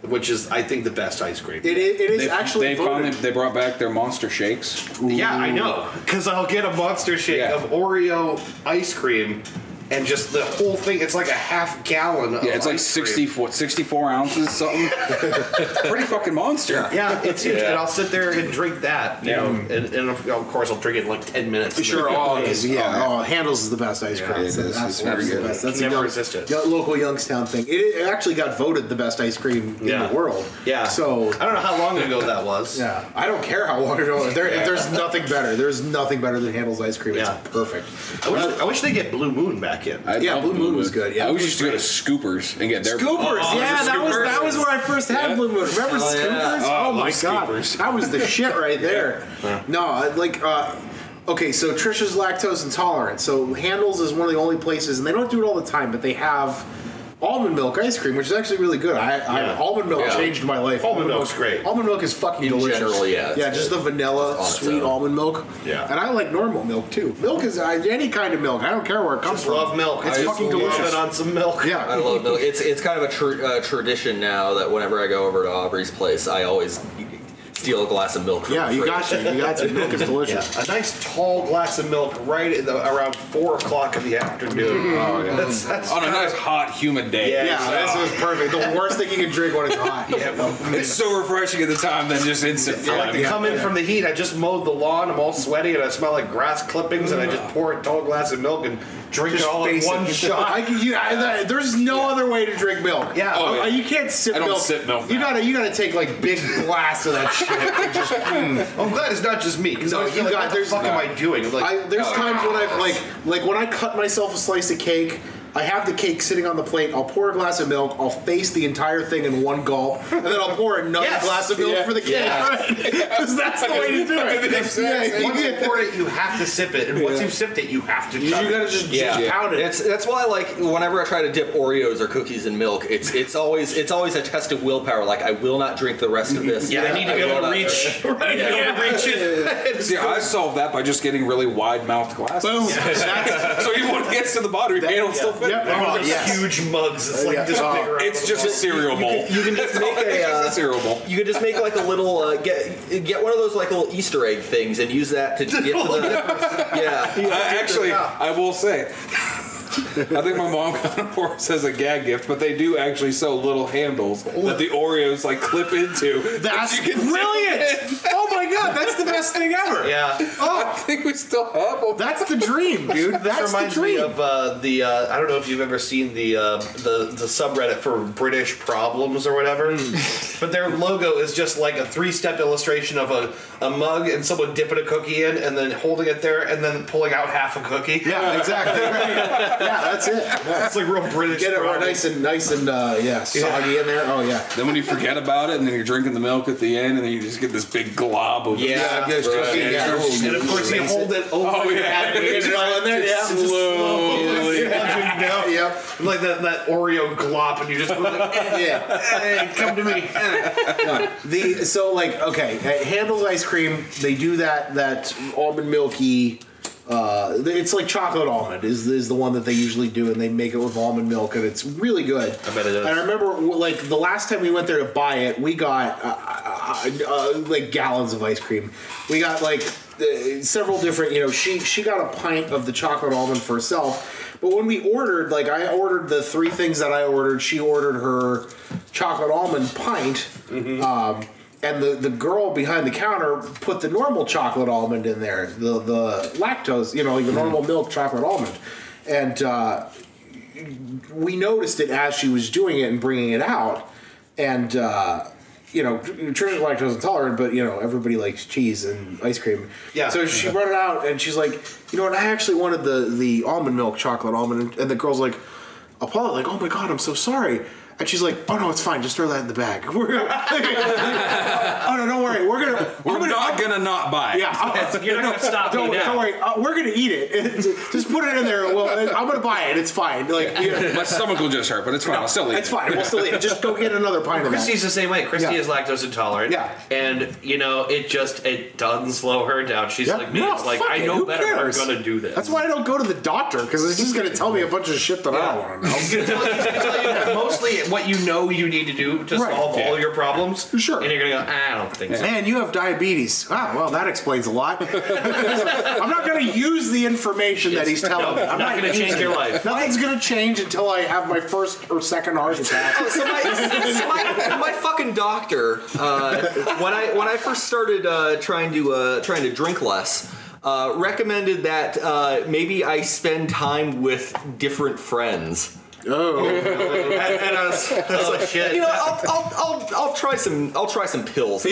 which is I think the best ice cream.
It is, it is
They-
actually
they
voted.
finally they brought back their monster shakes.
Yeah, I know, because I'll get a monster shake
Yeah.
of Oreo ice cream, and just the whole thing. It's like a half gallon. Of
Yeah, it's like
ice cream.
60, what, 64 ounces, something. Pretty fucking monster.
Yeah, it's huge,
Yeah.
and I'll sit there and drink that. You know, and, and of of course I'll drink it in like ten minutes.
Sure, oh, is, yeah. Oh, Handles is the best ice cream.
Yeah, it is.
That's
It's very
the
good.
best. That's
Can
a
never
young,
resist it.
young- local Youngstown thing. It, it actually got voted the best ice cream in
Yeah.
the world.
Yeah.
So
I don't know how long ago that was.
yeah, I don't care how long ago. There, There's nothing better. There's nothing better than Handles ice cream.
Yeah.
It's perfect.
I wish, I wish they get Blue Moon back in.
I
Yeah,
love
Blue Moon was good, yeah.
I always used to go to Scoopers and get their
Scoopers,
Oh,
yeah, that was that was where I first had Blue Moon. Remember
Hell yeah.
Scoopers?
Oh, I
Oh,
love
my god,
Scoopers.
that was the shit right there. No, I- like uh, okay, so Trisha's lactose intolerant, so Handles is one of the only places, and they don't do it all the time, but they have. Almond milk ice cream, which is actually really good. I, I
Yeah.
almond milk
Yeah.
changed my life.
Almond milk's great.
Almond milk is fucking
In
delicious.
general, yeah, it's
yeah, just
good.
the vanilla
On its
sweet
own.
almond milk.
Yeah.
and I like normal milk too. Milk is uh, any kind of milk. I don't care where it comes
Just
from.
love milk.
It's
I
fucking
just love
delicious.
it on some milk.
Yeah,
I love milk. It's it's kind of a tr- uh, tradition now that whenever I go over to Aubrey's place, I always steal a glass of milk. From
Yeah,
the
you
fridge.
got you. You got you. Milk is delicious.
A nice tall glass of milk right at the, around four o'clock in the afternoon. Oh, yeah. That's, that's
On a nice, hot, humid day.
Yeah.
Yeah, Ah,
uh,
this is perfect. The worst thing you can drink when it's hot.
yeah, well,
It's so refreshing at the time than just instant
I
fun.
like to come in from the heat. I just mowed the lawn. I'm all sweaty and I smell like grass clippings. And I just pour a tall glass of milk and drink it all in
face
one
it.
shot.
I, can- you, I, there's no other way to drink milk.
Yeah. Oh,
yeah.
you can't sip
I don't
milk.
sip milk
You
now.
gotta, you gotta take like big blasts of that shit. and just, mm.
I'm glad it's not just me. Because
No,
I was
you
like,
got-
what the
there's-
fuck am I doing? I'm like, oh,
I, there's times when I've like, like when I cut myself a slice of cake I have the cake sitting on the plate. I'll pour a glass of milk. I'll face the entire thing in one gulp, and then I'll pour another
Yes.
glass of milk
Yeah.
for the cake.
Yeah.
Because that's the way to do it. Yeah,
Once
you
you poured it, you have to sip it, and once
Yeah.
you've sipped it, you have to.
You
chug it.
gotta just,
yeah.
just
pound it.
That's that's why like whenever I try to dip Oreos or cookies in milk, it's it's always it's always a test of willpower. Like I will not drink the rest of this.
Yeah, I need to be
will
able to
not-
reach-
Right,
Yeah.
I will reach it.
See, I solved that by just getting really wide mouthed glasses.
Boom.
so even when it gets to the bottom, your hand will still fit.
Yep.
They're all huge mugs. It's like this big.
Oh.
around
It's
the
just a
bottom.
cereal bowl.
You can just make
It's
a,
just a
uh,
cereal bowl.
you can just make like a little uh, get get one of those like little Easter egg things and use that to get to the yeah.
I- actually, I will say, I think my mom got it for us as a gag gift, but they do actually sell little handles that the Oreos like clip into.
That's
that you can
brilliant! oh my god, that's the best thing ever.
Yeah.
Oh, I
think we still have one.
That's the dream, dude.
This
That's the
reminds
dream.
me of uh, the uh, I don't know if you've ever seen the uh, the the subreddit for British problems or whatever, but their logo is just like a three step illustration of a, a mug and someone dipping a cookie in and then holding it there and then pulling out half a cookie.
Yeah, exactly. yeah, that's it. Yeah.
It's like real British.
Get it right,
problems.
nice and nice and uh, yeah, soggy in there. Oh yeah.
Then when you forget about it, and then you're drinking the milk at the end, and then you just get this big glob of Yeah,
Yeah, it's just-
right.
yeah.
It's-
And of course, you hold it over.
Oh, yeah.
and
It's all in there, yeah.
It's just
Slowly.
slowly sludging down.
Yep.
And Like that, that Oreo glop, and you just go like,
Yeah.
hey, come to me.
the so like okay at handles ice cream they do that that almond milky uh, it's like chocolate almond is, is the one that they usually do and they make it with almond milk and it's really good i
bet it is.
and i remember w- like the last time we went there to buy it we got uh, uh, uh, like gallons of ice cream we got like uh, several different you know she she got a pint of the chocolate almond for herself but when we ordered like i ordered the three things that i ordered she ordered her chocolate almond pint um, and the, the girl behind the counter put the normal chocolate almond in there, the the lactose, you know, like the normal milk chocolate almond, and uh, we noticed it as she was doing it and bringing it out, and uh, you know, Trinity's lactose intolerant, but you know, everybody likes cheese and ice cream.
Yeah.
So she brought it out, and she's like, you know what? I actually wanted the the almond milk chocolate almond, and the girl's like, Apollo, like, oh my god, I'm so sorry. And she's like, "Oh no, it's fine. Just throw that in the bag. We're gonna, oh no, don't worry. We're gonna
We're not gonna not buy. it.
yeah, I'll-
You're not gonna stop me
don't,
now.
Don't worry, uh, we're gonna eat it. just put it in there. Well, I'm gonna buy it. It's fine. Like, you know,
My stomach will just hurt, but it's fine. I'll still eat.
it's fine. We'll still eat it. Just go get another pint of that.
Christy's the same way. Christy
Yeah.
is lactose intolerant.
Yeah.
And, you know, it just, it doesn't slow her down. She's
Yeah.
like me.
No,
it's like,
fuck
I
it.
know
Who
better.
cares?
I'm going to do this.
That's why I don't go to the doctor because it's just gonna tell me a bunch of shit that I don't want to know.
It's gonna tell you- it's gonna tell you that mostly what you know you need to do to
Right.
solve all your problems.
Sure.
And you're gonna go, "Ah, I don't think so.
Man, you have diabetes. Wow, well, that explains a lot. I'm not going to use the information that he's telling
no,
me. I'm
not gonna
using
change your
it.
life.
Nothing's going to change until I have my first or second heart attack.
so my, so my, my fucking doctor, uh, when I when I first started uh, trying to uh, trying to drink less, uh, recommended that uh, maybe I spend time with different friends. Oh, and, and I was, I
Oh,
was like,
shit.
You know, I'll, I'll, I'll, I'll try some I'll try some pills.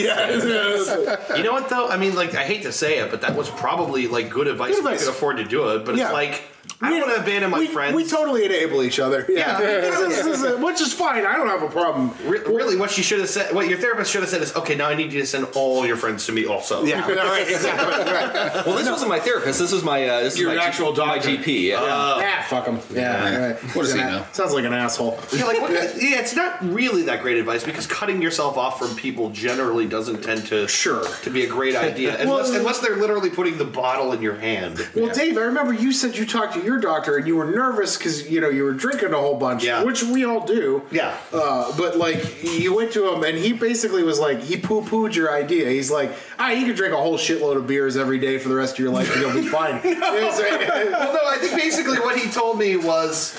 You know what though? I mean, like, I hate to say it, but that was probably like good advice,
Good
if
advice.
you could afford to do it. But
Yeah.
it's like I don't want to abandon my
we,
friends.
We totally enable each other. Yeah, This is- this is- which is fine. I don't have a problem.
Re- really, what she should have said, what your therapist should have said is, okay, now I need you to send all your friends to me also.
Yeah, right, exactly. Right.
Well, this wasn't my therapist. This was my uh, this
Your
was my
actual
G- my
doctor.
GP. Yeah.
ah, fuck him. Yeah, right.
What does
He's
he
an a-
know?
Sounds like an asshole.
Yeah, like, what, yeah, it's not really that great advice because cutting yourself off from people generally doesn't tend to
Sure.
to be a great idea
Well-
unless unless they're literally putting the bottle in your hand.
Well, Dave, I remember you said you talked to your doctor and you were nervous because you know you were drinking a whole bunch,
Yeah.
which we all do.
Yeah.
Uh, but like you went to him and he basically was like he poo pooed your idea. He's like, ah, you can drink a whole shitload of beers every day for the rest of your life and you'll be fine. It's like-
well, no, I think basically what he told me was,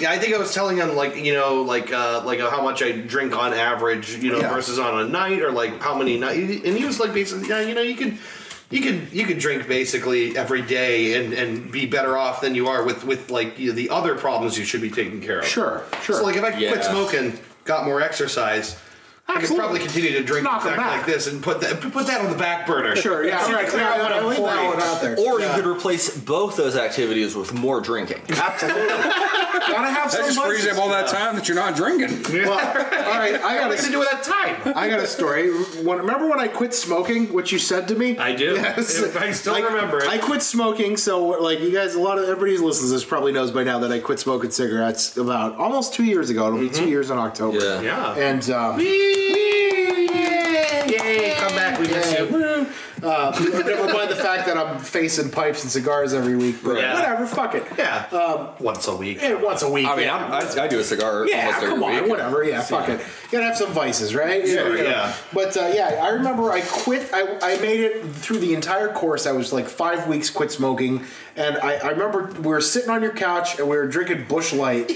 yeah, I think I was telling him like you know like uh, like how much I drink on average, you know,
Yeah.
versus on a night or like how many night, and he was like basically, yeah, you know, you can. You can you can drink basically every day and, and be better off than you are with with like you know, the other problems you should be taking care of.
Sure, sure.
So like if I
Yeah.
quit smoking, got more exercise, I could probably continue to drink
Knock 'em
exactly
back.
like this and put that put that on the back burner.
Sure, yeah,
So
right,
you
clear
can
out
put
that
a
one, leave that
forty.
one out there.
Or you could replace both those activities with more drinking.
Absolutely. Gotta
That
have some
just frees
vices.
up all that
time that you're not drinking.
Well, all right, I got
What are you gonna do with that time?
I got a story. When, remember when I quit smoking? What you said to me? I
do.
I still remember it.
I quit smoking, so like you guys, a lot of everybody who listens to this probably knows by now that I quit smoking cigarettes about almost two years ago. It'll be two years in October.
Yeah.
Mm-hmm. Yeah.
And um,
Yay! Come back, we miss
Yay.
you.
Woo. Uh, never mind the fact that I'm facing pipes and cigars every week, but
Yeah.
whatever, fuck it.
Yeah.
Um,
Once a week.
yeah, once a week.
I mean,
yeah.
I'm, I, I do a cigar
Yeah,
almost every
come on,
week.
whatever. Yeah, fuck it. You gotta have some vices, right?
Sure,
you know.
yeah.
But uh, yeah, I remember I quit. I, I made it through the entire course. I was like five weeks quit smoking, and I, I remember we were sitting on your couch and we were drinking Bush Light,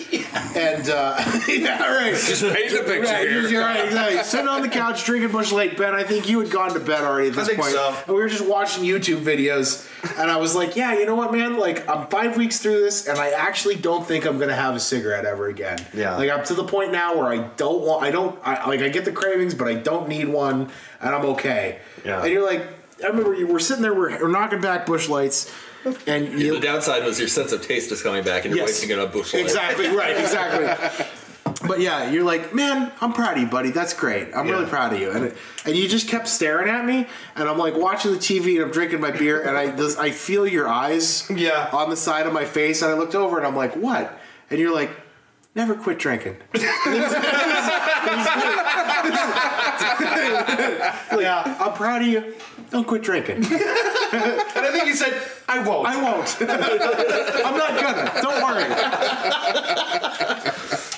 and uh, yeah, all right.
Just paint the picture
Right,
here.
you're right, exactly. Sitting on the couch drinking Bush Light, Ben. I think you had gone to bed already at this
think
point.
so.
And we were just watching YouTube videos, and I was like, "Yeah, you know what, man? Like, I'm five weeks through this, and I actually don't think I'm gonna have a cigarette ever again.
Yeah.
Like, I'm to the point now where I don't want. I don't. I, like, I get the cravings, but I don't need one, and I'm okay.
Yeah.
And you're like, I remember you were sitting there, we're, we're knocking back Bush Lights, and you
The downside was your sense of taste is coming back and you're
Yes.
wasting it on bush Light.
Exactly, right, exactly. But yeah, you're like, man, I'm proud of you, buddy. That's great. I'm really
Yeah.
proud of you. And it, and you just kept staring at me, and I'm like watching the TV, and I'm drinking my beer, and I this, I feel your eyes,
Yeah.
on the side of my face, and I looked over, and I'm like, what? And you're like, never quit drinking.
Yeah.
I'm proud of you. Don't quit drinking.
And I think you said, I won't.
I won't. I'm not gonna. Don't worry.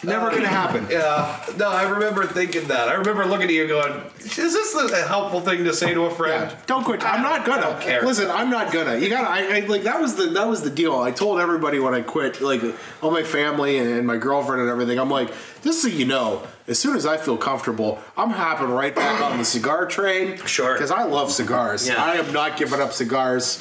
Never gonna happen.
Yeah. No, I remember thinking that. I remember looking at you going, is this a helpful thing to say to a friend?
Don't quit. I'm not gonna.
don't care.
Listen, I'm not gonna. You gotta. I, I like that was the that was the deal. I told everybody when I quit, like all my family and, and my girlfriend and everything. I'm like, just so you know, as soon as I feel comfortable, I'm hopping right back on the cigar train.
Sure.
Because I love cigars.
Yeah.
I am not giving up cigars.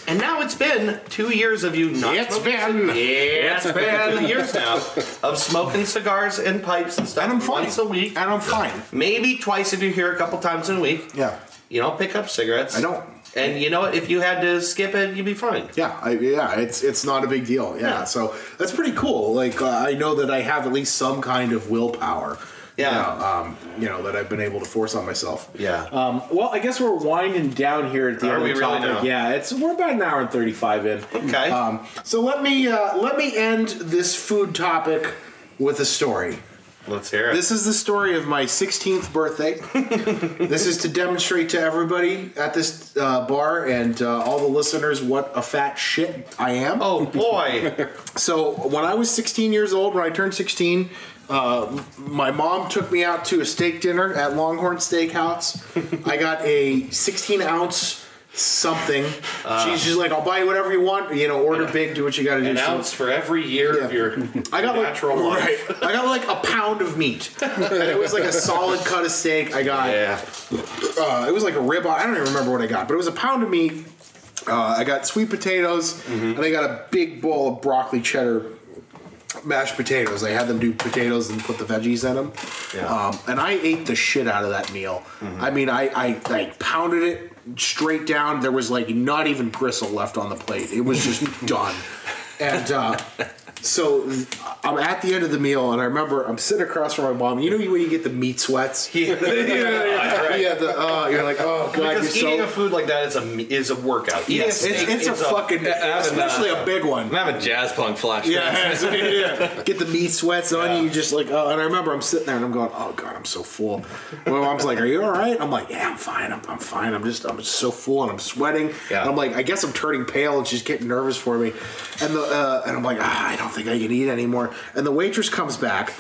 And now it's been two years of you not
It's
smoking
been.
cig- Yeah, it's been years now of smoking cigars and pipes and stuff.
And I'm fine.
Once a week.
And I'm fine.
Maybe twice if you're here a couple times in a week.
Yeah.
You don't pick up cigarettes.
I don't.
And you know what? If you had to skip it, you'd be fine.
Yeah, I, yeah, it's it's not a big deal. Yeah,
Yeah.
so that's pretty cool. Like uh, I know that I have at least some kind of willpower.
Yeah.
you know, um, you know that I've been able to force on myself.
Yeah.
Um, well, I guess we're winding down here at the
Are
end
we
of the
really
topic.
now?
yeah, it's we're about an hour and thirty five in.
Okay.
Um, so let me uh, let me end this food topic with a story.
Let's hear it.
This is the story of my 16th birthday. this is to demonstrate to everybody at this uh, bar and uh, all the listeners what a fat shit I am.
oh boy.
So when I was 16 years old, when I turned 16, uh, my mom took me out to a steak dinner at Longhorn Steakhouse. I got a 16 ounce something. She's just like, I'll buy you whatever you want. You know, order big, do what you got to do.
Uh. An
She-
ounce for every year of
Yeah.
your
I got
natural
like,
life.
right. I got like a pound of meat, and it was like a solid cut of steak. I got
Yeah.
uh, it was like a ribeye. I don't even remember what I got, but it was a pound of meat. Uh, I got sweet potatoes,
Mm-hmm.
and I got a big bowl of broccoli cheddar mashed potatoes. I had them do potatoes and put the veggies in them.
Yeah. Mm-hmm.
Um, and I ate the shit out of that meal. I mean, I, I I pounded it straight down. There was like not even gristle left on the plate. It was just done. And uh, so I'm at the end of the meal, and I remember I'm sitting across from my mom. You know when you get the meat sweats?
Yeah. Right.
Yeah, the, uh, you're like, oh god, you're
Because eating
so.
a food like that is a is a workout. Eating
Yes,
a
it's,
steak
it's a
is
fucking, especially a big one.
I'm having jazz punk flashbacks.
Yeah, it's- yeah. Get the meat sweats on you. You just like, oh, and I remember I'm sitting there and I'm going, oh god, I'm so full. My mom's like, are you all right? I'm like, yeah, I'm fine. I'm, I'm fine. I'm just, I'm just so full and I'm sweating.
Yeah.
And I'm like, I guess I'm turning pale and she's getting nervous for me. And the, uh, and I'm like, ah, I don't think I can eat anymore. And the waitress comes back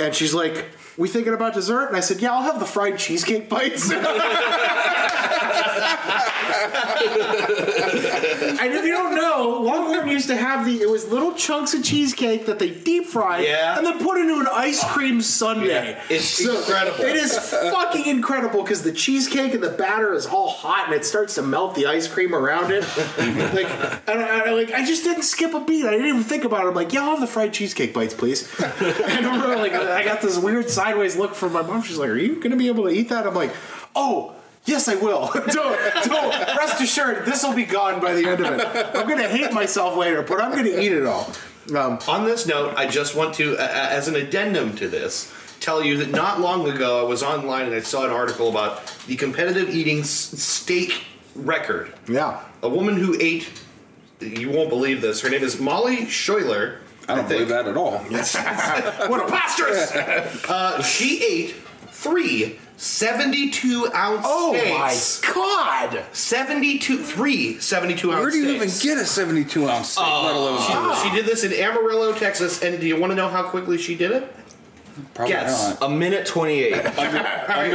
and she's like, we thinking about dessert? And I said, yeah, I'll have the fried cheesecake bites. And if you don't know, Longhorn used to have the it was little chunks of cheesecake that they deep fried
Yeah.
and then put into an ice cream sundae.
Yeah. It's incredible.
It is fucking incredible because the cheesecake and the batter is all hot and it starts to melt the ice cream around it. like and I, I like I just didn't skip a beat. I didn't even think about it. I'm like, yeah, I'll have the fried cheesecake bites, please. and uh, I'm really like, I got this weird sideways look from my mom. She's like, are you going to be able to eat that? I'm like, oh. Yes, I will. don't, don't. Rest assured, this will be gone by the end of it. I'm going to hate myself later, but I'm going to eat it all. Um,
On this note, I just want to, uh, as an addendum to this, tell you that not long ago I was online and I saw an article about the competitive eating s- steak record.
Yeah.
A woman who ate, you won't believe this, her name is Molly Schuyler. I don't believe
that at all.
what a preposterous! uh, she ate three 72 ounce
Oh my
steaks.
God!
72, three 72 ounce
Where do you even
steaks.
get a 72 ounce steak, let alone
She-
two?
She did this in Amarillo, Texas, and do you want to know how quickly she did it?
Oh,
Probably
Guess.
A minute 28.
Under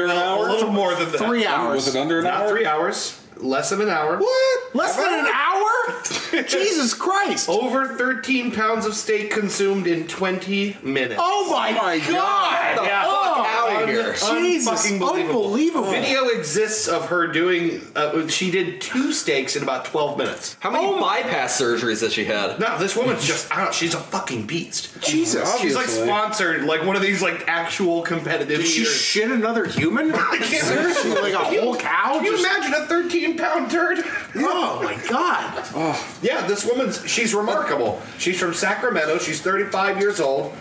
an hour? A little more than that.
Three hours.
Was it under an
Not
hour?
three hours. Less than an hour.
What? Less than an hour? Jesus Christ!
Over 13 pounds of steak consumed in 20 minutes.
Oh my, God!
Get the
Oh,
fuck out of here.
Jesus,
Unfucking
unbelievable.
believable. Video exists of her doing, uh, she did two steaks in about 12 minutes.
How
Oh.
many bypass surgeries has she had?
No, this woman's just, I don't know, she's a fucking beast.
Jesus.
She's like
Obviously.
sponsored, like one of these like actual competitive
Did she
eaters.
shit another human?
I can't
Seriously, like a whole cow?
Can you
Just-
imagine a 13 pound turd?
oh my God!
Yeah, this woman's she's remarkable. She's from Sacramento. She's 35 years old.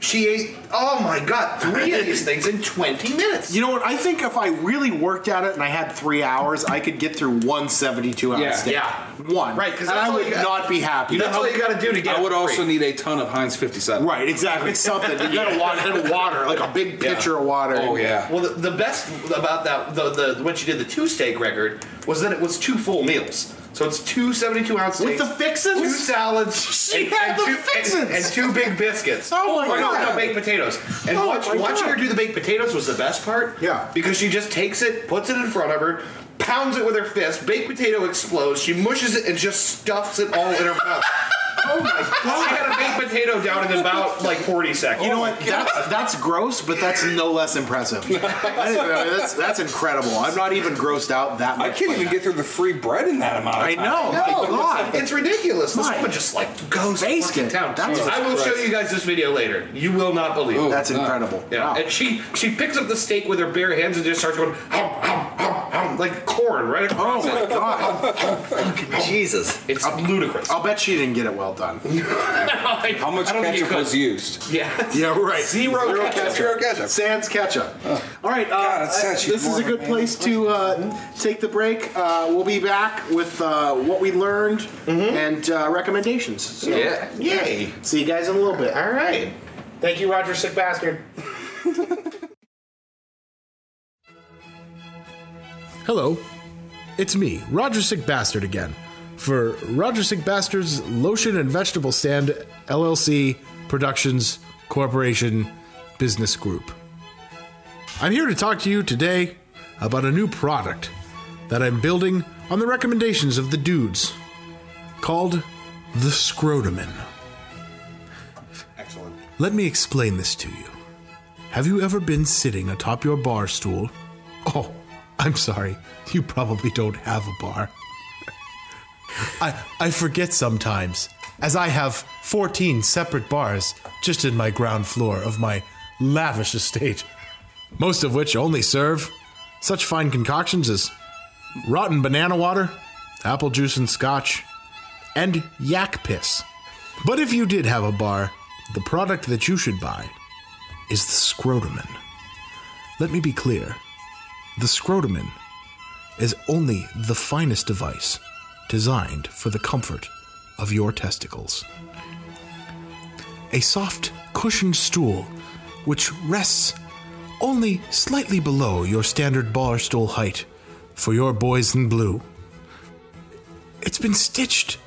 She ate oh my god three of these things in 20 minutes.
You know what? I think if I really worked at it and I had three hours, I could get through one 72 ounce
Yeah.
steak.
Yeah.
One.
Right, 'cause
and
that's
I
all
would
you got-
not be happy.
You know, that's all you got to do to get.
I would
it
also
free.
need a ton of Heinz 57.
Right, exactly. Something. You gotta water, and water, like a big
Yeah.
pitcher of water.
Oh, yeah.
Well, the, the best about that the, the when she did the two steak record was that it was two full meals. So it's two 72 ounce
With
steaks,
the fixins?
two salads,
She had the
two,
fixins!
and, and two big biscuits.
Oh my
Or no,
God.
no, baked potatoes. And
Oh
watch,
my
watching
God.
her do the baked potatoes was the best part.
Yeah.
because she just takes it, puts it in front of her. Pounds it with her fist, baked potato explodes, she mushes it and just stuffs it all in her mouth.
Oh my
She had a baked potato down in about like 40 seconds.
You know what? That's that's gross, but that's no less impressive. I mean, that's that's incredible. I'm not even grossed out that much.
I can't
by
even
that.
get through the free bread in that amount. Of
I
time.
know.
No,
Oh my God.
it's ridiculous. This
My
woman just like goes
based
fucking
it.
town.
That's
I will show you guys this video later. You will not believe. it.
That's incredible.
Yeah,
Wow.
and she she picks up the steak with her bare hands and just starts going hum, hum, hum, hum, like corn right
Oh
across.
my
it.
god.
Jesus.
It's ludicrous.
I'll bet she didn't get it well done.
How much
I don't think you
ketchup
could-
was used?
Yeah.
Yeah, right.
Zero ketchup.
Zero ketchup.
Sans ketchup. All right, uh,
God, it's
I-
sad she's
this is a
Mormon,
good
man.
place to uh, take the break. Uh, we'll be back with uh, what we learned and uh, recommendations. So,
Yeah.
Yay!
See you guys in a little bit.
All right.
Thank you, Roger, sick bastard.
Hello, it's me, Roger Sick Bastard again, for Roger Sick Bastard's Lotion and Vegetable Stand LLC Productions Corporation Business Group. I'm here to talk to you today about a new product that I'm building on the recommendations of the dudes called the Scrotumin.
Excellent.
Let me explain this to you. Have you ever been sitting atop your bar stool? Oh, I'm sorry. You probably don't have a bar. I I forget sometimes, as I have 14 separate bars just in my ground floor of my lavish estate, most of which only serve such fine concoctions as rotten banana water, apple juice and scotch, and yak piss. But if you did have a bar, the product that you should buy is the Scrotumin. Let me be clear the Scrotumin is only the finest device designed for the comfort of your testicles. A soft, cushioned stool which rests only slightly below your standard bar stool height for your boys in blue. It's been stitched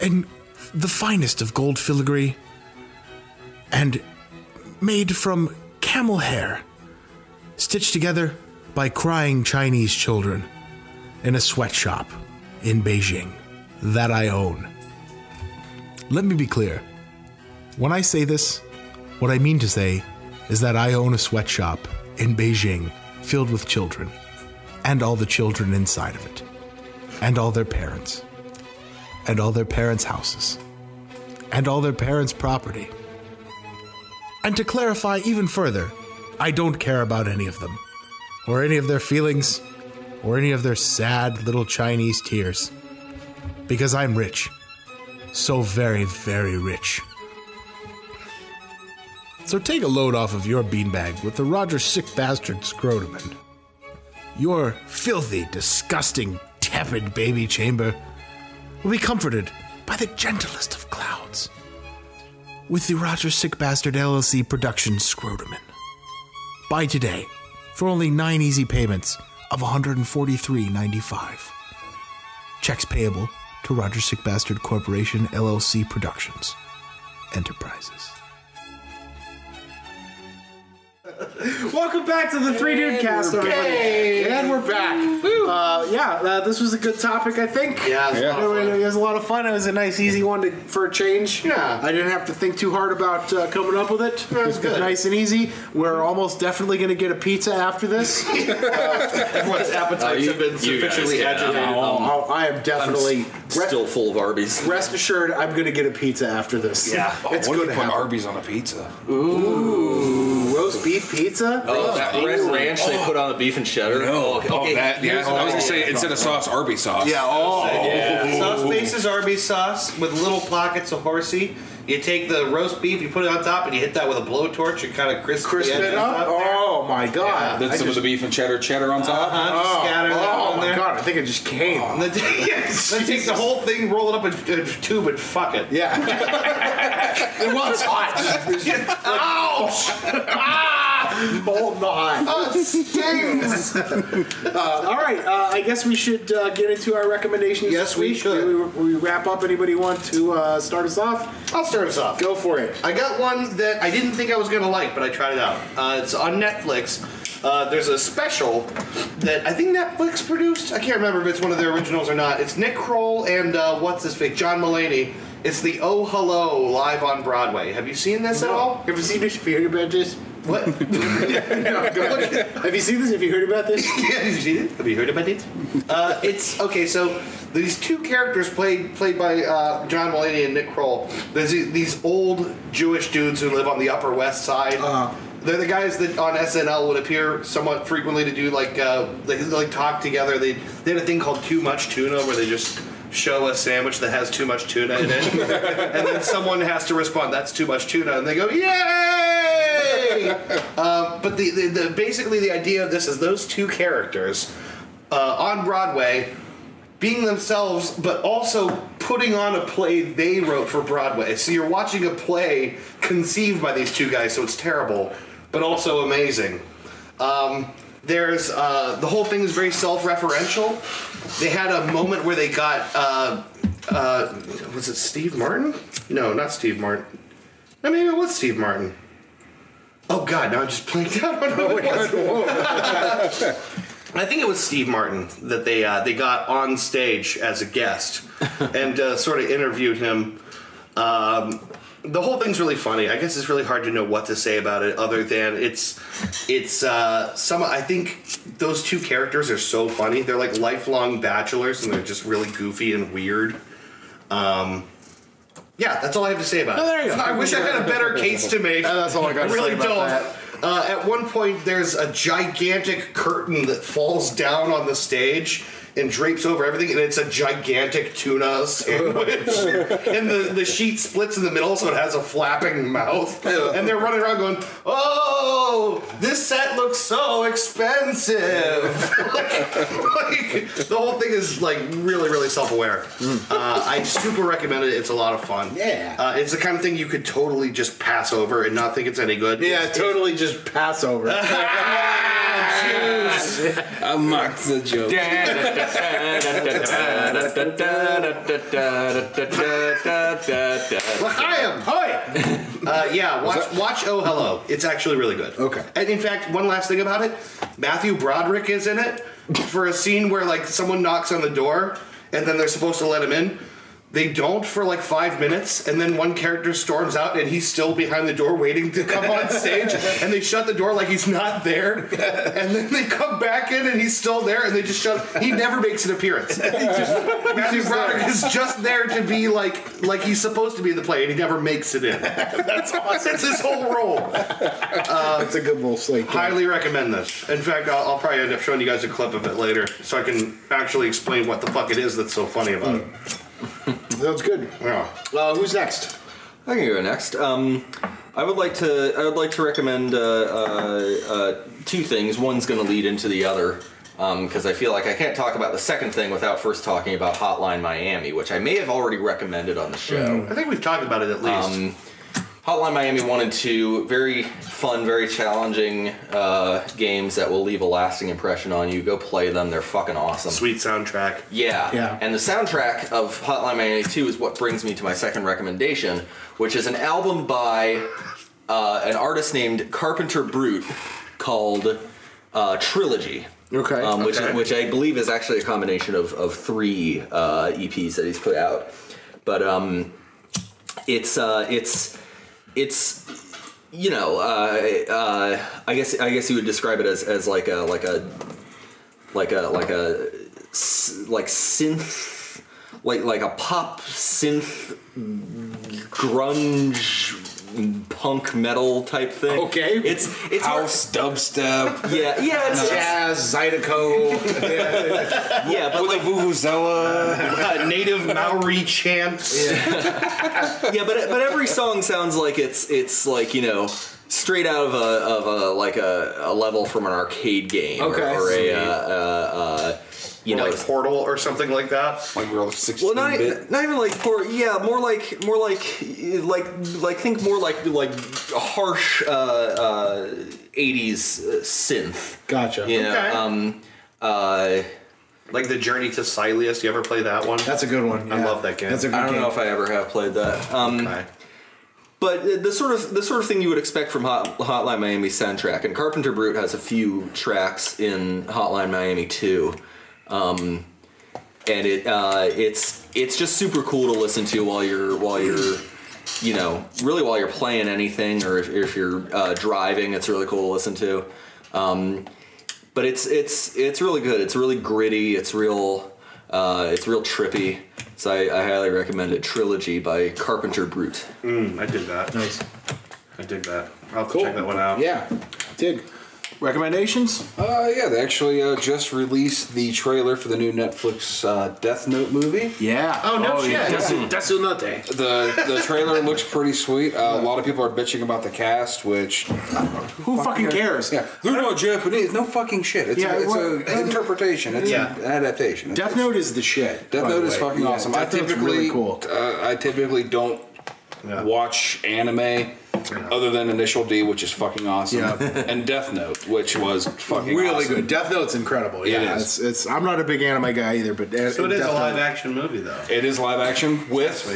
in the finest of gold filigree and made from camel hair, stitched together by crying Chinese children in a sweatshop in Beijing that I own. Let me be clear. When I say this, what I mean to say is that I own a sweatshop in Beijing filled with children, and all the children inside of it, and all their parents. and all their parents' houses, and all their parents' property. And to clarify even further, I don't care about any of them, or any of their feelings, or any of their sad little Chinese tears, because I'm rich. So very, very rich. So take a load off of your beanbag with the Roger Sick Bastard scrotum. in. Your filthy, disgusting, tepid baby chamber will be comforted by the gentlest of clouds with the Roger Sick Bastard LLC production scrotumin. Buy today for only nine easy payments of $143.95. Checks payable to Roger Sick Bastard Corporation LLC Productions Enterprises.
Welcome back to the Three Dude Cast,
we're
everybody.
back.
And we're back. Uh, yeah, uh, this was a good topic, I think. Yeah,
it was a lot of
it was a lot of fun. It was a nice, easy one to, for a change. Yeah, I didn't have to think too hard about uh, coming up with it. it was good, nice and easy. We're almost definitely going to get a pizza after this. Uh,
Everyone's appetites
Uh, you-
have been
you guys
sufficiently
get out.
agitated.
Um,
Oh, I am definitely
I'm s- still full of Arby's.
Rest assured, I'm going to get a pizza after this.
Yeah.
Oh,
it's
what if
good
you
to
put
have
Arby's on a pizza.
Ooh, roast beef pizza.
Oh, that red
Ooh.
ranch
Oh.
they put on the beef and cheddar.
No.
okay.
Oh,
okay,
that- yeah,
here's
I was
another
gonna say,
one.
instead of sauce, Arby's sauce.
Yeah, oh.
Yeah.
Sauce base is Arby's sauce with little pockets of horsey. You take the roast beef, you put it on top, and you hit that with a blowtorch and kind of crisp,
Crisp
the
it
edges
up?
out there.
Oh my god.
Then
I
some of
The
just-
beef and cheddar, cheddar on top.
Uh-huh, just scatter that
oh
on
my
there.
god, I think it just came.
And then, then take the whole thing, roll it up in a tube, and fuck it.
Yeah.
and while it's hot, just- ouch!
ah! Mold behind.
Oh, it stings.
uh, all right, uh, I guess we should uh, get into our recommendations. Yes, we should. We, we wrap up. Anybody want to uh, start us off?
I'll start us off.
Go for it.
I got one that I didn't think I was gonna like, but I tried it out. Uh, it's on Netflix. Uh, there's a special that I think Netflix produced. I can't remember if it's one of their originals or not. It's Nick Kroll and uh, what's his face, John Mulaney. It's the Oh Hello live on Broadway. Have you seen this at all?
Have you seen this? Have you heard about this?
What?
Have you seen this? Have you heard about this?
yeah, have you seen it? Have you heard about it? Uh, it's okay. So these two characters played played by uh, John Mulaney and Nick Kroll. There's the- these old Jewish dudes who live on the Upper West Side. They're the guys that on SNL would appear somewhat frequently to do like uh, they like talk together. They they had a thing called Too Much Tuna where they just show a sandwich that has too much tuna in it, and then someone has to respond, "That's too much tuna," and they go, "Yay!" uh, but the, the, the basically the idea of this is those two characters uh, on Broadway being themselves, but also putting on a play they wrote for Broadway. So you're watching a play conceived by these two guys, so it's terrible, but also amazing. Um, there's uh, the whole thing is very self-referential. They had a moment where they got uh, uh, was it Steve Martin? No, not Steve Martin. No, maybe it was Steve Martin. Oh God, now I just blanked out on who it was.
Oh,
I think it was Steve Martin that they uh, they got on stage as a guest and uh, sort of interviewed him. Um, the whole thing's really funny. I guess it's really hard to know what to say about it, other than it's it's uh, some. I think those two characters are so funny. They're like lifelong bachelors, and they're just really goofy and weird. Um, yeah, that's all I have to say about
Oh,
it.
there you go.
I wish I had a better case to make.
That's all I got to
really
say about
don't.
that.
Uh, at one point, there's a gigantic curtain that falls down on the stage and drapes over everything, and it's a gigantic tuna sandwich. and the, the sheet splits in the middle, so it has a flapping mouth. And they're running around going, Oh, this set looks so expensive. like, like, the whole thing is like really, really self aware. Uh, I super recommend it. It's a lot of fun.
Yeah.
Uh, it's the kind of thing you could totally just pass over and not think it's any good.
Yeah, totally just pass over.
I mocked the joke.
L'chaim, hoi! uh, yeah, watch, watch Oh Hello. It's actually really good.
Okay.
And in fact, one last thing about it Matthew Broderick is in it for a scene where, like, someone knocks on the door and then they're supposed to let him in. They don't for like five minutes, and then one character storms out, and he's still behind the door waiting to come on stage. And they shut the door like he's not there, and then they come back in, and he's still there, and they just shut. He never makes an appearance. He just- Matthew Broderick is just there to be like like he's supposed to be in the play, and he never makes it in. That's awesome. That's his whole role. Uh,
it's a good little slate.
Highly recommend this. In fact, I'll, I'll probably end up showing you guys a clip of it later, so I can actually explain what the fuck it is that's so funny about it.
Sounds good.
Yeah.
Uh, who's next?
I can go next. Um, I would like to. I would like to recommend uh, uh, uh, two things. One's going to lead into the other because I feel like I can't talk about the second thing without first talking about Hotline Miami, which I may have already recommended on the show.
I think we've talked about it at least.
Hotline Miami 1 and 2, very fun, very challenging uh, games that will leave a lasting impression on you. Go play them, they're fucking awesome.
Sweet soundtrack.
Yeah.
Yeah.
And the soundtrack of Hotline Miami 2 is what brings me to my second recommendation, which is an album by uh, an artist named Carpenter Brute called uh, Trilogy.
Okay.
Um, which,
Okay.
which I believe is actually a combination of, of three uh, EPs that he's put out. But um, it's uh, it's it's you know uh, uh, I guess I guess you would describe it as, as like a like a like a like a s- like synth like like a pop synth grunge punk metal type thing. Okay, it's it's house dubstep. Yeah, yeah, it's
jazz, zydeco.
yeah, but like vuvuzela,
native Maori chants.
Yeah, yeah but but every song sounds like it's it's like you know straight out of a of a like a, a level from an arcade game or-
Okay.
or, a. Uh, uh, uh, you
Or
know,
like Portal or something like that.
Like we're all
well, not, e-, not even like for yeah, more like more like like like think more like like harsh uh, uh, 80s uh, synth.
Gotcha.
You know,
Okay.
um, uh,
like the Journey to Sileus. You ever play that one?
That's a good one.
I love that game.
I don't know if I ever have played that.
Mm.
Um, But uh, the sort of the sort of thing you would expect from Hot, Hotline Miami soundtrack, and Carpenter Brute has a few tracks in Hotline Miami too, um, and it uh, it's it's just super cool to listen to while you're while you're you know really while you're playing anything or if, if you're uh, driving, it's really cool to listen to. Um, but it's it's it's really good. It's really gritty. It's real uh, it's real trippy. So I, I highly recommend it. Trilogy by Carpenter Brute.
Mm, I did that. Nice. I dig that. I'll have to check that one out.
Yeah. Dig. Recommendations?
Uh, yeah, they actually uh, just released the trailer for the new Netflix uh, Death Note movie.
Yeah.
Oh, no shit.
Desu, desu note.
The the trailer looks pretty sweet. Uh, a lot of people are bitching about the cast, which who
fucking cares?
Yeah, they're not Japanese. No fucking shit. It's
Yeah,
a, it's
what-
a interpretation. It's
Yeah.
an adaptation. It's-
Death Note is the shit.
Death
by
Note
the
is
way.
fucking
Yeah,
awesome.
Death
I
Note's really
typically
cool.
uh, I typically don't watch anime other than Initial D, which is fucking awesome,
Yeah.
and Death Note, which was fucking
really
awesome.
good. Death Note's incredible.
It
Yeah,
is.
It's, it's. I'm not a big anime guy either, but uh,
So it is a live action movie, though.
It is live action with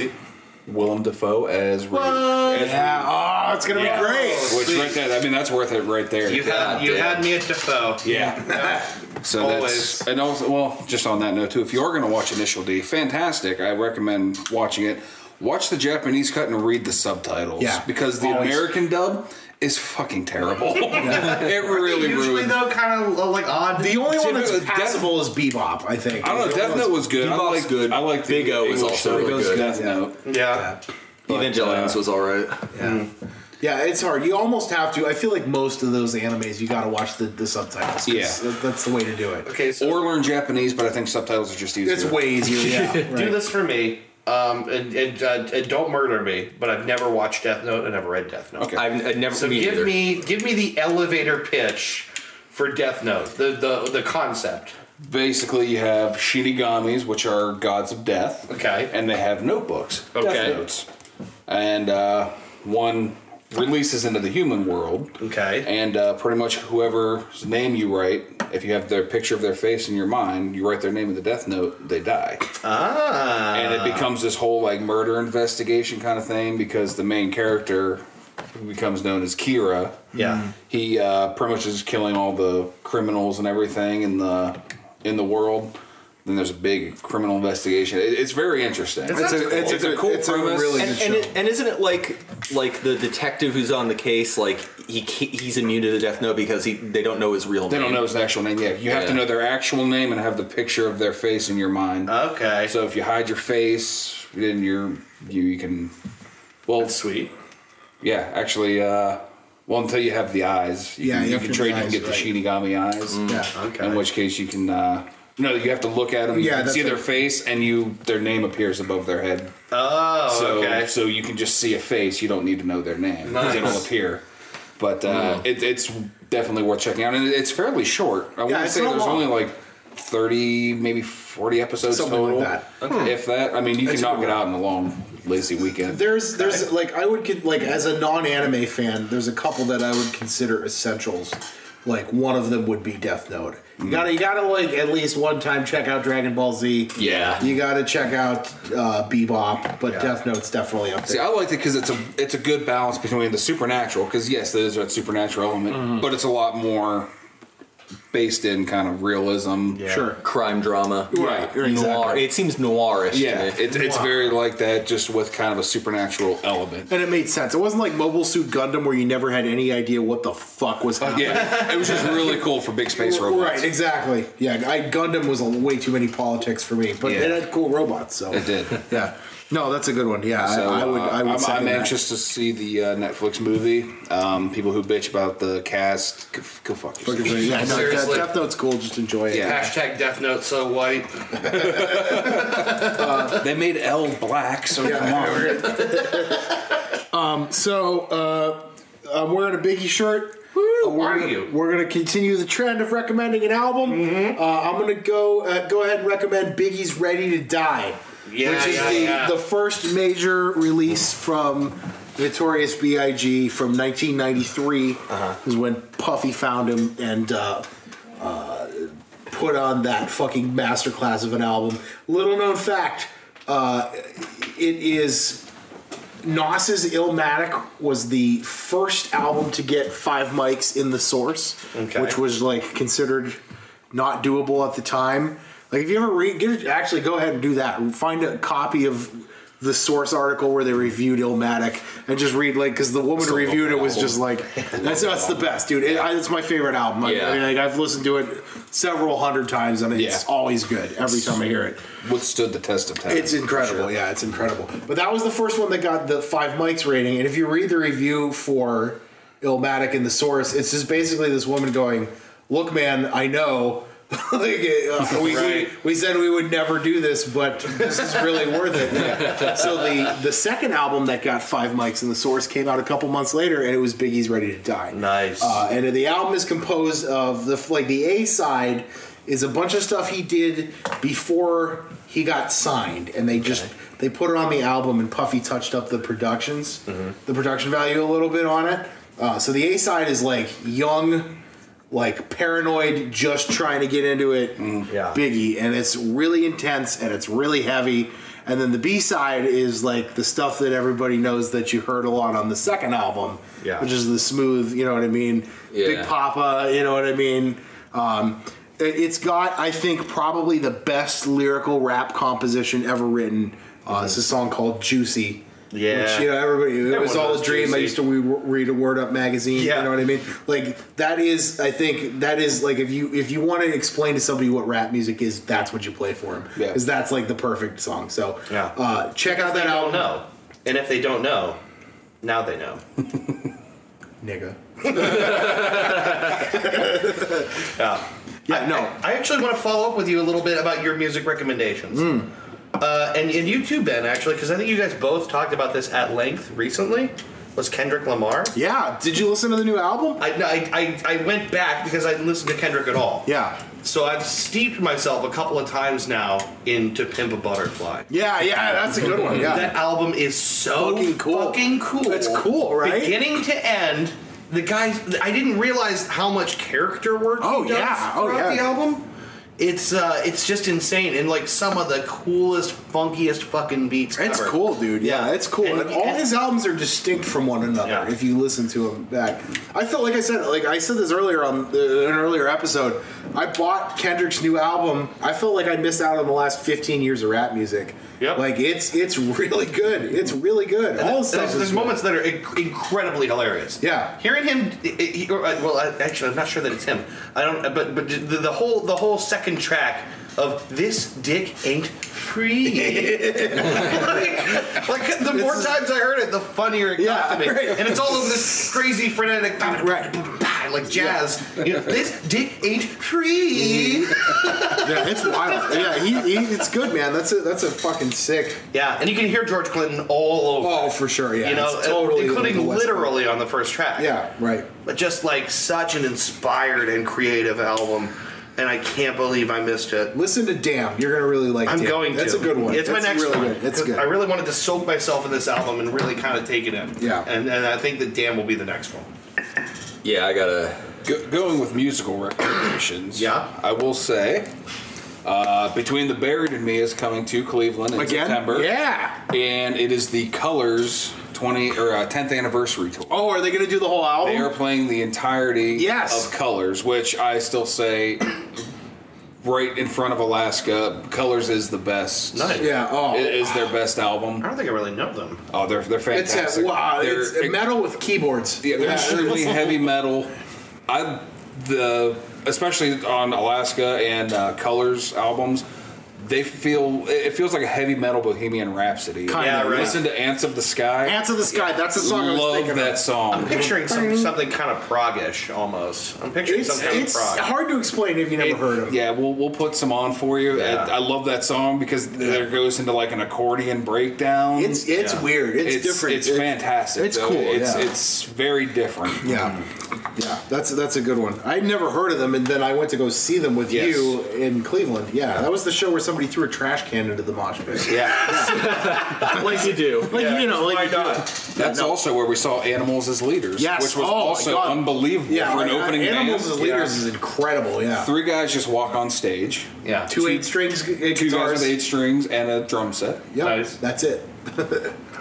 Willem Dafoe as Ryu. As
Yeah. Oh, it's gonna be great.
Which right there, I mean, that's worth it right there.
You had you had me at Defoe.
Yeah. So that's and also well, just on that note too, if you're gonna watch Initial D, fantastic. I recommend watching it. Watch the Japanese cut and read the subtitles.
Yeah.
Because the
Always.
American dub is fucking terrible. it really
usually
ruined.
though kind
uh,
of like odd.
The only one
See,
that's
Death-
passable is Bebop, I think.
I don't know.
The
Death
only
Note
one-
was good. I
Bebop's
like
good.
I like
Big O was also really good.
Death
Yeah.
Note.
Yeah.
Evangelions
uh,
was all right.
Yeah. Yeah, it's hard. You almost have to. I feel like most of those animes, you got to watch the, the subtitles. 'cause
Yeah.
that- that's the way to do it.
Okay, so
or learn Japanese, but I think subtitles are just easier.
It's way easier. Yeah,
do
right.
this for me. Um, and, and, uh, and don't murder me, but I've never watched Death Note. I never read Death Note.
Okay.
I've, I've never
So
me
give
either.
me give me the elevator pitch for Death Note. The the the concept.
Basically, you have shinigamis, which are gods of death.
Okay.
And they have notebooks.
Okay.
Death notes. And uh, one releases into the human world.
Okay.
And uh, pretty much whoever's name you write, if you have their picture of their face in your mind, you write their name in the death note, they die.
Ah.
And it becomes this whole like murder investigation kind of thing because the main character, who becomes known as Kira,
Yeah.
he uh, pretty much is killing all the criminals and everything in the in the world Then there's a big criminal investigation. It- it's very interesting.
It's
a,
cool.
it's, a cool premise.
and, and, it- and isn't it like like the detective who's on the case? Like he ca- he's immune to the death note because he they don't know his real
They
name.
don't know his actual name yet. You have to
Yeah.
know their actual name and have the picture of their face in your mind. Okay. So if you hide your face, then you're you, you can. Well, sweet. Yeah, actually. Uh, well, until you have the eyes, you
Yeah,
can,
you
you
have
can
to
trade.
have
You can
the
get
eyes,
the Shinigami eyes.
Yeah.
Okay. In which case, you can. Uh, no, you have to look at them.
Yeah,
Yeah, you can
that's
see their
it.
face, and you their name appears above their head. Oh, so,
okay.
So you can just see a face. You don't need to know their name.
Nice. Hmm.
It'll appear. But uh, it, it's definitely worth checking out, and it- it's fairly short. I want to
it's
say
not
there's
long.
only like thirty, maybe forty episodes
Something
total.
like that. Okay.
If that, I mean, you
That's
can knock
cool.
it out in a long, lazy weekend.
There's there's like I would get like as a non-anime fan, there's a couple that I would consider essentials. Like one of them would be Death Note. You gotta you gotta like at least one time check out Dragon Ball Z.
Yeah.
You gotta check out uh, Bebop, but Death Note's definitely up there.
See, I liked it because it's a it's a good balance between the supernatural. Because yes, there's a supernatural element, but it's a lot more based in kind of realism.
Sure.
crime drama, right?
Yeah, noir. It seems noirish.
Yeah,
to me.
it, it's very like that, just with kind of a supernatural element.
and it made sense. It wasn't like Mobile Suit Gundam where you never had any idea what the fuck was happening.
Yeah, it was just really cool for big space robots.
Right, exactly. Yeah, I, Gundam was a, way too many politics for me, but
Yeah.
it had cool robots. So
It did.
Yeah. No, that's a good one. Yeah, I-
So,
I, would.
uh,
I would.
I'm,
second
I'm
that.
anxious to see the uh, Netflix movie. Um, people who bitch about the cast, go, go fuck
Fucking
yourself.
thing. Yeah, no, Death,
Seriously.
Death Note's cool. Just enjoy it.
Hashtag Death Note so white.
they made L black, so come on.
Um, so uh, I'm wearing a Biggie shirt. Woo, are you? We're gonna continue the trend of recommending an album.
Mm-hmm.
Uh, I'm gonna go uh, go ahead and recommend Biggie's "Ready to Die,"
Yeah,
which is
yeah,
the,
yeah.
the first major release from Notorious B.I.G. from 1993.
Uh-huh.
Is when Puffy found him and uh, uh, put on that fucking masterclass of an album. Little known fact: uh, it is Nos's Illmatic was the first album to get five mics in the source,
Okay.
which was like considered not doable at the time. Like, if you ever read, get, actually go ahead and do that. Find a copy of the source article where they reviewed Illmatic and just read like because the woman who
Still love
reviewed
that
it was
album.
just like that's that's the best, dude. It, I, it's my favorite album. I-
Yeah.
I, mean, like, I've listened to it several hundred times and it's always good every time I hear it.
Withstood the test of time.
It's incredible. Yeah, it's incredible. But that was the first one that got the five mics rating. And if you read the review for Illmatic in the source, it's just basically this woman going, "Look, man, I know." like, uh, we,
Right.
we, we said we would never do this, but this is really worth it. So the the second album that got five mics in the source came out a couple months later, and it was Biggie's "Ready to Die." Nice. Uh, and the album is composed of the like the A side is a bunch of stuff he did before he got signed, and they just they put it on the album, and Puffy touched up the productions, the production value a little bit on it. Uh, so the A side is like young, like paranoid, just trying to get into it, Biggie, and it's really intense and it's really heavy. And then the B side is like the stuff that everybody knows that you heard a lot on the second album,
Yeah.
which is the smooth, you know what I mean, Big
Yeah.
Papa, you know what I mean. Um, it- it's got, I think, probably the best lyrical rap composition ever written. Uh, It's a song called "Juicy."
Mm-hmm. Yeah.
which, you know everybody. It
Everyone
was all
knows
a dream. I
Juicy.
used to we read a Word Up magazine. You know what I mean? Like that is, I think that is like if you if you want to explain to somebody what rap music is, that's what you play for them.
Yeah.
Because that's like the perfect song. So
Yeah.
uh, check out that album.
No. And if they don't know, now they know.
Nigga.
yeah.
Yeah, no.
I, I actually want to follow up with you a little bit about your music recommendations.
Hmm.
Uh, and, and you too, Ben, actually, because I think you guys both talked about this at length recently. Was Kendrick Lamar?
Yeah. Did you listen to the new album?
I, no, I, I, I went back because I didn't listen to Kendrick at all.
Yeah.
So I've steeped myself a couple of times now in To Pimp a Butterfly.
Yeah, yeah, that's a good one, yeah.
that album is so fucking cool.
It's cool, right?
Beginning to end, the guys. I didn't realize how much character work.
Oh,
he does
yeah. Oh,
throughout
yeah.
The album. It's uh, it's just insane, and like some of the coolest, funkiest fucking beats.
It's
ever.
cool, dude. Yeah, it's cool. And, all his albums are distinct from one another. If you listen to them back, I felt like I said, like I said this earlier on uh, an earlier episode. I bought Kendrick's new album. I felt like I missed out on the last 15 years of rap music. Yep. Like it's it's really good. It's really good.
And
All
th-
the stuff
there's,
is
there's
good.
moments that are inc- incredibly hilarious.
Yeah,
hearing him. i- i- he- or, uh, well, I- actually, I'm not sure that it's him. I don't. But but the, the whole the whole second track of this dick ain't free. like, like the more times I heard it, the funnier it got to me.
right.
And it's all of this crazy frenetic, like jazz. You know, this dick ain't free.
Mm-hmm. yeah, it's wild. Yeah, he, he, it's good, man. That's a that's a fucking sick.
Yeah, and you can hear George Clinton all over.
Oh, for sure. Yeah,
you know,
it's totally
including
the West Coast.
literally on the first track.
Yeah, right.
But just like such an inspired and creative album, and I can't believe I missed it.
Listen to Damn. You're gonna really like.
I'm
Damn.
going
That's
to.
a good one.
It's
That's
my next
really
one.
Good. It's
'cause
good.
I really wanted to soak myself in this album and really kind of take it in.
Yeah.
And, and I think that Damn will be the next one.
Yeah, I gotta. Go, going with musical recommendations. yeah. I will say, uh, Between the Buried and Me is coming to Cleveland in
Again?
September.
Yeah.
And it is the Colors 20 or uh, 10th anniversary tour.
Oh, are they gonna do the whole album?
They are playing the entirety
Yes.
of Colors, which I still say right in front of Alaska, Colors is the best.
Nice.
Yeah, oh.
It is their best album. I
don't think I really know them.
Oh, they're they're
It's
fantastic.
a, wow.
They're
It's metal with keyboards.
yeah, they're extremely heavy metal. I the especially on Alaska and uh, Colors albums, they feel it feels like a heavy metal Bohemian Rhapsody.
Kinda,
Yeah,
right.
Listen to Ants of the Sky.
Ants of the Sky, that's the song I was
Love
thinking of.
that song.
I'm picturing some, something kind of proggish almost. I'm picturing
It's,
some kind
it's
of prog.
hard to explain if you never heard of. it.
Yeah, we'll we'll put some on for you.
Yeah.
I, I love that song because there goes into like an accordion breakdown.
It's- it's weird. It's different.
It's
It-
fantastic.
it's
though.
cool,
It's
yeah.
it's very different.
Yeah.
Mm-hmm.
Yeah, that's that's a good one. I'd never heard of them, and then I went to go see them with
Yes.
you in Cleveland. Yeah, that was the show where somebody threw a trash can into the mosh pit.
Yeah.
like you do. Like you know, like you do.
That's also where we saw animals as leaders.
Yes.
which was
Oh, my
also
God.
unbelievable
Yeah,
for an
like, uh,
opening.
Animals
band.
as Leaders is incredible. Yeah,
Three guys just walk on stage.
Yeah.
Two eight strings, eight
Two guys
guitars.
with eight strings and a drum set.
Yep, that's it.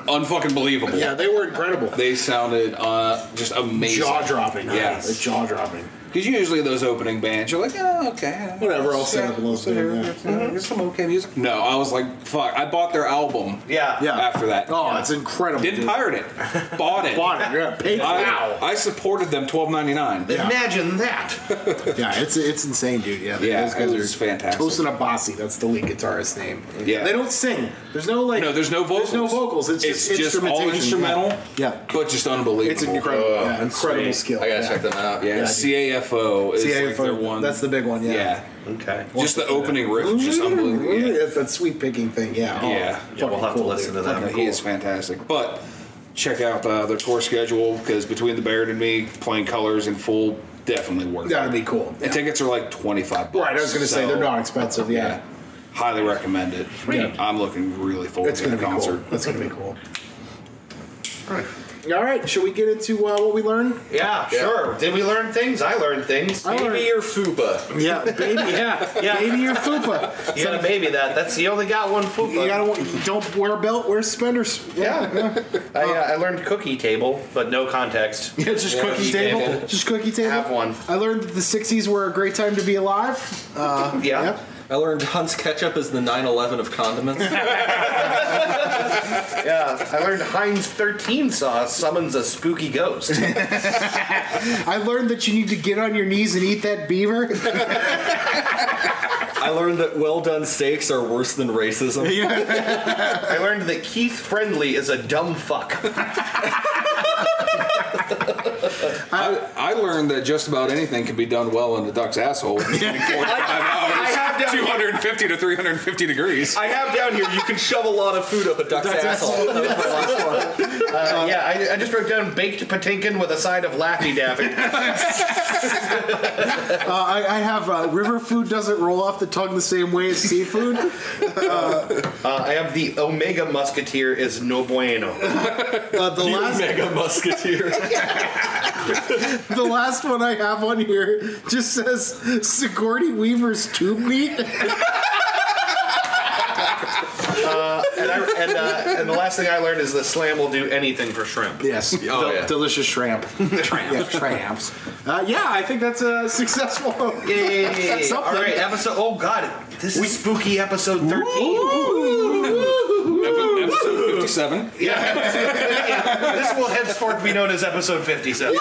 Unfucking believable.
Yeah, they were incredible.
They sounded uh, just amazing.
Jaw dropping.
Yeah.
jaw dropping.
Because usually those opening bands, you're like, oh, okay.
Whatever, I'll set up a little thing.
There's some okay music. No, I was like, fuck. I bought their album.
Yeah.
Yeah.
After that.
Oh, it's incredible.
Didn't
dude.
pirate it. Bought it.
Bought it, yeah, paid for
I,
it. Wow.
I supported them twelve ninety nine.
Imagine that.
yeah, it's it's insane, dude. Yeah,
Yeah,
those guys
it was
are
fantastic.
Tosin Abasi, that's the lead guitarist's name.
Yeah.
they don't sing. There's no like.
No, there's no vocals.
There's no vocals. It's,
It's
just,
just all
instrumentation.
instrumental.
Yeah.
But just unbelievable.
It's incredible. Yeah,
Oh,
incredible
sweet.
skill.
I gotta
Yeah.
check them out.
Yeah,
Yeah,
CAFO is like
CAFO,
their one.
That's the big one. Yeah.
Okay.
Just the opening riff, is just unbelievable. Yeah.
That's that sweet picking thing. Yeah. Oh,
yeah.
fucking cool, dude. Fucking
He is fantastic. But check out uh, their tour schedule because between the Baird and me, playing colors in full definitely worth. it.
That'd be cool.
And tickets are like twenty five.
Right, I was gonna say they're not expensive. Yeah.
Highly recommend it. I'm looking really forward
It's
to
gonna
the
be cool.
concert.
That's gonna be cool. All right, should we get into uh, what we learned?
Yeah, sure. Did we learn things? I learned things.
I learned-
your fupa.
Yeah, baby. Yeah,
Yeah.
baby or fupa.
You gotta baby that. That's you only got one fupa.
You gotta wa- don't wear a belt, wear spenders. Yeah, yeah.
I, uh, I learned cookie table, but no context.
Yeah, just cookie table. Just cookie table.
Have one.
I learned that the '60s were a great time to be alive. Uh,
Yeah.
I learned Hunt's ketchup is the 9/11 of condiments.
Yeah, I learned Heinz 13 sauce summons a spooky ghost.
I learned that you need to get on your knees and eat that beaver.
I learned that well done steaks are worse than racism.
I learned that Keith Friendly is a dumb fuck.
I, I learned that just about anything can be done well in the duck's asshole.
I have down
Two
here,
hundred and fifty to three hundred and fifty degrees.
I
Uh,
have down here you can shove a lot of food up a duck's asshole. That was my last one.
uh, yeah, I, I just wrote down baked patinkin with a side of Laffy Daffy.
Uh, I, I have uh, river food doesn't roll off the tongue the same way as seafood.
Uh, I have the Omega Musketeer is no bueno.
Uh, the last
Mega musketeer.
the last one I have on here just says Sigourney Weaver's tube meat.
Uh, and and, I, and, uh, and the last thing I learned is that slam will do anything for shrimp.
Yes. Del- Delicious shrimp. Yeah, tramps. Uh, yeah, I think that's uh, successful.
Yay.
Something.
All right, episode. Oh God, this is spooky episode thirteen.
Episode 57.
Yeah. Yeah, This will henceforth be known as episode fifty-seven.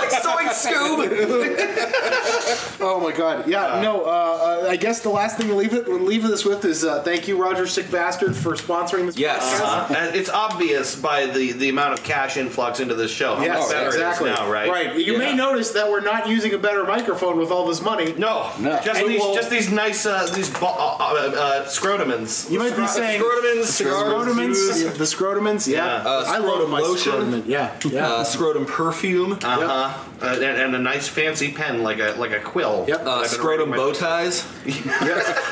oh my god. Yeah, no, uh, uh, I guess the last thing to leave it leave this with is uh, thank you, Roger Sick Bastard, for sponsoring this podcast.
Uh-huh. And it's obvious by the, the amount of cash influx into this show. How
Yes,
much better it is
exactly.
now, right?
You may notice that we're not using a better microphone with all this money.
No,
no.
Just these, just these nice, uh, these bo- uh, uh, uh, scrotumins.
You might be
Scro-
saying
scrotumins,
scrotumins,
cigars.
yeah, the scrotumins, yeah.
Uh,
I love my
scrotum
scrotum.
lotion. Uh,
Yeah, yeah.
uh, scrotum perfume.
Uh-huh. Uh, and, and a nice fancy pen, like a like a quill. Yep.
Uh, scrotum bow ties.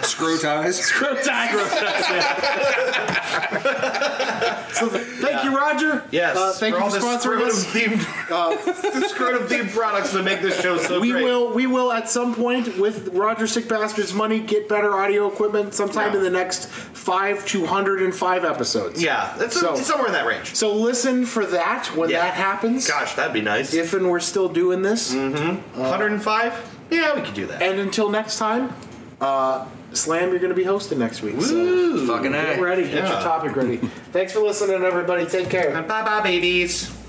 Screw ties.
Screw ties. so th- thank you, Roger.
Yes,
Uh, thank
for
you
all
for
the
sponsoring us.
Themed, scrotum themed products that make this show so
we
great.
will we will at some point with Roger Sick Bastard's money get better audio equipment sometime in the next five to hundred and five episodes.
Yeah, that's
So-
it's somewhere in that range.
So listen for that when that happens.
Gosh, that'd be nice.
If and we're still doing this.
Mm-hmm. 105? yeah, we could do that.
And until next time, uh, Slam, you're going to be hosting next week. So
Fucking
get
A.
ready. Get
Yeah.
your topic ready. Thanks for listening, everybody. Take care.
Bye bye, babies.